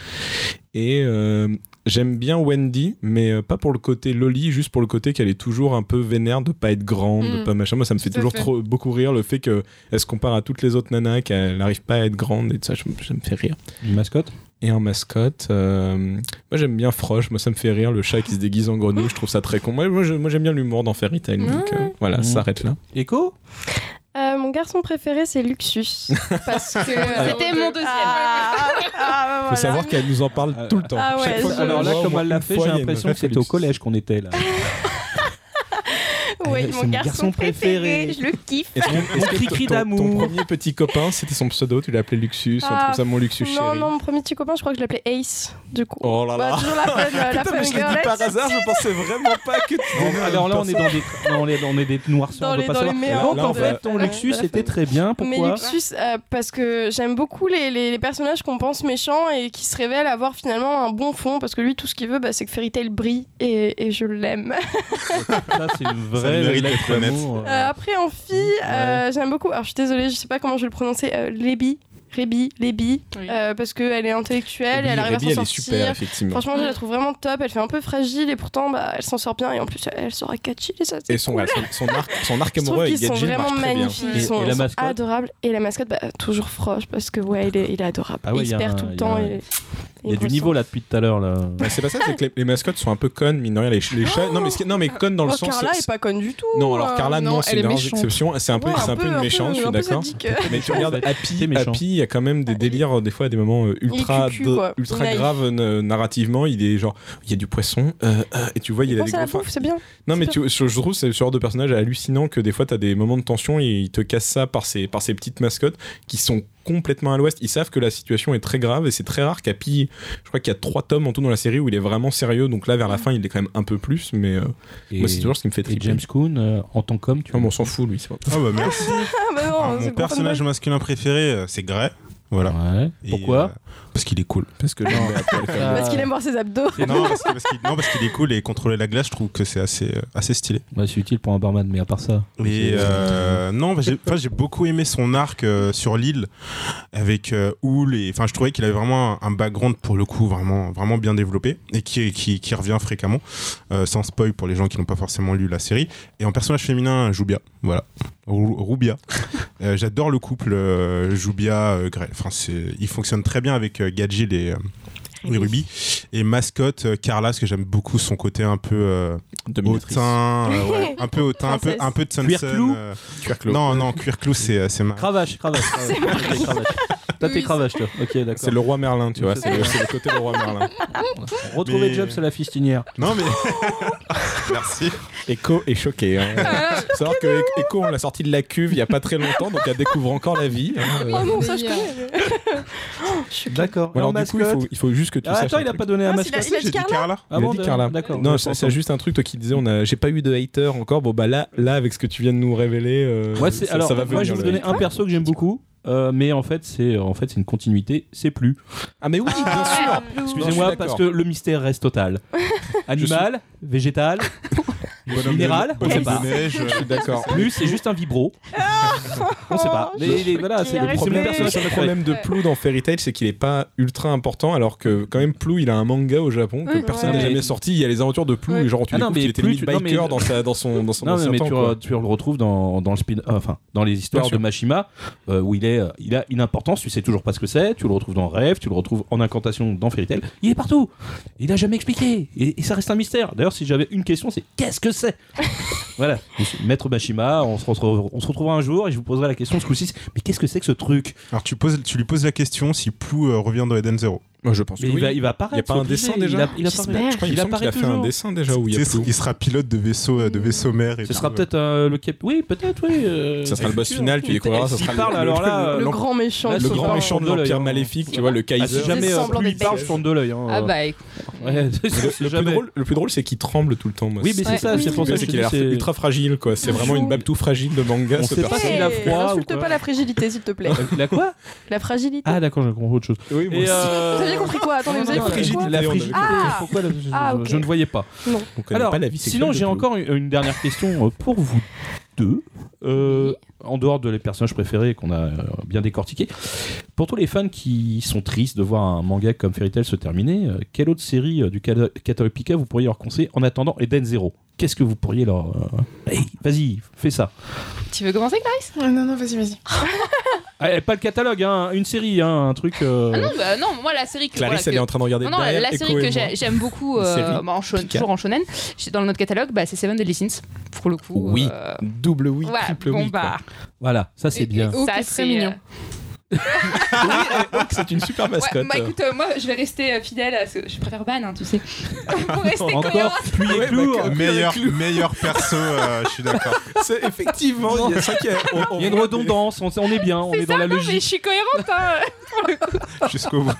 C: Et. euh, J'aime bien Wendy, mais euh, pas pour le côté loli, juste pour le côté qu'elle est toujours un peu vénère de pas être grande, de
F: Mm.
C: pas machin. Moi, ça me fait
F: Tout à
C: toujours
F: fait.
C: trop beaucoup rire le fait que elle se compare à toutes les autres nanas, qu'elle n'arrive pas à être grande et tout ça, je- ça me fait rire
B: Une mascotte
C: et en mascotte. euh, moi j'aime bien Froche, moi ça me fait rire le chat qui se déguise en grenouille, je trouve ça très con. Moi, moi, je- moi, j'aime bien l'humour dans Fairy Tail, donc euh, voilà,
B: Mmh.
C: ça s'arrête là.
B: Echo
D: Euh, mon garçon préféré, c'est Luxus. Parce que...
E: C'était mon deuxième.
D: Ah, ah, bah,
C: Faut
D: voilà.
C: savoir qu'elle nous en parle
B: Ah,
C: tout le temps.
D: ah ouais,
C: Chaque fois
D: je-
C: qu'on la
B: Alors là,
C: voit, au
B: comme
C: moins
B: elle l'a
C: une
B: fait,
C: fois,
B: j'ai
C: il y a une
B: l'impression que c'était au
C: réflexion.
B: collège qu'on était là.
D: Oui,
B: c'est
D: mon,
B: mon
D: garçon,
B: garçon préféré.
D: préféré, je le kiffe.
C: Est-ce que- est-ce que
B: cri-cri
C: ton- ton-
B: d'amour.
C: Ton premier petit copain, c'était son pseudo, tu l'appelais Luxus, on
D: Ah,
C: trouve ça mon Luxus
D: Non,
C: chéri.
D: non, mon premier petit copain, je crois que je l'appelais Ace, du coup.
C: Oh là
D: Bah,
C: là.
D: toujours la fun, euh, la
C: Putain, mais
D: fun
C: je l'ai
D: girl.
C: dit par hasard, je pensais vraiment pas que tu
B: Non, alors là, on est dans des, non, on est, on est des noirceurs,
D: Dans
B: on
D: les-
B: veut pas
D: dans les
B: savoir.
D: méandres
B: Donc en
C: de-
B: fait, ton
D: Ouais.
B: Luxus
D: de la
B: était
D: famille.
B: très bien.
D: mais
B: Pourquoi
D: Luxus, euh, parce que j'aime beaucoup les, les- les personnages qu'on pense méchants et qui se révèlent avoir finalement un bon fond, parce que lui, tout ce qu'il veut, bah, c'est que Fairy Tail brille, et, et je l'aime.
B: Ça, c'est une
C: Ça,
B: Noël,
G: mérite
B: Lac
G: d'être honnête.
B: d'amour, euh,
D: Euh, après, en fille, euh, j'aime beaucoup. Alors, je suis désolée, je sais pas comment je vais le prononcer. Euh, Lébi. Rébi, Lébi,
E: Oui.
D: euh, parce qu'elle est intellectuelle et elle arrive à
C: elle
D: s'en
C: est super,
D: sortir.
C: effectivement.
D: Franchement, je la trouve vraiment top. Elle fait un peu fragile et pourtant, bah, elle s'en sort bien. Et en plus, elle sera catchy. Et ça, c'est
C: Et son, ouais, son, son arc, son arc
D: je trouve
C: amoureux avec
D: qu'ils sont
C: Gadget marche
D: vraiment
C: très bien.
D: magnifiques.
B: Et-
D: Ils sont,
B: et la
D: ils sont
B: mascotte
D: adorables. Et la mascotte, bah, toujours Froche, parce que ouais, il est, il est adorable.
B: Ah ouais,
D: il
B: y
D: se
B: a un-
D: perd tout
B: y
D: le
B: a
D: temps.
B: un-
D: et-
B: Il y a
D: et
B: du
D: grosse-
B: niveau là depuis tout à l'heure. là.
C: Bah, c'est pas ça, c'est que les, les mascottes sont un peu connes, mine de rien. Les, ch- les chats. Non, mais, ce qui- non, mais connes dans le
D: Oh,
C: sens.
D: Carla
C: c'est-
D: est pas hein. conne du tout.
C: Non, alors
F: euh,
C: Carla, non,
F: non,
C: c'est
F: elle est
C: une rare
F: méchante.
C: exception. C'est un peu,
D: Ouais,
C: c'est un peu une méchante, je suis d'accord.
D: sadique.
C: Mais tu regardes Happy,
B: t'es méchant.
C: Happy, il y a quand même des délires, euh, des fois, à des moments euh, ultra,
D: cucu,
C: de-
D: quoi.
C: ultra
D: Naïf.
C: graves euh, narrativement. Il est genre, il y a du poisson, euh, euh, et tu vois, il,
D: Il
C: a des
D: pense à la
C: gros-
D: bouffe, c'est bien.
C: Non, mais
D: c'est
C: tu, je, je trouve que c'est ce genre de personnage hallucinant que des fois, t'as des moments de tension et ils te cassent ça par ces, par ces petites mascottes qui sont complètement à l'ouest. Ils savent que la situation est très grave et c'est très rare qu'Happy. Je crois qu'il y a trois tomes en tout dans la série où il est vraiment sérieux. Donc là, vers
D: Ah.
C: la fin, il est quand même un peu plus, mais euh,
B: Et,
C: moi, c'est toujours ce qui me fait
B: et
C: triper.
B: James Coon, euh, en tant qu'homme, tu
C: Ah, mais on s'en fout, lui. c'est pas-
G: Ah bah merci.
D: Ah bah non,
G: Alors,
D: c'est pour
G: mon
D: pas de
G: personnage
D: mal.
G: masculin préféré, euh, c'est Gray. Voilà.
B: Ouais.
G: Et, euh,
B: Pourquoi
G: Parce qu'il est cool.
C: Parce que j'aime bien Apple.
B: Ah,
D: Parce qu'il aime voir ses abdos.
G: Non, parce que- parce qu'il non, parce qu'il est cool et contrôler la glace, je trouve que c'est assez, euh, assez stylé.
B: bah, c'est utile pour un barman, mais à part ça.
G: Et
B: C'est-
G: euh, non, bah, j'ai enfin, j'ai beaucoup aimé son arc euh, sur l'île avec euh, Houle et enfin je trouvais qu'il avait vraiment un, un background pour le coup vraiment vraiment bien développé et qui qui, qui revient fréquemment euh, sans spoil pour les gens qui n'ont pas forcément lu la série et en personnage féminin Joubia voilà Rou- Roubia Euh, j'adore le couple euh, Joubia euh, Grey enfin c'est il fonctionne très bien avec euh, Gadgil et euh, et Ruby et mascotte euh, Carla parce que j'aime beaucoup son côté un peu euh,
C: Dominatrice.
G: hautain euh, ouais, un peu hautain un peu
D: Princesse.
G: un peu de Sun
B: Cuir
G: Sun,
B: clou.
G: euh,
C: Cuir clos.
G: non non cuir clou c'est euh, c'est ma-
B: Ah, Cravache, cravache. cravache. cravache. T'as tes
F: Oui,
B: cravaches, toi. Ok, d'accord.
C: C'est le roi Merlin, tu vois. C'est le, c'est le côté le roi Merlin.
B: Retrouver
G: Mais-
B: Jobs à la fistinière.
G: non mais merci
C: Echo est choqué. Hein. Faut savoir que Echo, on l'a sorti de la cuve il y a pas très longtemps, donc elle découvre encore la vie. hein.
D: Oh non, ça je
F: D'ailleurs.
D: connais.
B: D'accord.
C: Ou alors,
B: En
C: du coup, il
B: mascotte.
C: faut, il faut juste que tu
B: Ah,
C: saches.
B: attends,
C: un
B: il a
C: truc.
B: pas donné à
D: Ah,
B: mascotte.
D: Il a- il a
G: J'ai dit
D: Carla
G: Carla
B: Ah
C: Il a
B: bon,
C: dit Carla.
B: D'accord.
C: Non, ça, c'est juste un truc, toi qui disais, on a, j'ai pas eu de hater encore. Bon, bah là, là avec ce que tu viens de nous révéler, euh,
B: Moi, c'est
C: ça,
B: alors
C: ça va
B: moi je
C: venir,
B: vais vous
C: le
B: donner
C: hate.
B: un perso que j'aime beaucoup. euh, mais en fait, c'est en fait c'est une continuité, c'est plus.
C: Ah, mais oui, bien sûr.
B: Excusez-moi parce que le mystère reste total. Animal, végétal, minéral, on sait pas.
C: Je suis d'accord.
B: Plus, c'est juste un vibro. on sait pas. Mais il est- voilà, c'est
D: Il
B: le
D: a
B: premier
D: raison.
B: personnage
C: le
B: préféré.
C: problème de Plou dans Fairy Tail, c'est qu'il est pas ultra important, alors que quand même Plou, il a un manga au Japon que
D: Oui.
C: personne
B: Ouais.
C: n'a jamais
B: Ah, Mais-
C: sorti. Il y a les aventures de Plou,
D: Ouais.
C: et genre tu
B: Ah non,
C: découvres
B: mais
C: qu'il était
B: Plou,
C: limite
B: tu- non, mais-
C: biker dans sa dans son dans son
B: Non,
C: ancien
B: mais euh,
C: temps,
B: tu,
C: quoi.
B: re- tu le retrouves dans, dans le spin enfin dans les histoires
C: Bien
B: de
C: sûr.
B: Mashima euh, où il est euh, il a une importance, tu sais toujours pas ce que c'est, tu le retrouves dans Rêve, tu le retrouves en incantation dans Fairy Tail, il est partout. Il a jamais expliqué et, et ça reste un mystère. D'ailleurs, si j'avais une question, c'est qu'est-ce que c'est Voilà, maître Mashima, on se retrouve on se retrouvera un jour et je vous poserai la question ce coup-ci, c'est, mais qu'est-ce que c'est que ce truc
G: alors tu poses tu lui poses la question si Plou euh, revient dans Eden Zero
C: Moi, je pense que
B: Mais il va
C: oui.
B: il va apparaître.
C: Y a pas un
B: c'est obligé,
C: dessin, déjà
B: il, a- il apparaît-
C: Je crois qu'il
B: il
C: me semble qu'il
B: apparaît
C: a fait un
B: toujours.
C: dessin déjà où il y
G: Tu
C: a
G: sais,
C: Plou.
G: il sera pilote de vaisseau euh, de vaisseau mère et
B: Ce
G: tout.
B: sera peut-être euh, le cap. Oui, peut-être, oui. euh,
C: Ça sera le boss
B: futur.
C: final, tu découvriras, ça
B: S'il
C: sera le-
B: parle,
C: le-
B: alors là, euh,
D: Le
B: non.
D: grand méchant.
B: là,
D: qui
C: Le
B: c'est
D: parle.
C: grand
B: pas
C: méchant de
B: un
C: l'Empire
B: Mandalorian.
C: maléfique, tu vois, le
B: Ah, si
C: Kaiser.
B: jamais euh,
D: semblant
B: plus il
D: d'être
B: parle,
D: belge.
B: je tourne de l'œil. hein.
E: Ah bah,
B: Ouais,
C: Le, le plus
B: jamais.
C: drôle, le plus drôle, c'est qu'il tremble tout le temps. moi.
B: Oui, mais c'est
E: Ouais.
B: ça, c'est
C: Le
B: pour
C: truc,
B: ça que
C: c'est
B: je
C: qu'il
B: dis,
C: a l'air
B: c'est-
C: ultra fragile, quoi. C'est vraiment une babe tout fragile de manga,
B: On
C: ce
B: sait pas
C: personnage.
B: s'il a
D: Hey,
B: froid ou
D: Insulte
B: quoi.
D: pas la fragilité, s'il te plaît.
B: La quoi
D: La fragilité.
B: Ah, d'accord, j'ai compris autre chose.
C: Oui, moi
B: Et,
C: aussi.
B: euh,
D: Vous avez compris quoi Attendez, vous avez
C: non,
D: compris
C: frigide-
D: quoi
B: La
C: on avait
B: frigidité.
D: compris.
B: Pourquoi la- je-
D: Ah,
B: je-
D: ok.
B: Je ne voyais pas.
C: On connaît
B: Alors,
C: pas la vie sexuelle
B: sinon,
C: de
B: j'ai
C: Plou.
B: encore une une dernière question euh, pour vous deux. Euh, en dehors de les personnages préférés qu'on a euh, bien décortiqués, pour tous les fans qui sont tristes de voir un manga comme Fairy Tail se terminer, euh, quelle autre série euh, du cata- catalogue Pika vous pourriez leur conseiller en attendant Eden Zero Qu'est-ce que vous pourriez leur. euh, hey, vas-y, fais ça.
E: tu veux commencer, Clarisse
F: Ah, Non, non, vas-y, vas-y.
B: Eh, pas le catalogue, hein, une série, hein, un truc. euh,
E: Ah non, bah, non, moi la série que
C: Clarisse,
E: voilà,
C: elle est
E: que-
C: en train de regarder
E: Non, non,
C: derrière
E: la
C: Echo
E: série
C: et
E: que
C: moi.
E: j'ai- j'aime beaucoup,
C: Une
E: euh,
C: série
E: bah, en shonen-
C: Pika.
E: toujours en shonen, J'ai- dans notre catalogue, bah, c'est Seven Deadly Sins, pour le coup.
C: Oui.
E: euh,
C: Double oui,
E: voilà,
C: triple
E: bon,
C: oui. quoi.
E: bah,
B: Voilà, ça c'est
F: Et-
B: bien.
F: et- oh,
E: ça
F: qui est
E: c'est euh,
F: très mignon.
C: Donc, C'est une super
E: Ouais,
C: mascotte.
E: bah écoute, euh, moi je vais rester euh, fidèle à ce. Je préfère Ban, hein, tu sais. Pour rester cohérent.
B: Encore, puis et
C: Ouais,
B: clou.
C: bah,
G: meilleur
C: Clou.
G: meilleur perso euh, je suis d'accord
C: C'est effectivement, il y a ça qui est- on- on-
B: Il y a une redondance, on, on est bien, on est, dans la
E: Non, mais je
B: logique.
E: suis cohérente, hein.
G: jusqu'au bout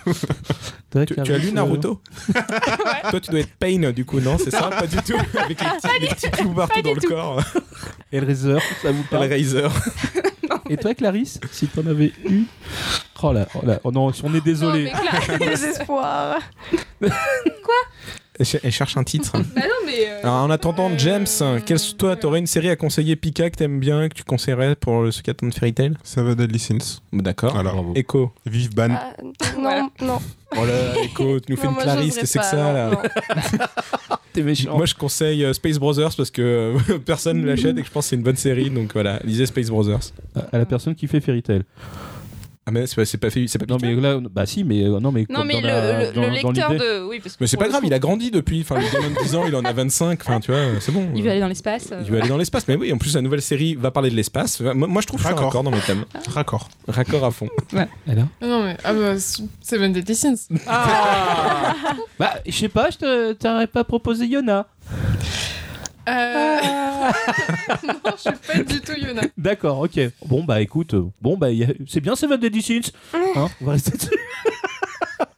C: Tu, tu as lu Naruto Toi, tu dois être Pain, du coup, non C'est ça Pas du tout. Avec les petits, les petits clous partout
E: Pas
C: dans
E: du
C: le
E: tout.
C: corps.
B: Hellraiser, ça vous parle
C: Hellraiser.
B: Et toi, Clarisse, si t'en avais eu Oh là, oh là, oh non, on est
E: Non,
B: désolé.
E: mais Clarisse-
D: Désespoir.
C: Elle elle cherche un titre.
H: Bah non, mais. euh,
C: Alors, en attendant,
H: euh,
C: James, quelle, toi, t'aurais une série à conseiller Pika que t'aimes bien, que tu conseillerais pour le- ceux qui attendent Fairy Tail
G: Save Deadly Sins.
C: D'accord.
G: Alors,
B: Ah, Bravo.
C: Echo.
G: vive Ban.
D: Ah, non,
H: Voilà.
D: non.
C: Oh là, Echo, tu nous fais
D: non,
C: une
D: moi,
C: Clarisse,
D: j'oserais
C: c'est que
D: pas,
C: ça, là.
D: non, non.
B: T'es méchant.
C: Moi, je conseille euh, Space Brothers parce que euh, personne ne l'achète et que je pense que c'est une bonne série. Donc voilà, lisez Space Brothers.
B: à la personne qui fait Fairy Tail.
C: Ah, mais c'est pas, c'est pas fait. C'est pas
B: Non
C: Pika.
B: mais là, bah si, mais euh, non mais
H: Non,
B: comme
H: mais
B: dans
H: le,
B: la-
H: le-
B: dans-
H: le
B: dans
H: lecteur
B: l'idée-
H: de. Oui, parce que
C: Mais c'est
H: pour
C: pas
H: le
C: grave,
H: coup,
C: il a grandi depuis. Enfin, le bonhomme de 10 ans, il en a 25. Enfin, tu vois, euh, c'est bon.
H: il veut aller dans l'espace. euh.
C: Il veut aller dans l'espace, mais oui, en plus la nouvelle série va parler de l'espace. Moi, moi, je trouve que je suis
G: Raccord.
C: raccord dans mes thèmes.
G: Raccord.
C: Raccord à fond.
B: Elle a-
F: Non, mais ah bah, Seven Deadly Sins.
B: Bah je sais pas, je te- t'aurais pas proposé Yona.
F: Euh... non, je suis pas du tout Yona.
B: D'accord, ok. Bon bah écoute, euh, bon bah y a- c'est bien Seven Deadly Sins. Hein on va rester dessus.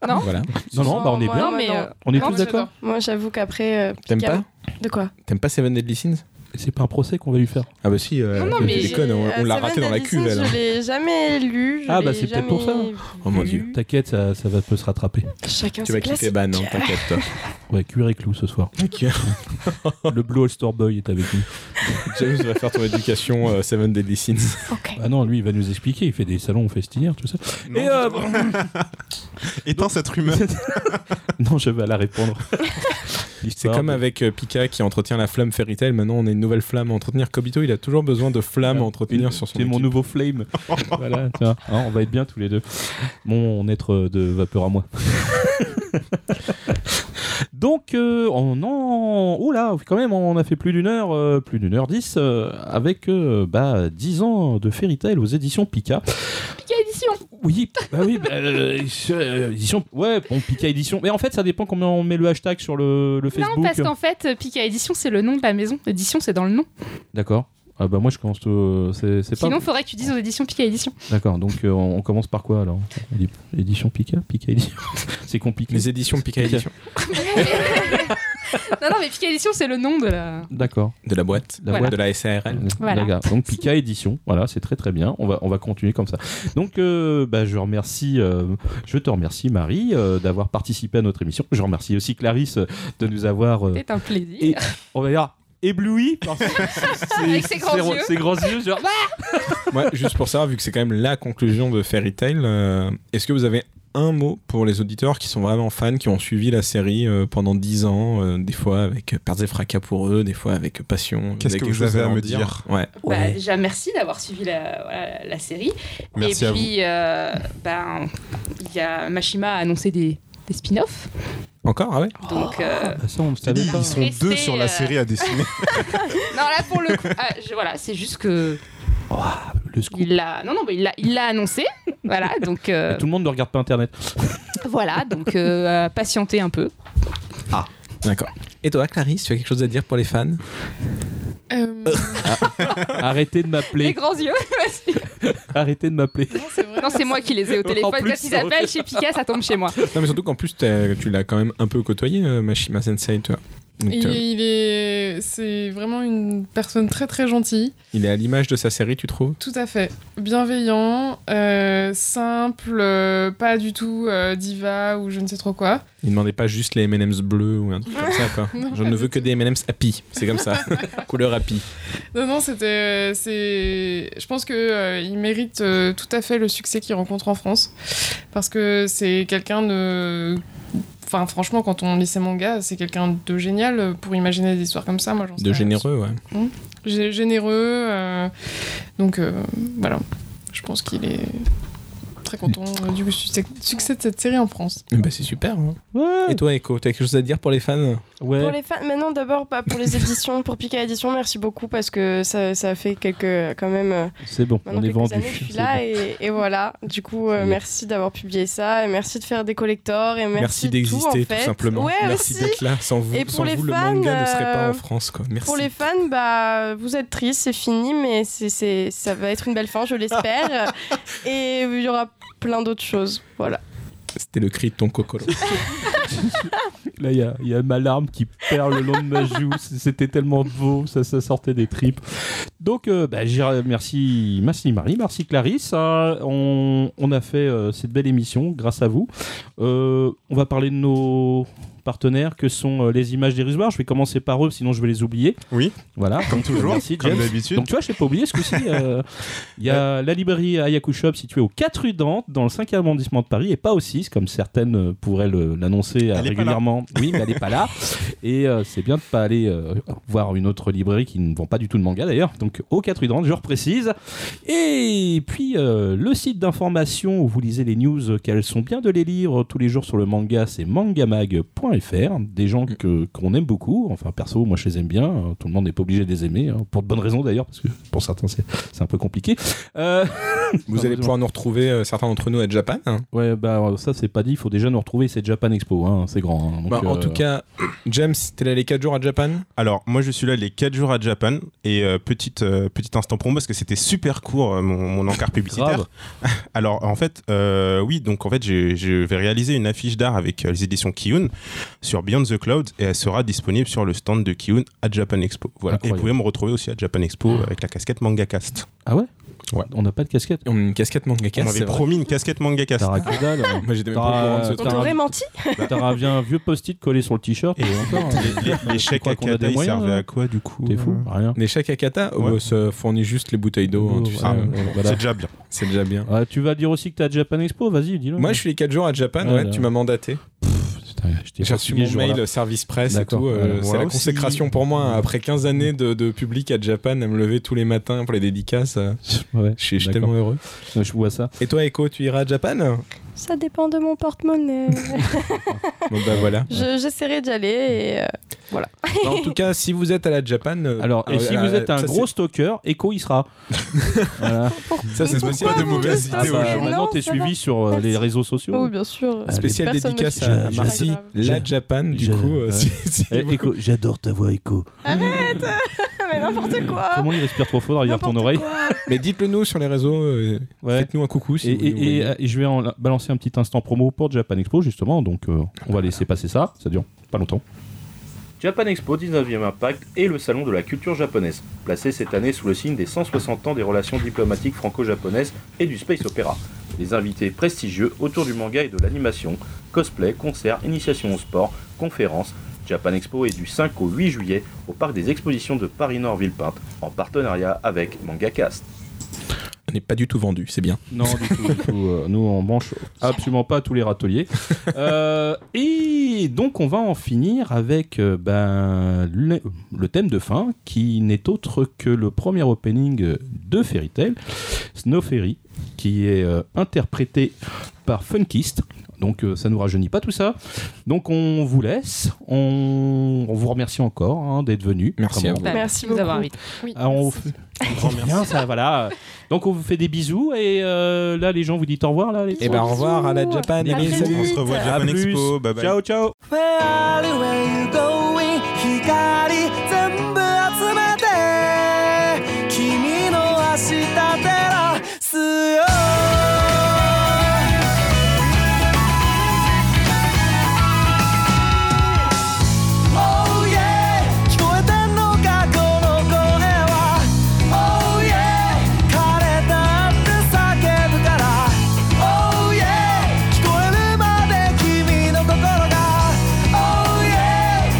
H: Non.
C: Voilà.
B: Non non, bah on est
D: moi,
B: bien.
H: Non, mais.
D: non.
H: euh,
B: On est
F: Non,
B: tous d'accord.
F: moi, j'adore.
D: Moi, j'avoue qu'après. euh,
C: T'aimes
D: Pika-
C: pas
D: De quoi
C: T'aimes pas Seven Deadly Sins
B: C'est pas un procès qu'on va lui faire.
C: Ah bah si, euh,
H: Non, non,
C: tu
H: mais-
C: déconnes, on, on l'a
D: Euh,
C: raté dans la
D: Seven
C: cuve.
D: Deadly Sins,
C: elle. hein.
D: Je l'ai jamais lu. je
B: Ah, bah,
D: l'ai
B: c'est peut-être pour ça.
D: jamais
C: Oh mon
D: vu.
C: dieu.
B: T'inquiète, ça, ça va peut se rattraper.
D: Chacun
C: Tu
D: ses
C: vas kiffer
D: classes.
C: Ban, hein, t'inquiète toi.
B: Ouais, cuir et clou ce soir. Le Blue All-Star Boy est avec nous.
C: James va faire ton éducation euh, Seven Deadly Sins.
D: Ok.
B: Ah non, lui il va nous expliquer, il fait des salons festivaires, tout ça.
G: Non.
B: Et euh,
G: Éteins cette rumeur.
B: non, je vais la répondre.
C: C'est
B: L'histoire
C: comme
B: de-
C: avec euh, Pika qui entretient la flamme Fairy Tail. Maintenant, on a une nouvelle flamme à entretenir. Kobito, il a toujours besoin de flammes à entretenir sur son.
B: C'est mon
C: équipe.
B: nouveau flame. voilà, tiens, hein, on va être bien tous les deux. Mon être de vapeur à moi. Donc, euh, on en. Oh là, quand même, on a fait plus d'une heure, euh, plus d'une heure dix, euh, avec euh, bah, 10 ans de Fairy Tail aux éditions Pika.
H: Pika édition
B: Oui, bah oui, bah, euh, euh, édition. Ouais, bon, Pika édition. Mais en fait, ça dépend combien on met le hashtag sur le, le Facebook.
H: Non, parce
C: hein.
H: qu'en fait, euh, Pika édition, c'est le nom de la maison. Édition, c'est dans le nom.
B: D'accord. Ah bah moi, je commence. tout- c'est c'est pas.
H: Sinon, faudrait que tu dises aux éditions Pika édition.
B: D'accord, donc euh, on on commence par quoi alors On dit Édition Pika Pika édition C'est compliqué.
C: Les éditions Pika
B: Pika.
C: édition.
H: Non, non, mais Pika édition, c'est le nom de la.
B: D'accord.
C: De la boîte.
B: La
H: Voilà.
C: De la SARL.
H: Voilà.
B: D'accord. Donc Pika édition, voilà, c'est très très bien. On va on va continuer comme ça. Donc euh, bah, je remercie, euh, je te remercie Marie euh, d'avoir participé à notre émission. Je remercie aussi Clarisse euh, de nous avoir, euh,
H: C'est un plaisir.
B: Et- on va dire ébloui par ses,
H: Avec ses grands yeux. Bah,
B: ses grands yeux, genre, Ah
C: Ouais, juste pour ça, vu que c'est quand même la conclusion de Fairy Tail, euh, est-ce que vous avez un mot pour les auditeurs qui sont vraiment fans, qui ont suivi la série euh, pendant 10 ans, euh, des fois avec pertes et fracas pour eux, des fois avec passion
G: Qu'est-ce
C: avez
G: que
C: quelque
G: vous
C: chose
G: avez à
C: en
G: me dire
C: Ouais.
H: Bah, déjà, merci d'avoir suivi la, voilà, la série.
G: Merci
H: Et
G: à vous.
H: puis, euh, ben, il y a Mashima a annoncé des, des spin-offs.
C: Encore Ah ouais
H: Donc, euh,
B: bah, ça on ne
G: Je t'ai
B: savait
G: dit,
B: pas.
G: Ils sont
H: Restez,
G: deux sur la
H: euh,
G: série à dessiner.
H: non, là, pour le coup, ah, je- voilà, c'est juste que
B: Le scoop.
H: il l'a, non, non, mais il l'a, il l'a annoncé. Voilà, donc, euh,
B: Tout le monde ne regarde pas Internet.
H: voilà, donc, euh, patientez un peu.
C: D'accord. Et toi, Clarisse, tu as quelque chose à dire pour les fans
F: Euh,
B: Arrêtez de
H: Les
B: m'appeler.
H: grands yeux. vas-y.
B: Arrêtez de m'appeler.
F: non, c'est vrai.
H: non, c'est moi qui les ai au
B: En
H: téléphone.
B: plus,
H: Quand ils
B: ça
H: appellent chez Pika, ça tombe chez moi.
C: Non, mais surtout qu'en plus, t'as- tu l'as quand même un peu côtoyé, euh, Mashima Sensei, tu vois. Donc,
F: Il,
C: euh,
F: il est, c'est vraiment une personne très très gentille.
C: il est à l'image de sa série, tu trouves
F: Tout à fait. Bienveillant, euh, simple, euh, pas du tout euh, diva ou je ne sais trop quoi.
C: Il demandait pas juste les M&M's bleus ou un truc comme ça, quoi.
F: Non,
C: Je
F: pas
C: ne
F: du
C: veux que des M&M's happy, c'est comme ça, couleur happy.
F: Non, non, c'était. euh, c'est... Je pense qu'il mérite euh, tout à fait le succès qu'il rencontre en France. Parce que c'est quelqu'un de. Enfin, franchement, quand on lit ses mangas, c'est quelqu'un de génial pour imaginer des histoires comme ça. Moi, j'en
C: De
F: serais-
C: généreux, ouais.
F: Gé- généreux. euh, donc, euh, voilà. Je pense qu'il est très content euh, du succès succès de cette série en France.
C: Eh ben, c'est super. hein.
B: Ouais.
C: Et toi, Echo, t'as quelque chose à dire pour les fans
B: Ouais.
D: Pour les fans, mais non, d'abord pas pour les éditions, pour Pika Édition, merci beaucoup parce que ça, ça fait quelques, quand même, euh,
B: C'est bon,
D: maintenant
B: on est
D: quelques
B: vendu.
D: années que je suis
B: C'est
D: là
B: bon.
D: et, et voilà. Du coup, euh,
B: Ça y est.
D: merci d'avoir publié ça et merci de faire des collectors et merci,
C: Merci
D: de tout, en
C: d'exister, tout,
D: fait.
C: simplement.
D: Ouais,
C: Merci
D: aussi.
C: d'être là. Sans vous,
D: Et pour
C: sans
D: les
C: vous, le
D: fans,
C: manga ne serait pas
D: euh,
C: en France, quoi. Merci.
D: Pour les fans, bah, vous êtes tristes, c'est fini, mais c'est, c'est- ça va être une belle fin, je l'espère. et il y aura plein d'autres choses. Voilà.
C: C'était le cri de ton cocolo.
B: Là, il y a- il y, a ma larme qui perle le long de ma joue. C- C'était tellement beau, ça, ça sortait des tripes. Donc, euh, bah, j'ai- merci, merci Marie, merci Clarisse. hein. on, on a fait euh, cette belle émission grâce à vous. Euh, on va parler de nos, partenaires que sont euh, les images dérisoires. Je vais commencer par eux, sinon je vais les oublier.
G: Oui.
B: Voilà. Euh,
G: Comme toujours,
B: Merci,
G: comme
B: James.
G: d'habitude.
B: Donc tu vois, je l'ai pas oublié ce coup-ci. euh, Il y a la librairie Ayaku Shop située au 4 rue Dante, dans le 5e arrondissement de Paris, et pas au 6, comme certaines euh, pourraient le- l'annoncer euh,
G: Elle est pas
B: régulièrement. Oui, mais elle n'est pas là. Et euh, c'est bien de pas aller euh, voir une autre librairie qui ne vend pas du tout de manga d'ailleurs. Donc au 4 rue Dante, je reprécise. Et puis euh, le site d'information où vous lisez les news, euh, qu'elles sont bien de les lire tous les jours sur le manga, c'est mangamag.fr. Des gens que qu'on aime beaucoup. Enfin perso, moi je les aime bien. Euh, Tout le monde n'est pas obligé de les aimer hein, pour de bonnes raisons d'ailleurs, parce que pour certains c'est c'est un peu compliqué. Euh,
C: Vous allez pouvoir nous retrouver, euh, certains d'entre nous, à Japan. hein.
B: Ouais bah ça c'est pas dit. Il faut déjà nous retrouver. C'est Japan Expo. hein, c'est grand. hein. Donc,
C: Bah, En
B: euh,
C: tout cas, James, t'es allé 4 jours à Japan
G: Alors, moi, je suis là les 4 jours à Japan. Et euh, petite, euh, petit instant pour moi, parce que c'était super court, euh, mon, mon encart publicitaire.
B: grave.
G: Alors, en fait, euh, oui, donc en fait, j'ai- je vais réaliser une affiche d'art avec euh, les éditions Kiun sur Beyond the Cloud et elle sera disponible sur le stand de Kiun à Japan Expo. Voilà. Et
B: Incroyable.
G: vous pouvez me retrouver aussi à Japan Expo avec la casquette MangaCast.
B: Ah ouais.
G: Ouais.
B: On n'a pas de casquette.
C: On a une casquette manga
G: On m'avait promis une casquette MangaCast.
B: T'as raqué dalle, hein.
C: Moi, j'étais même pas au courant de ce
B: T'as-
D: On
C: truc.
D: t'aurait menti
B: T'auras bien un vieux post-it collé sur le t-shirt.
G: Et les, les, les
B: Tu
G: chèques
B: crois
G: à
B: qu'on a des
G: Kata, ils
B: moyens,
G: servaient
B: hein
G: à quoi du coup
B: T'es fou
G: euh
B: Rien.
C: Les chèques à Kata
G: Ouais.
C: euh, se fournit juste les bouteilles d'eau, hein, tu sais.
B: Ah,
G: euh,
B: voilà.
G: C'est déjà bien.
C: C'est déjà bien.
B: Ah, tu vas dire aussi que t'as Japan Expo, vas-y, dis-le.
C: Moi, je suis les 4 jours à Japan,
B: Ouais,
C: ouais,
B: Ah, là.
C: tu m'as mandaté.
B: Putain, je t'ai
C: J'ai
B: pas
C: reçu
B: suivi
C: mon
B: ce jour-là.
C: mail euh, service presse et
B: D'accord.
C: tout. euh,
G: Voilà.
C: c'est
G: Moi
C: la
G: aussi.
C: consécration pour moi. hein. Après 15 années de, de public à Japan, à me lever tous les matins pour les dédicaces, euh,
B: Ouais,
C: je suis je suis
B: d'accord.
C: tellement heureux.
B: Je vois ça.
C: Et toi, Echo, tu iras à Japan
D: Ça dépend de mon porte-monnaie.
C: Bon, bah voilà.
D: Je- J'essaierai d'y aller et euh,
C: Bah, en tout cas, si vous êtes à la Japan. euh,
B: Alors, et
C: euh,
B: si
C: euh,
B: vous êtes un
C: ça,
B: gros
C: c'est-
B: stalker, Echo il sera. voilà.
C: Ça, c'est
D: Pourquoi
C: spécial de
D: vous
C: mauvaise
D: Ah
C: idée
D: bah,
C: aux
D: non,
C: gens.
B: maintenant t'es
D: ça
B: suivi
D: va.
B: sur euh, les
D: Merci.
B: réseaux sociaux.
D: oui, oh,
C: Oh,
D: bien sûr.
B: Ah,
C: Spécial
D: Personne
C: dédicace
D: me suit,
C: à
D: c'est
C: Marcy,
D: pas grave.
C: la Japan, du
B: Je-
C: coup. euh,
B: ouais.
C: si- si
B: Eh,
C: vous-
B: Echo, j'adore ta voix, Echo.
D: Arrête Ah, Mais n'importe
C: Ah.
D: quoi
B: Comment il respire trop fort derrière ton
D: N'importe
B: oreille
D: quoi.
C: Mais dites-le nous sur les réseaux. euh,
B: Ouais.
C: Faites-nous un coucou. Si
B: Et,
C: vous
B: et-
C: nous
B: et-
C: voyez.
B: euh, et je vais en la- balancer un petit instant promo pour Japan Expo, justement. Donc, euh, on va laisser passer ça. Ça dure pas longtemps.
A: Japan Expo 19e Impact est le salon de la culture japonaise, placé cette année sous le signe des 160 ans des relations diplomatiques franco-japonaises et du space opéra. Des invités prestigieux autour du manga et de l'animation, cosplay, concerts, initiation au sport, conférences. Japan Expo est du 5 au 8 juillet au parc des expositions de Paris-Nord-Villepinte en partenariat avec MangaCast.
C: On n'est pas du tout vendu, c'est bien.
B: Non, du tout. du tout, euh, nous, on mange absolument pas tous les râteliers. Euh, et donc, on va en finir avec euh, ben, le, le thème de fin, qui n'est autre que le premier opening de Fairy Tail, Snow Fairy, qui est euh, interprété par Funkist. Donc, euh, ça nous rajeunit pas tout ça. Donc, on vous laisse. On, on vous remercie encore hein, d'être venu.
C: Merci à vous.
H: Bah,
D: Merci
H: de nous avoir
D: beaucoup.
H: invités.
F: Oui.
B: Ah, on vous fait- Bien, ça, Ah, voilà. Donc on vous fait des bisous et euh, là les gens vous dites au revoir là. Les...
C: Et ben, au revoir à la Japan.
D: À
C: Allez,
D: très
C: salut.
G: On se
D: vite.
G: revoit à Japan
B: plus.
G: Expo. Bye bye.
B: Ciao ciao.
J: フェアリーウェイゴーイン光全部集めて君の明日照らすよ聞こえてんのかこの声は Oh yeah 枯れたって叫ぶから Oh yeah 聞こえるまで君の心が Oh yeah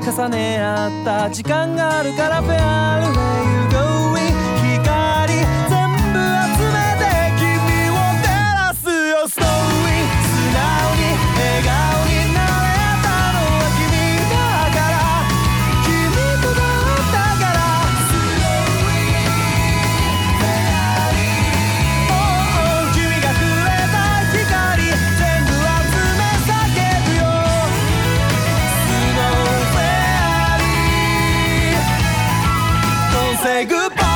J: な時間があるから Where are you going 光全部集めて君を照らすよストーリー素直に笑顔になれたのは君だから君とだったから Slowly Oh, oh 君がくれた光全部集め叫ぶよ Snow Fairy Don't say goodbye